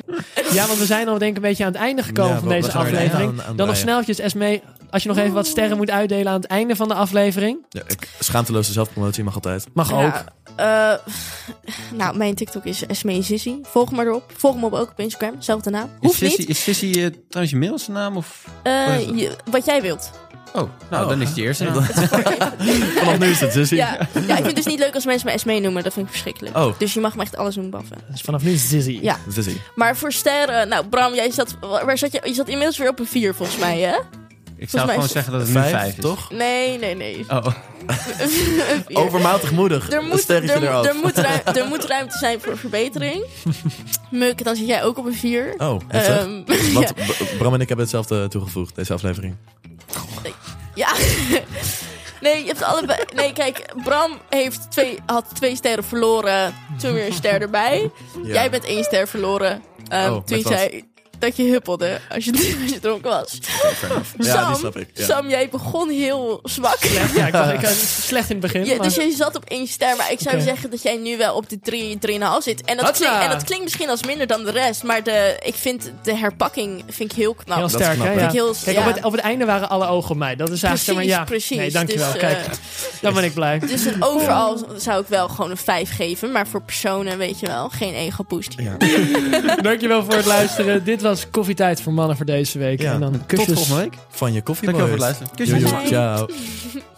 [SPEAKER 6] ja, want we zijn al denk ik een beetje aan het einde gekomen
[SPEAKER 4] Ja,
[SPEAKER 6] van
[SPEAKER 4] we- we
[SPEAKER 6] deze
[SPEAKER 4] gaan er
[SPEAKER 6] aflevering.
[SPEAKER 4] aan- aan
[SPEAKER 6] Dan nog
[SPEAKER 4] breien.
[SPEAKER 6] sneltjes, Esmee. Als je nog even wat sterren moet uitdelen aan het einde van de aflevering.
[SPEAKER 4] Ja, ik- schaamteloze zelfpromotie mag altijd.
[SPEAKER 6] Mag ook.
[SPEAKER 5] Ja, eh, nou, mijn TikTok is Esmee Sissy. Volg me erop. Volg me op ook op Instagram. Zelfde naam.
[SPEAKER 7] Is
[SPEAKER 5] Hoeft
[SPEAKER 7] Sissy,
[SPEAKER 5] niet.
[SPEAKER 7] is Sissy eh, trouwens je middelste naam? Of?
[SPEAKER 5] Eh, je- wat jij wilt.
[SPEAKER 7] Oh, nou, dan is het je eerste naam.
[SPEAKER 4] Vanaf nu is het, Sissy.
[SPEAKER 5] Ja. ja, ik vind het dus niet leuk als mensen me Esmee noemen. Dat vind ik verschrikkelijk.
[SPEAKER 4] Oh.
[SPEAKER 5] Dus je mag me echt alles noemen baffen.
[SPEAKER 6] Dus vanaf nu Zizzy.
[SPEAKER 5] Ja.
[SPEAKER 4] Sissy.
[SPEAKER 5] Maar voor sterren... Nou, Bram, jij zat... Waar zat je? Je zat inmiddels weer op een 4, volgens mij, hè?
[SPEAKER 7] Ik
[SPEAKER 5] Volgens
[SPEAKER 7] zou
[SPEAKER 5] mij is
[SPEAKER 7] gewoon
[SPEAKER 5] het
[SPEAKER 7] zeggen dat het nu
[SPEAKER 4] Vijf,
[SPEAKER 7] vijf dus. is.
[SPEAKER 4] toch?
[SPEAKER 5] Nee, nee, nee.
[SPEAKER 7] Oh,
[SPEAKER 5] Een vier.
[SPEAKER 4] Overmatig moedig.
[SPEAKER 5] Er
[SPEAKER 4] een
[SPEAKER 5] moet, er,
[SPEAKER 4] sterretje eraf.
[SPEAKER 5] er moet ruim- er moet ruimte zijn voor verbetering. Muk, dan zit jij ook op een Ehm, 4.
[SPEAKER 4] Oh, heftig.
[SPEAKER 5] ja.
[SPEAKER 4] Want B- Bram en ik hebben hetzelfde toegevoegd, deze aflevering.
[SPEAKER 5] Ja. Nee, je hebt allebei. Nee, kijk, Bram heeft twee, had twee sterren verloren. Toen weer een ster erbij. Jij bent één ster verloren. ehm,
[SPEAKER 4] Oh,
[SPEAKER 5] toen
[SPEAKER 4] met
[SPEAKER 5] je zei dat je huppelde als je, als je dronken was.
[SPEAKER 4] Ja,
[SPEAKER 5] Sam,
[SPEAKER 4] die snap ik. Ja.
[SPEAKER 5] Sam, jij begon heel zwak.
[SPEAKER 6] Ja, ik, was, ik was slecht in het begin.
[SPEAKER 5] Ja,
[SPEAKER 6] maar-
[SPEAKER 5] dus je zat op één ster, maar ik zou
[SPEAKER 6] Oké.
[SPEAKER 5] zeggen dat jij nu wel op de 3, 3,5 zit. En dat,
[SPEAKER 6] Hatsa!
[SPEAKER 5] klinkt, en dat klinkt misschien als minder dan de rest, maar de, ik vind de herpakking vind ik heel knap.
[SPEAKER 6] Heel sterk,
[SPEAKER 4] knap,
[SPEAKER 6] hè?
[SPEAKER 4] hè?
[SPEAKER 6] Ja.
[SPEAKER 5] Vind ik heel-
[SPEAKER 6] Kijk,
[SPEAKER 5] ja.
[SPEAKER 6] op, het, op het einde waren alle ogen op mij. Dat is eigenlijk
[SPEAKER 5] precies,
[SPEAKER 6] zeg maar, ja.
[SPEAKER 5] precies.
[SPEAKER 6] Nee, dankjewel.
[SPEAKER 5] Dus, eh,
[SPEAKER 6] Kijk, dan ben ik blij.
[SPEAKER 5] Dus een overal zou ik wel gewoon een 5 geven. Maar voor personen, weet je wel, geen ego-boost. hier.
[SPEAKER 6] Dankjewel voor het luisteren. Dit was Koffietijd voor Mannen voor deze week.
[SPEAKER 4] Ja.
[SPEAKER 6] En dan
[SPEAKER 7] tot
[SPEAKER 6] kusjes.
[SPEAKER 7] volgende week.
[SPEAKER 4] Van je koffie.
[SPEAKER 7] Dankjewel voor het luisteren.
[SPEAKER 4] Yo, yo,
[SPEAKER 5] Bye.
[SPEAKER 4] Ciao.